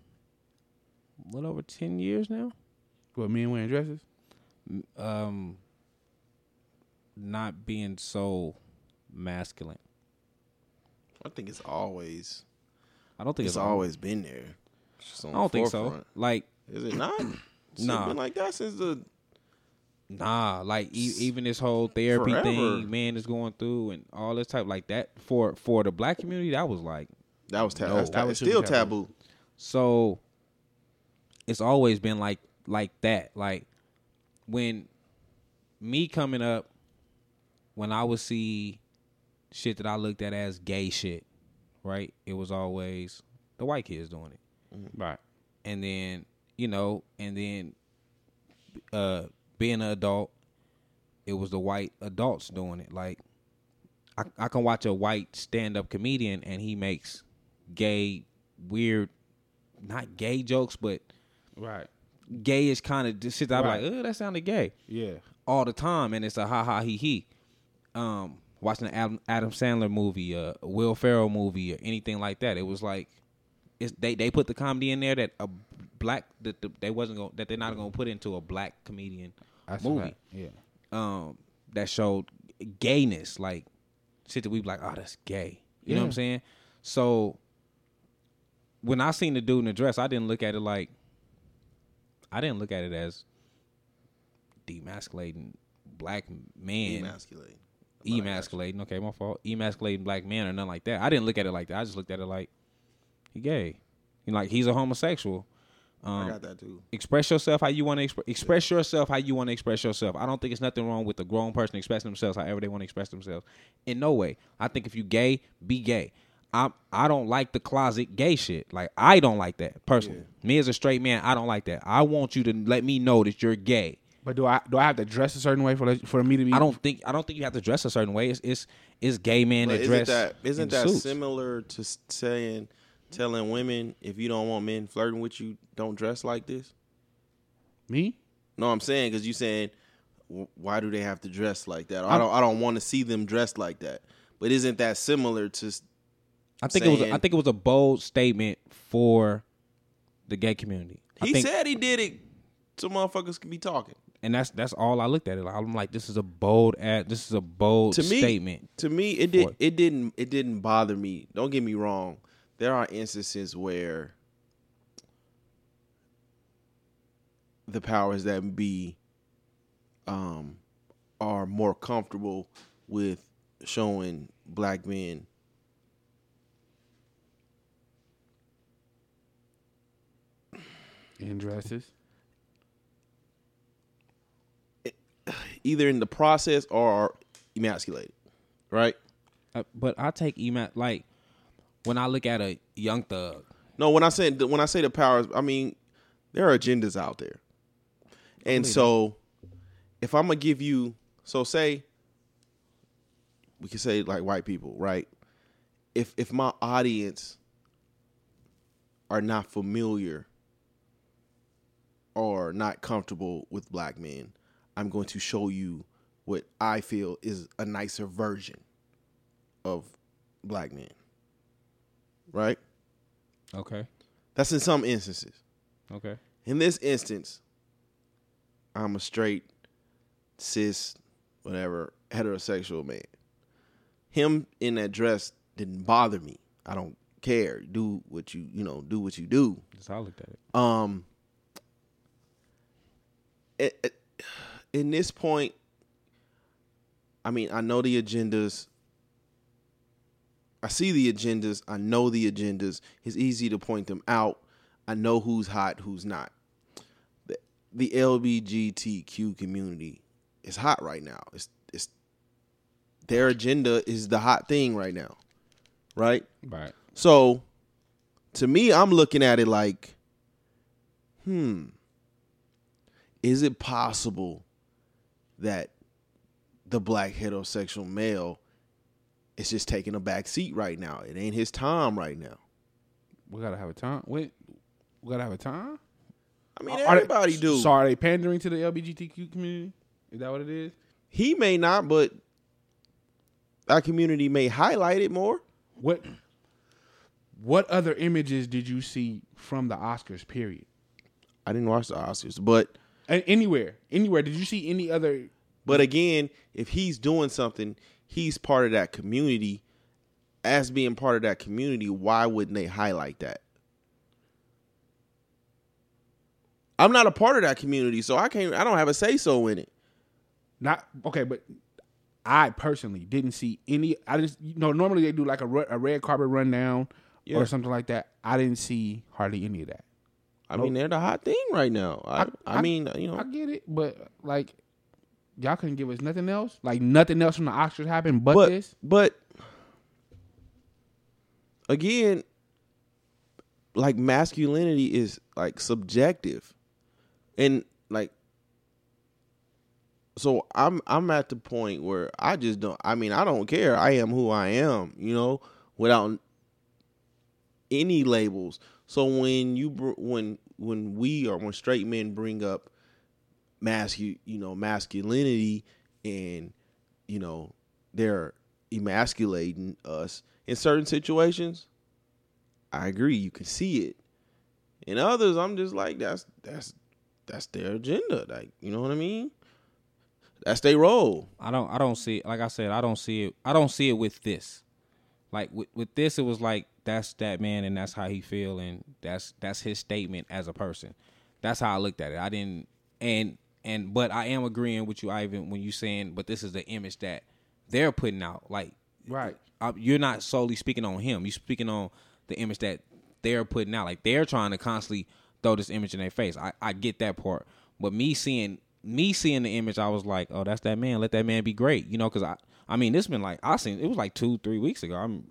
a little over ten years now.
What men wearing dresses?
Um, not being so masculine.
I think it's always
I don't think
it's,
it's, all-
always been there. It's just on
I don't
the
think so.
forefront.
Like
Is it not? It's
Nah.
been like that since the
nah, like e- even this whole therapy
Forever.
thing man is going through and all this type like that for for the black community that was like
that was taboo.
No.
that's,
That
that
was
still
super taboo.
taboo.
So it's always been like like that. Like when me coming up, when I would see shit that I looked at as gay shit, right? It was always the white kids doing it.
Right.
And then, you know, and then uh being an adult, it was the white adults doing it. Like I, I can watch a white stand up comedian and he makes gay, weird, not gay jokes, but
Right.
gay is kind of just shit that
Right.
I'm like, oh, that sounded gay
Yeah.
all the time, and it's a ha ha he he. Um, watching an Adam, Adam Sandler movie, uh, a Will Ferrell movie, or anything like that, it was like, it's they they put the comedy in there that a black that the, they wasn't going that they're not going to put into a black comedian movie
Yeah.
um that showed gayness, like shit that we be like, oh, that's gay. You know what I'm
Yeah.
saying? So when I seen the dude in the dress, I didn't look at it like I didn't look at it as demasculating black man.
Emasculating.
emasculating. Okay, my fault. Emasculating black man or nothing like that. I didn't look at it like that. I just looked at it like he gay. You know, like he's a homosexual.
I
Um,
got that too.
express yourself how you want to express express yourself how you want to express yourself. I don't think it's nothing wrong with a grown person expressing themselves however they want to express themselves. In no way. I think if you gay, be gay. I I don't like the closet gay shit. Like I don't like that personally. Me as a straight man, I don't like that. I want you to let me know that you're gay.
But do I do I have to dress a certain way for for me to be?
I don't think I don't think you have to dress a certain way. It's it's, it's gay men
But
that
isn't
dress
that isn't
in
that
suits.
similar to s- saying telling women if you don't want men flirting with you, don't dress like this?
me.
No, I'm saying because you saying "W- why do they have to dress like that? Or, I don't I don't want to see them dressed like that. But isn't that similar to s-
I think it was
saying-
I think it was a bold statement for the gay community. I
he
think,
said he did it so motherfuckers can be talking.
and that's that's all I looked at it. Like, I'm like, this is a bold ad. This is a bold
To me-
statement.
To me, it did
What?
it didn't it didn't bother me. Don't get me wrong. There are instances where the powers that be um are more comfortable with showing black men
In dresses.
either in the process or are emasculated. Right?
Uh, but I take email like when I look at a young thug.
No, when I said when I say the powers, I mean there are agendas out there, and so if I'm gonna give you, so say we could say like white people, right? If if my audience are not familiar or not comfortable with black men, I'm going to show you what I feel is a nicer version of black men, right?
Okay,
That's in some instances.
okay.
In this instance, I'm a straight, cis, whatever, heterosexual man. Him in that dress didn't bother me. I don't care. Do what you, you know, do what you do.
That's how I looked at it.
Um, it, it- in this point, I mean, I know the agendas. I see the agendas. I know the agendas. It's easy to point them out. I know who's hot, who's not. The, the LBGTQ community is hot right now. It's it's their agenda is the hot thing right now, right?
Right.
So to me, I'm looking at it like, hmm, is it possible that the black heterosexual male is just taking a back seat right now? It ain't his time right now.
We gotta have a time. Wait, we gotta have a time.
I mean,
Are they-
everybody do.
So are they pandering to the LBGTQ community? Is that what it is?
He may not, but our community may highlight it more.
What What other images did you see from the Oscars? Period.
I didn't watch the Oscars, but
A- anywhere, anywhere. Did you see any other?
But again, if he's doing something, he's part of that community. As being part of that community, why wouldn't they highlight that? I'm not a part of that community, so I can't. I don't have a say so in it.
Not okay, but I personally didn't see any. I just you know normally they do like a, ru- a red carpet rundown
Yeah.
or something like that. I didn't see hardly any of that.
I mean, they're the hot thing right now. I, I,
Oh. I-
mean, you know,
I get it, but like y'all couldn't give us nothing else. Like nothing else from the Oscars happened but,
but
this.
but again, like masculinity is like subjective, and like so I'm I'm at the point where I just don't. I mean, I don't care. I am who I am. You know, without any labels. So when you br- when when we or when straight men bring up mascu you know masculinity and you know they're emasculating us in certain situations i agree you can see it in others i'm just like that's that's that's their agenda like you know what i mean that's their role
I don't. I don't see. Like I said, I don't see it. I don't see it with this. Like with, with this, it was like that's that man and that's how he feel and that's that's his statement as a person. That's how I looked at it. I didn't and and but I am agreeing with you, Ivan, when you saying but this is the image that they're putting out. Like
Right.
I, you're not solely speaking on him. You're speaking on the image that they're putting out. Like they're trying to constantly throw this image in their face. I, I get that part, but me seeing me seeing the image, I was like, oh, that's that man. Let that man be great. You know, because I I mean, this been like I seen it was like two three weeks ago. I'm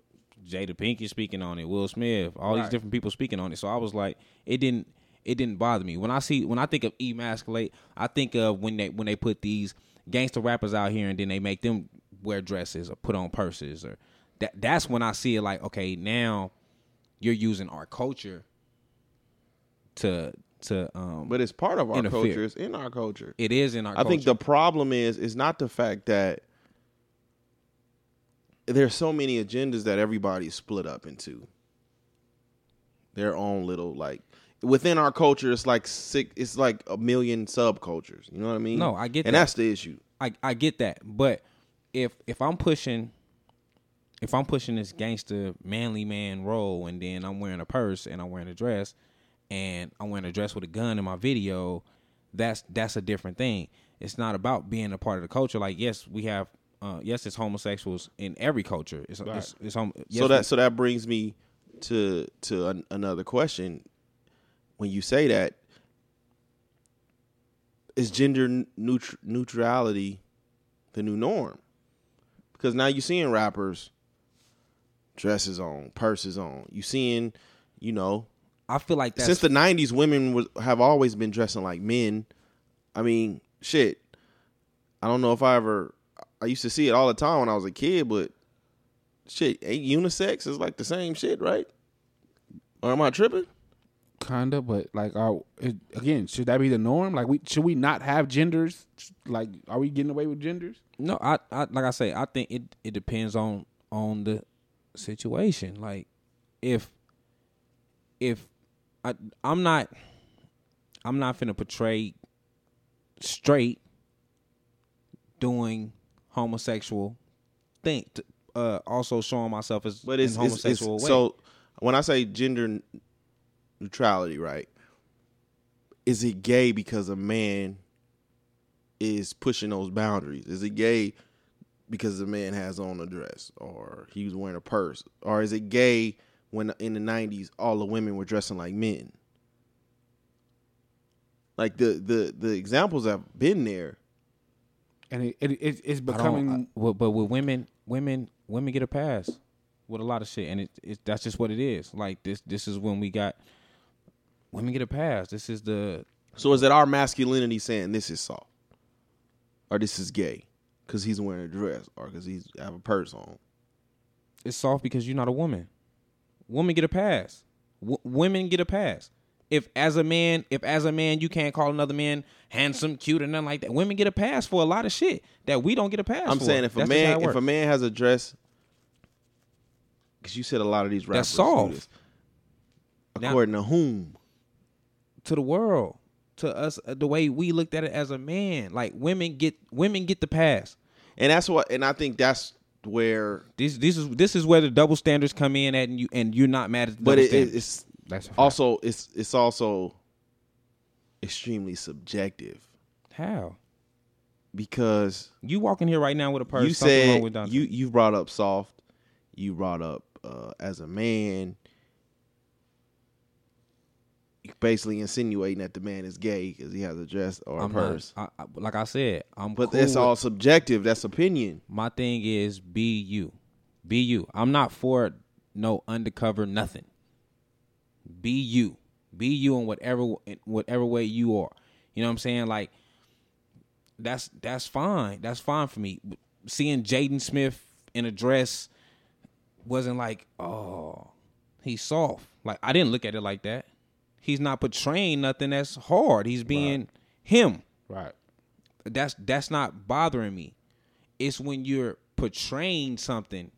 Jada Pinkett speaking on it. Will Smith, all these
Right.
different people speaking on it. So I was like, it didn't it didn't bother me when I see when I think of emasculate. I think of when they when they put these gangster rappers out here and then they make them wear dresses or put on purses or that that's when I see it like okay now you're using our culture to to um
But it's part of our
Interfere.
culture. It's in our culture.
it is in our
I think
culture.
the problem is is not the fact that there's so many agendas that everybody's split up into. Their own little like within our culture, it's like six. It's like a million subcultures. You know what I mean?
No, I get
and
that.
that's the issue.
I, I get that, but if if I'm pushing, if I'm pushing this gangster manly man role, and then I'm wearing a purse and I'm wearing a dress, and I'm wearing a dress with a gun in my video, that's that's a different thing. It's not about being a part of the culture. Like yes, we have, uh, yes, it's homosexuals in every culture. It's it's, it's hom- yes,
so
we-
that so that brings me to to an, another question. When you say that, is gender n- neutr- neutrality the new norm? Because now you're seeing rappers dresses on, purses on. You seeing, you know,
I feel like that's
since the '90s, women was, have always been dressing like men. I mean, shit. I don't know if I ever. I used to see it all the time when I was a kid, but shit, ain't unisex is like the same shit, right? Or am I tripping?
kinda, but like, are it, again, should that be the norm? Like, we should we not have genders? Like, are we getting away with genders?
No, I, I like I say, I think it it depends on on the situation. Like if if I I'm not I'm not finna portray straight doing homosexual thing. t- Uh, also showing myself as
But it's
in
it's- it's-
homosexual way.
so. When I say gender neutrality, right? Is it gay because a man is pushing those boundaries? Is it gay because the man has on a dress or he was wearing a purse? Or is it gay when in the nineties all the women were dressing like men? Like the the the examples have been there.
And it, it, it it's
I don't, I,
becoming
well, but with women, women, women get a pass with a lot of shit, and it, it that's just what it is. Like this, this is when we got women get a pass. This is the
So is it our masculinity saying this is soft? Or this is gay? Cause he's wearing a dress or cause he's have a purse on.
it's soft because you're not a woman. Women get a pass. W- women get a pass. If as a man, if as a man you can't call another man handsome, cute, or nothing like that, women get a pass for a lot of shit that we don't get a pass.
I'm
for.
saying if a
That's just how
man
it
if a
works.
man has a dress, because you said a lot of these rappers
That's
do this.
soft Now-
According to whom?
to the world, to us, uh, the way we looked at it as a man. Like women get women get the pass.
And that's what. And I think that's where.
This this is this is where the double standards come in at, and you and you're not mad at the
But
double
it, it,
standards.
it's
that's a fact.
also it's it's also extremely subjective
How
because
you walk in here right now with a purse?
you
something
said
wrong with Dante.
you you brought up soft, you brought up uh, as a man. you Basically insinuating that the man is gay because he has a dress or a
I'm not-
purse,
I, I- like I said, I'm.
but
cool
that's
with-
all subjective. That's opinion.
My thing is be you, be you. I'm not for no undercover nothing. Be you, be you in whatever in whatever way you are. You know what I'm saying? Like that's that's fine. That's fine for me. Seeing Jaden Smith in a dress wasn't like, oh, he's soft. Like I didn't look at it like that. He's not portraying nothing that's hard. He's being him
right.
that's that's not bothering me. It's when you're portraying something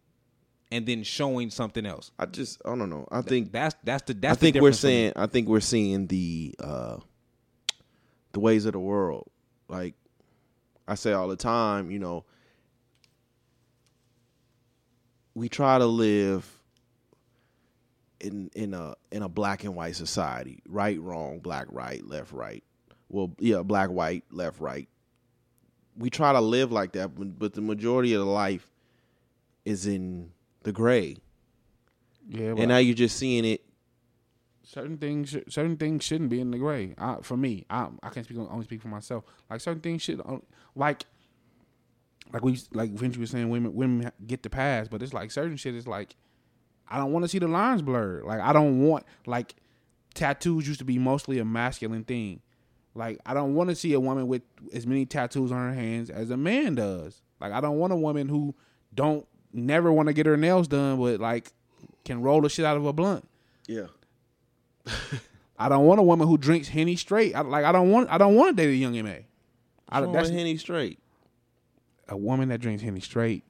and then showing something else.
I just I don't know. I think
That's that's the
I
that's
think
the
we're
difference for me.
seeing I think we're seeing the uh the ways of the world. Like I say all the time, you know, we try to live in in a in a black and white society, right, wrong, black, right, left, right. Well, yeah, black, white, left, right. We try to live like that, but but the majority of the life is in the gray,
Yeah,
and now you're just seeing it.
certain things sh- certain things shouldn't be in the gray. I, for me, I I can't speak on- only speak for myself. Like certain things should on- like like we like Vinci was saying women women ha- get the pass, but it's like certain shit is like I don't want to see the lines blurred. Like I don't want like tattoos used to be mostly a masculine thing. Like I don't want to see a woman with as many tattoos on her hands as a man does. Like I don't want a woman who don't never want to get her nails done, but like can roll the shit out of a blunt.
Yeah,
I don't want a woman who drinks henny straight. I, like I don't want I don't want to date a young ma. I,
I
that's
that's Henny straight.
a woman that drinks henny straight.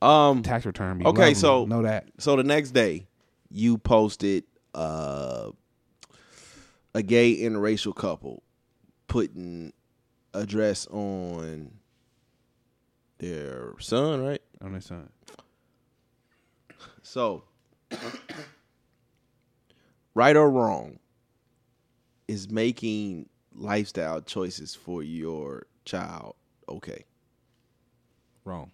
Um,
Tax return. Be
Okay,
lovely.
so-
know that
so the next day, you posted uh, a gay interracial couple putting a dress on their son, right?
on this son.
So, right or wrong is making lifestyle choices for your child okay?
Wrong.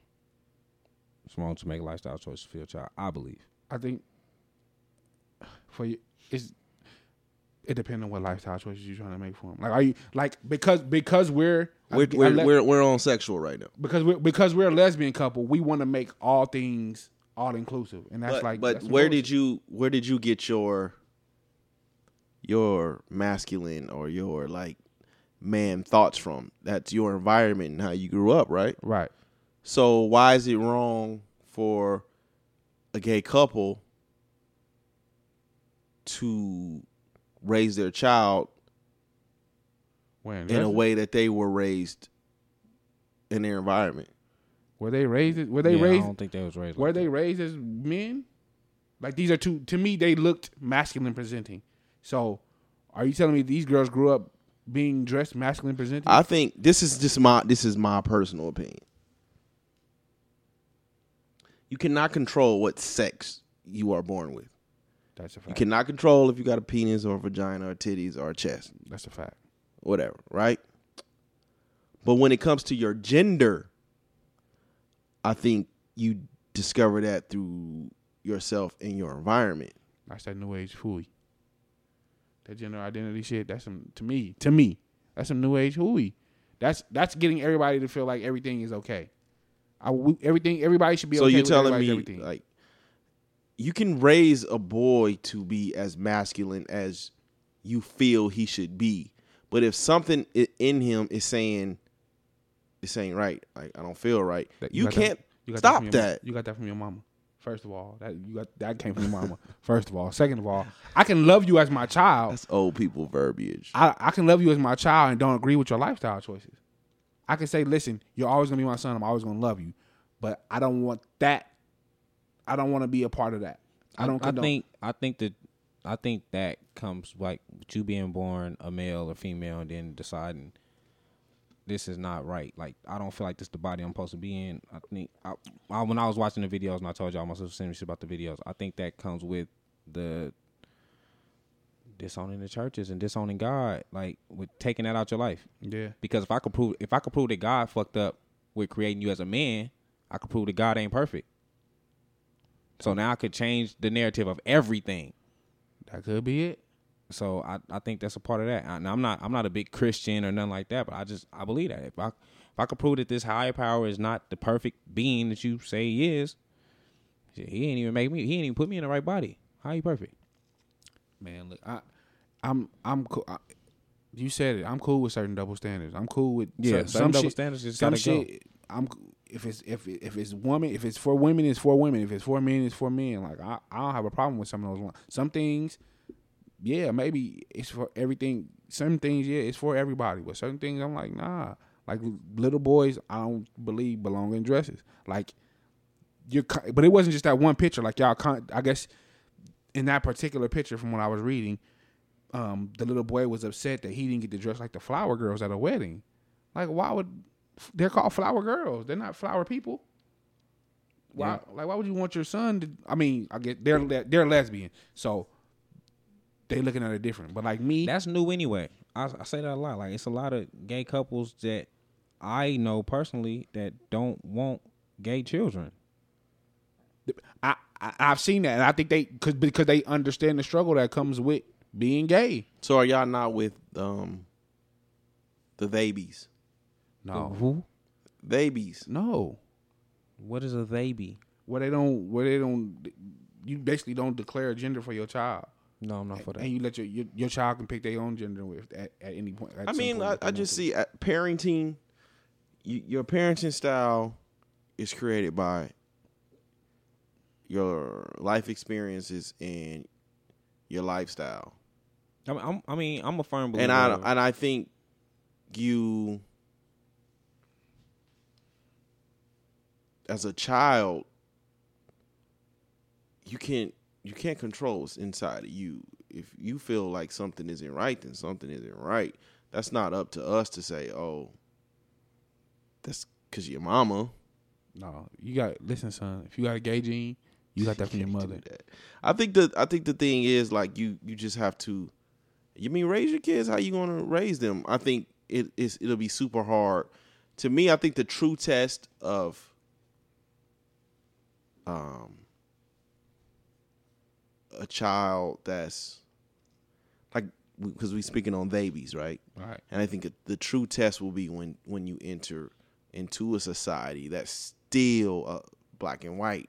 It's wrong to make lifestyle choices for your child. I believe.
I think for you, it's it depends on what lifestyle choices you're trying to make for them. Like are you like because because we're
We're
I- I
we're,
let-
we're we're on sexual right now,
because we're because we're a lesbian couple. We want to make all things all inclusive, and that's
but,
like.
but
that's some
where
bullshit.
did you where did you get your your masculine or your like man thoughts from? That's your environment and how you grew up, right?
right?
So why is it wrong for a gay couple to raise their child
When
in a way that they were raised in their environment?
were they raised? Were they
Yeah,
raised?
I don't think they was raised.
Were
like
they raised as men? Like these are two to me they looked masculine presenting. So are you telling me these girls grew up being dressed masculine presenting?
I think this is just my this is my personal opinion. You cannot control what sex you are born with.
That's a fact.
You cannot control if you got a penis or a vagina or titties or a chest.
That's a fact.
whatever, right? But when it comes to your gender, I think you discover that through yourself and your environment.
That's that new age hooey. That gender identity shit, that's some to me, to me, that's some new age hooey. That's that's getting everybody to feel like everything is okay. I, we, everything everybody should be
so
okay.
you're
with
telling
everybody's
me
everything.
like you can raise a boy to be as masculine as you feel he should be, but if something i- in him is saying this ain't right, like I don't feel right,
That-
you
got that-
can't
got
stop
from your ma-
that.
You got that from your mama. First of all, that you got that came from your mama. First of all, second of all, I can love you as my child.
That's old people verbiage.
I, I can love you as my child and don't agree with your lifestyle choices. I can say, listen, you're always gonna be my son. I'm always gonna love you, but I don't want that. I don't want to be a part of that. I don't.
I
condone-
think I think that I think that comes like with you being born a male or female and then deciding this is not right. Like I don't feel like this is the body I'm supposed to be in. I think I, I when I was watching the videos and I told y'all myself sending shit about the videos. I think that comes with the disowning the churches and disowning God. Like with taking that out your life.
Yeah,
Because if I could prove if I could prove that God fucked up with creating you as a man, I could prove that God ain't perfect. So now I could change the narrative of everything.
that could be it.
So I, I think that's a part of that. And I'm not I'm not a big Christian or nothing like that, but I just I believe that if I if I could prove that this higher power is not the perfect being that you say he is, shit, he ain't even make me he ain't even put me in the right body. How you perfect?
Man, look, I, I'm, I'm cool. I, you said it. I'm cool with certain double standards. I'm cool with
Yeah,
cer-
certain double standards just
some
gotta go.
shit. I'm if it's if it- if it's woman if it's for women it's for women if it's for men it's for men. Like I, I don't have a problem with some of those. lines. Some things, yeah, maybe it's for everything. Some things, yeah, it's for everybody. But certain things, I'm like, nah. Like little boys, I don't believe belong in dresses. Like you're, co- but it wasn't just that one picture. Like y'all, con- I guess in that particular picture from what I was reading, um, the little boy was upset that he didn't get to dress like the flower girls at a wedding. Like, why would they're called flower girls? They're not flower people. Why? Like, why would you want your son to? I mean, I get they're le- they're lesbian, so they looking at it different. But like me,
That's new anyway. I, I say that a lot. Like it's a lot of gay couples that I know personally that don't want gay children.
I, I I've seen that, and I think they cause, because they understand the struggle that comes with being gay.
So are y'all not with um the babies?
No,
Who?
Babies.
no,
What is a baby?
where they don't, where they don't, you basically don't declare a gender for your child,
No, I'm not for that.
and you let your your, your child can pick their own gender with at, at any point. at
I
some
mean,
point
I,
if they
I
want
just
to.
see uh, parenting. You, your parenting style is created by your life experiences and your lifestyle,
I mean, I'm, I mean, I'm a firm believer.
and I
of-
and I think you, as a child, you can't you can't control what's inside of you. If you feel like something isn't right, then something isn't right. That's not up to us to say, "Oh, that's because your mama."
no. You got listen, son. If you got a gay gene, you got that from your
can't do
mother.
that. I think the I think the thing is like you you just have to. You mean raise your kids? How you gonna raise them? I think it is it'll be super hard. To me, I think the true test of um a child that's like because we speaking on babies, right?
Right.
And I think the true test will be when when you enter into a society that's still uh, black and white,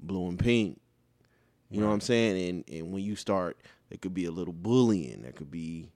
blue and pink. You know what I'm saying? And and when you start, there could be a little bullying. There could be,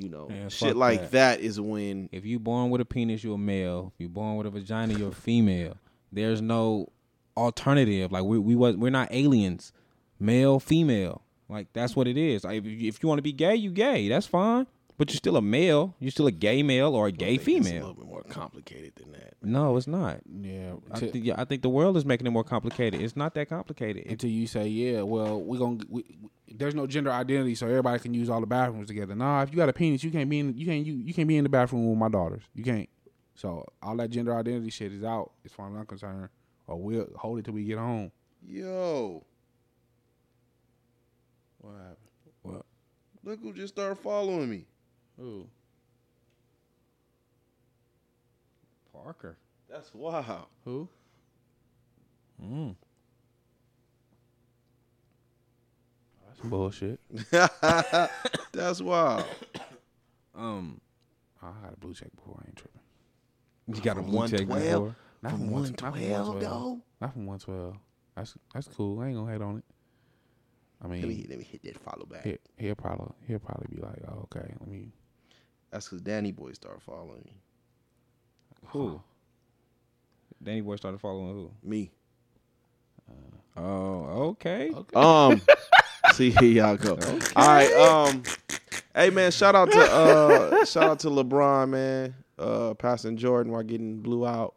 you know,
Man,
shit
fuck
like
that.
that is when
if you're born with a penis, you're a male. If you're born with a vagina, you're a female. There's no alternative. Like we we was we're not aliens. Male, female. Like that's what it is. Like, if you, if you want to be gay, you gay. That's fine. But you're still a male. You're still a gay male or a
I
gay
think it's a little
female.
bit more complicated than that.
No, it's not.
Yeah.
I,
to-
thi- yeah, I think the world is making it more complicated. It's not that complicated. It-
until you say, yeah, well, we're gonna we, we- there's no gender identity, so everybody can use all the bathrooms together. Nah, if you got a penis, you can't be in you can't you, you can't be in the bathroom with my daughters. You can't. So all that gender identity shit is out as far as I'm concerned. Or we'll hold it till we get home.
Yo. What happened?
What?
Look who just started following me.
Ooh.
Parker.
That's wild.
Who? Hmm.
Mm.
That's bullshit.
That's wild.
Um,
Oh, I got a blue check before I ain't tripping.
you got a
From
blue check
112?
before.
Not from, one twelve though. Not from one twelve. That's that's cool. I ain't gonna hate on it. I mean,
Let me let me hit that follow back.
he, he'll probably he'll probably be like, oh, okay, let me
That's because Danny Boy started following me.
Who? Danny Boy started following who?
Me.
Oh, okay.
Um. see here y'all go. All right. Um. Hey man, shout out to uh shout out to LeBron man. Uh, passing Jordan while getting blew out.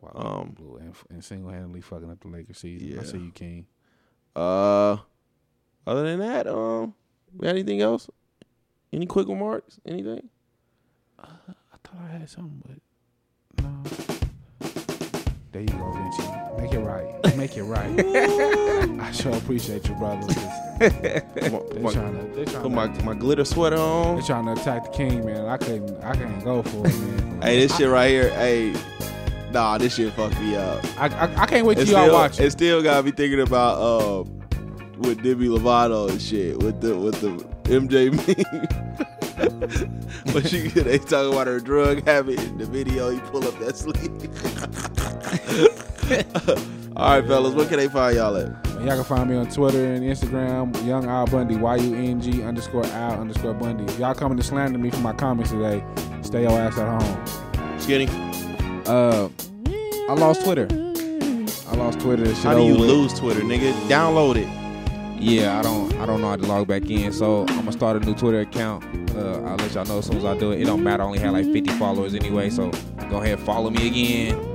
Wow,
Um,
Blue and, and single handedly fucking up the Lakers season.
Yeah.
I see you, King.
Uh, other than that, um, we got anything else? Any quick remarks? Anything?
I thought I had something, but no. There you go, Vinci. Make it right. Make it right. I sure appreciate you, brother. 'cause
Put my,
They're
my-
trying to. They're
put
trying
my,
to.
my glitter sweater on.
They're trying to attack the king, man. I couldn't. I couldn't go for it, man.
Hey, this shit right here. Hey, nah, this shit fucked me up.
I, I, I can't wait till
It
y'all
still,
watch it.
it still got me thinking about uh, with Demi Lovato and shit with the with the MJ meme. but she they talking about her drug habit in the video. He pull up that sleeve. All right, fellas, where can they find y'all at?
And y'all can find me on Twitter and Instagram, Young Al Bundy, Y U N G underscore Al underscore Bundy. If y'all coming to slander me for my comments today, stay your ass at home.
Skinny.
Uh, I lost Twitter. I lost Twitter. This shit
How do you
over with.
lose Twitter, nigga? Download it.
Yeah, I don't. I don't know how to log back in. So I'm gonna start a new Twitter account. Uh, I'll let y'all know as soon as I do it. It don't matter. I only had like 50 followers anyway. So go ahead, follow me again.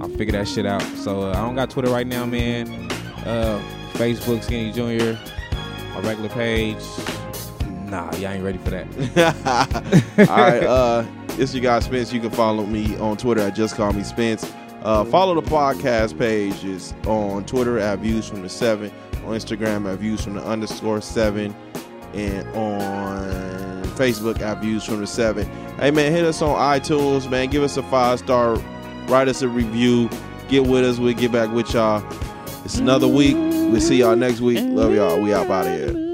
I'll figure that shit out. So uh, I don't got Twitter right now, man. Uh, Facebook Skinny Junior, my regular page. Nah, y'all ain't ready for that.
All right, uh, this is your guy Spence. You can follow me on Twitter at Just Call Me Spence. Uh, follow the podcast pages on Twitter at Views from the Seven, on Instagram at Views from the underscore seven, and on Facebook at Views from the Seven. Hey man, hit us on iTunes, man. Give us a five star, write us a review. Get with us. We'll get back with y'all. It's another week. We'll see y'all next week. Love y'all. We out out of here.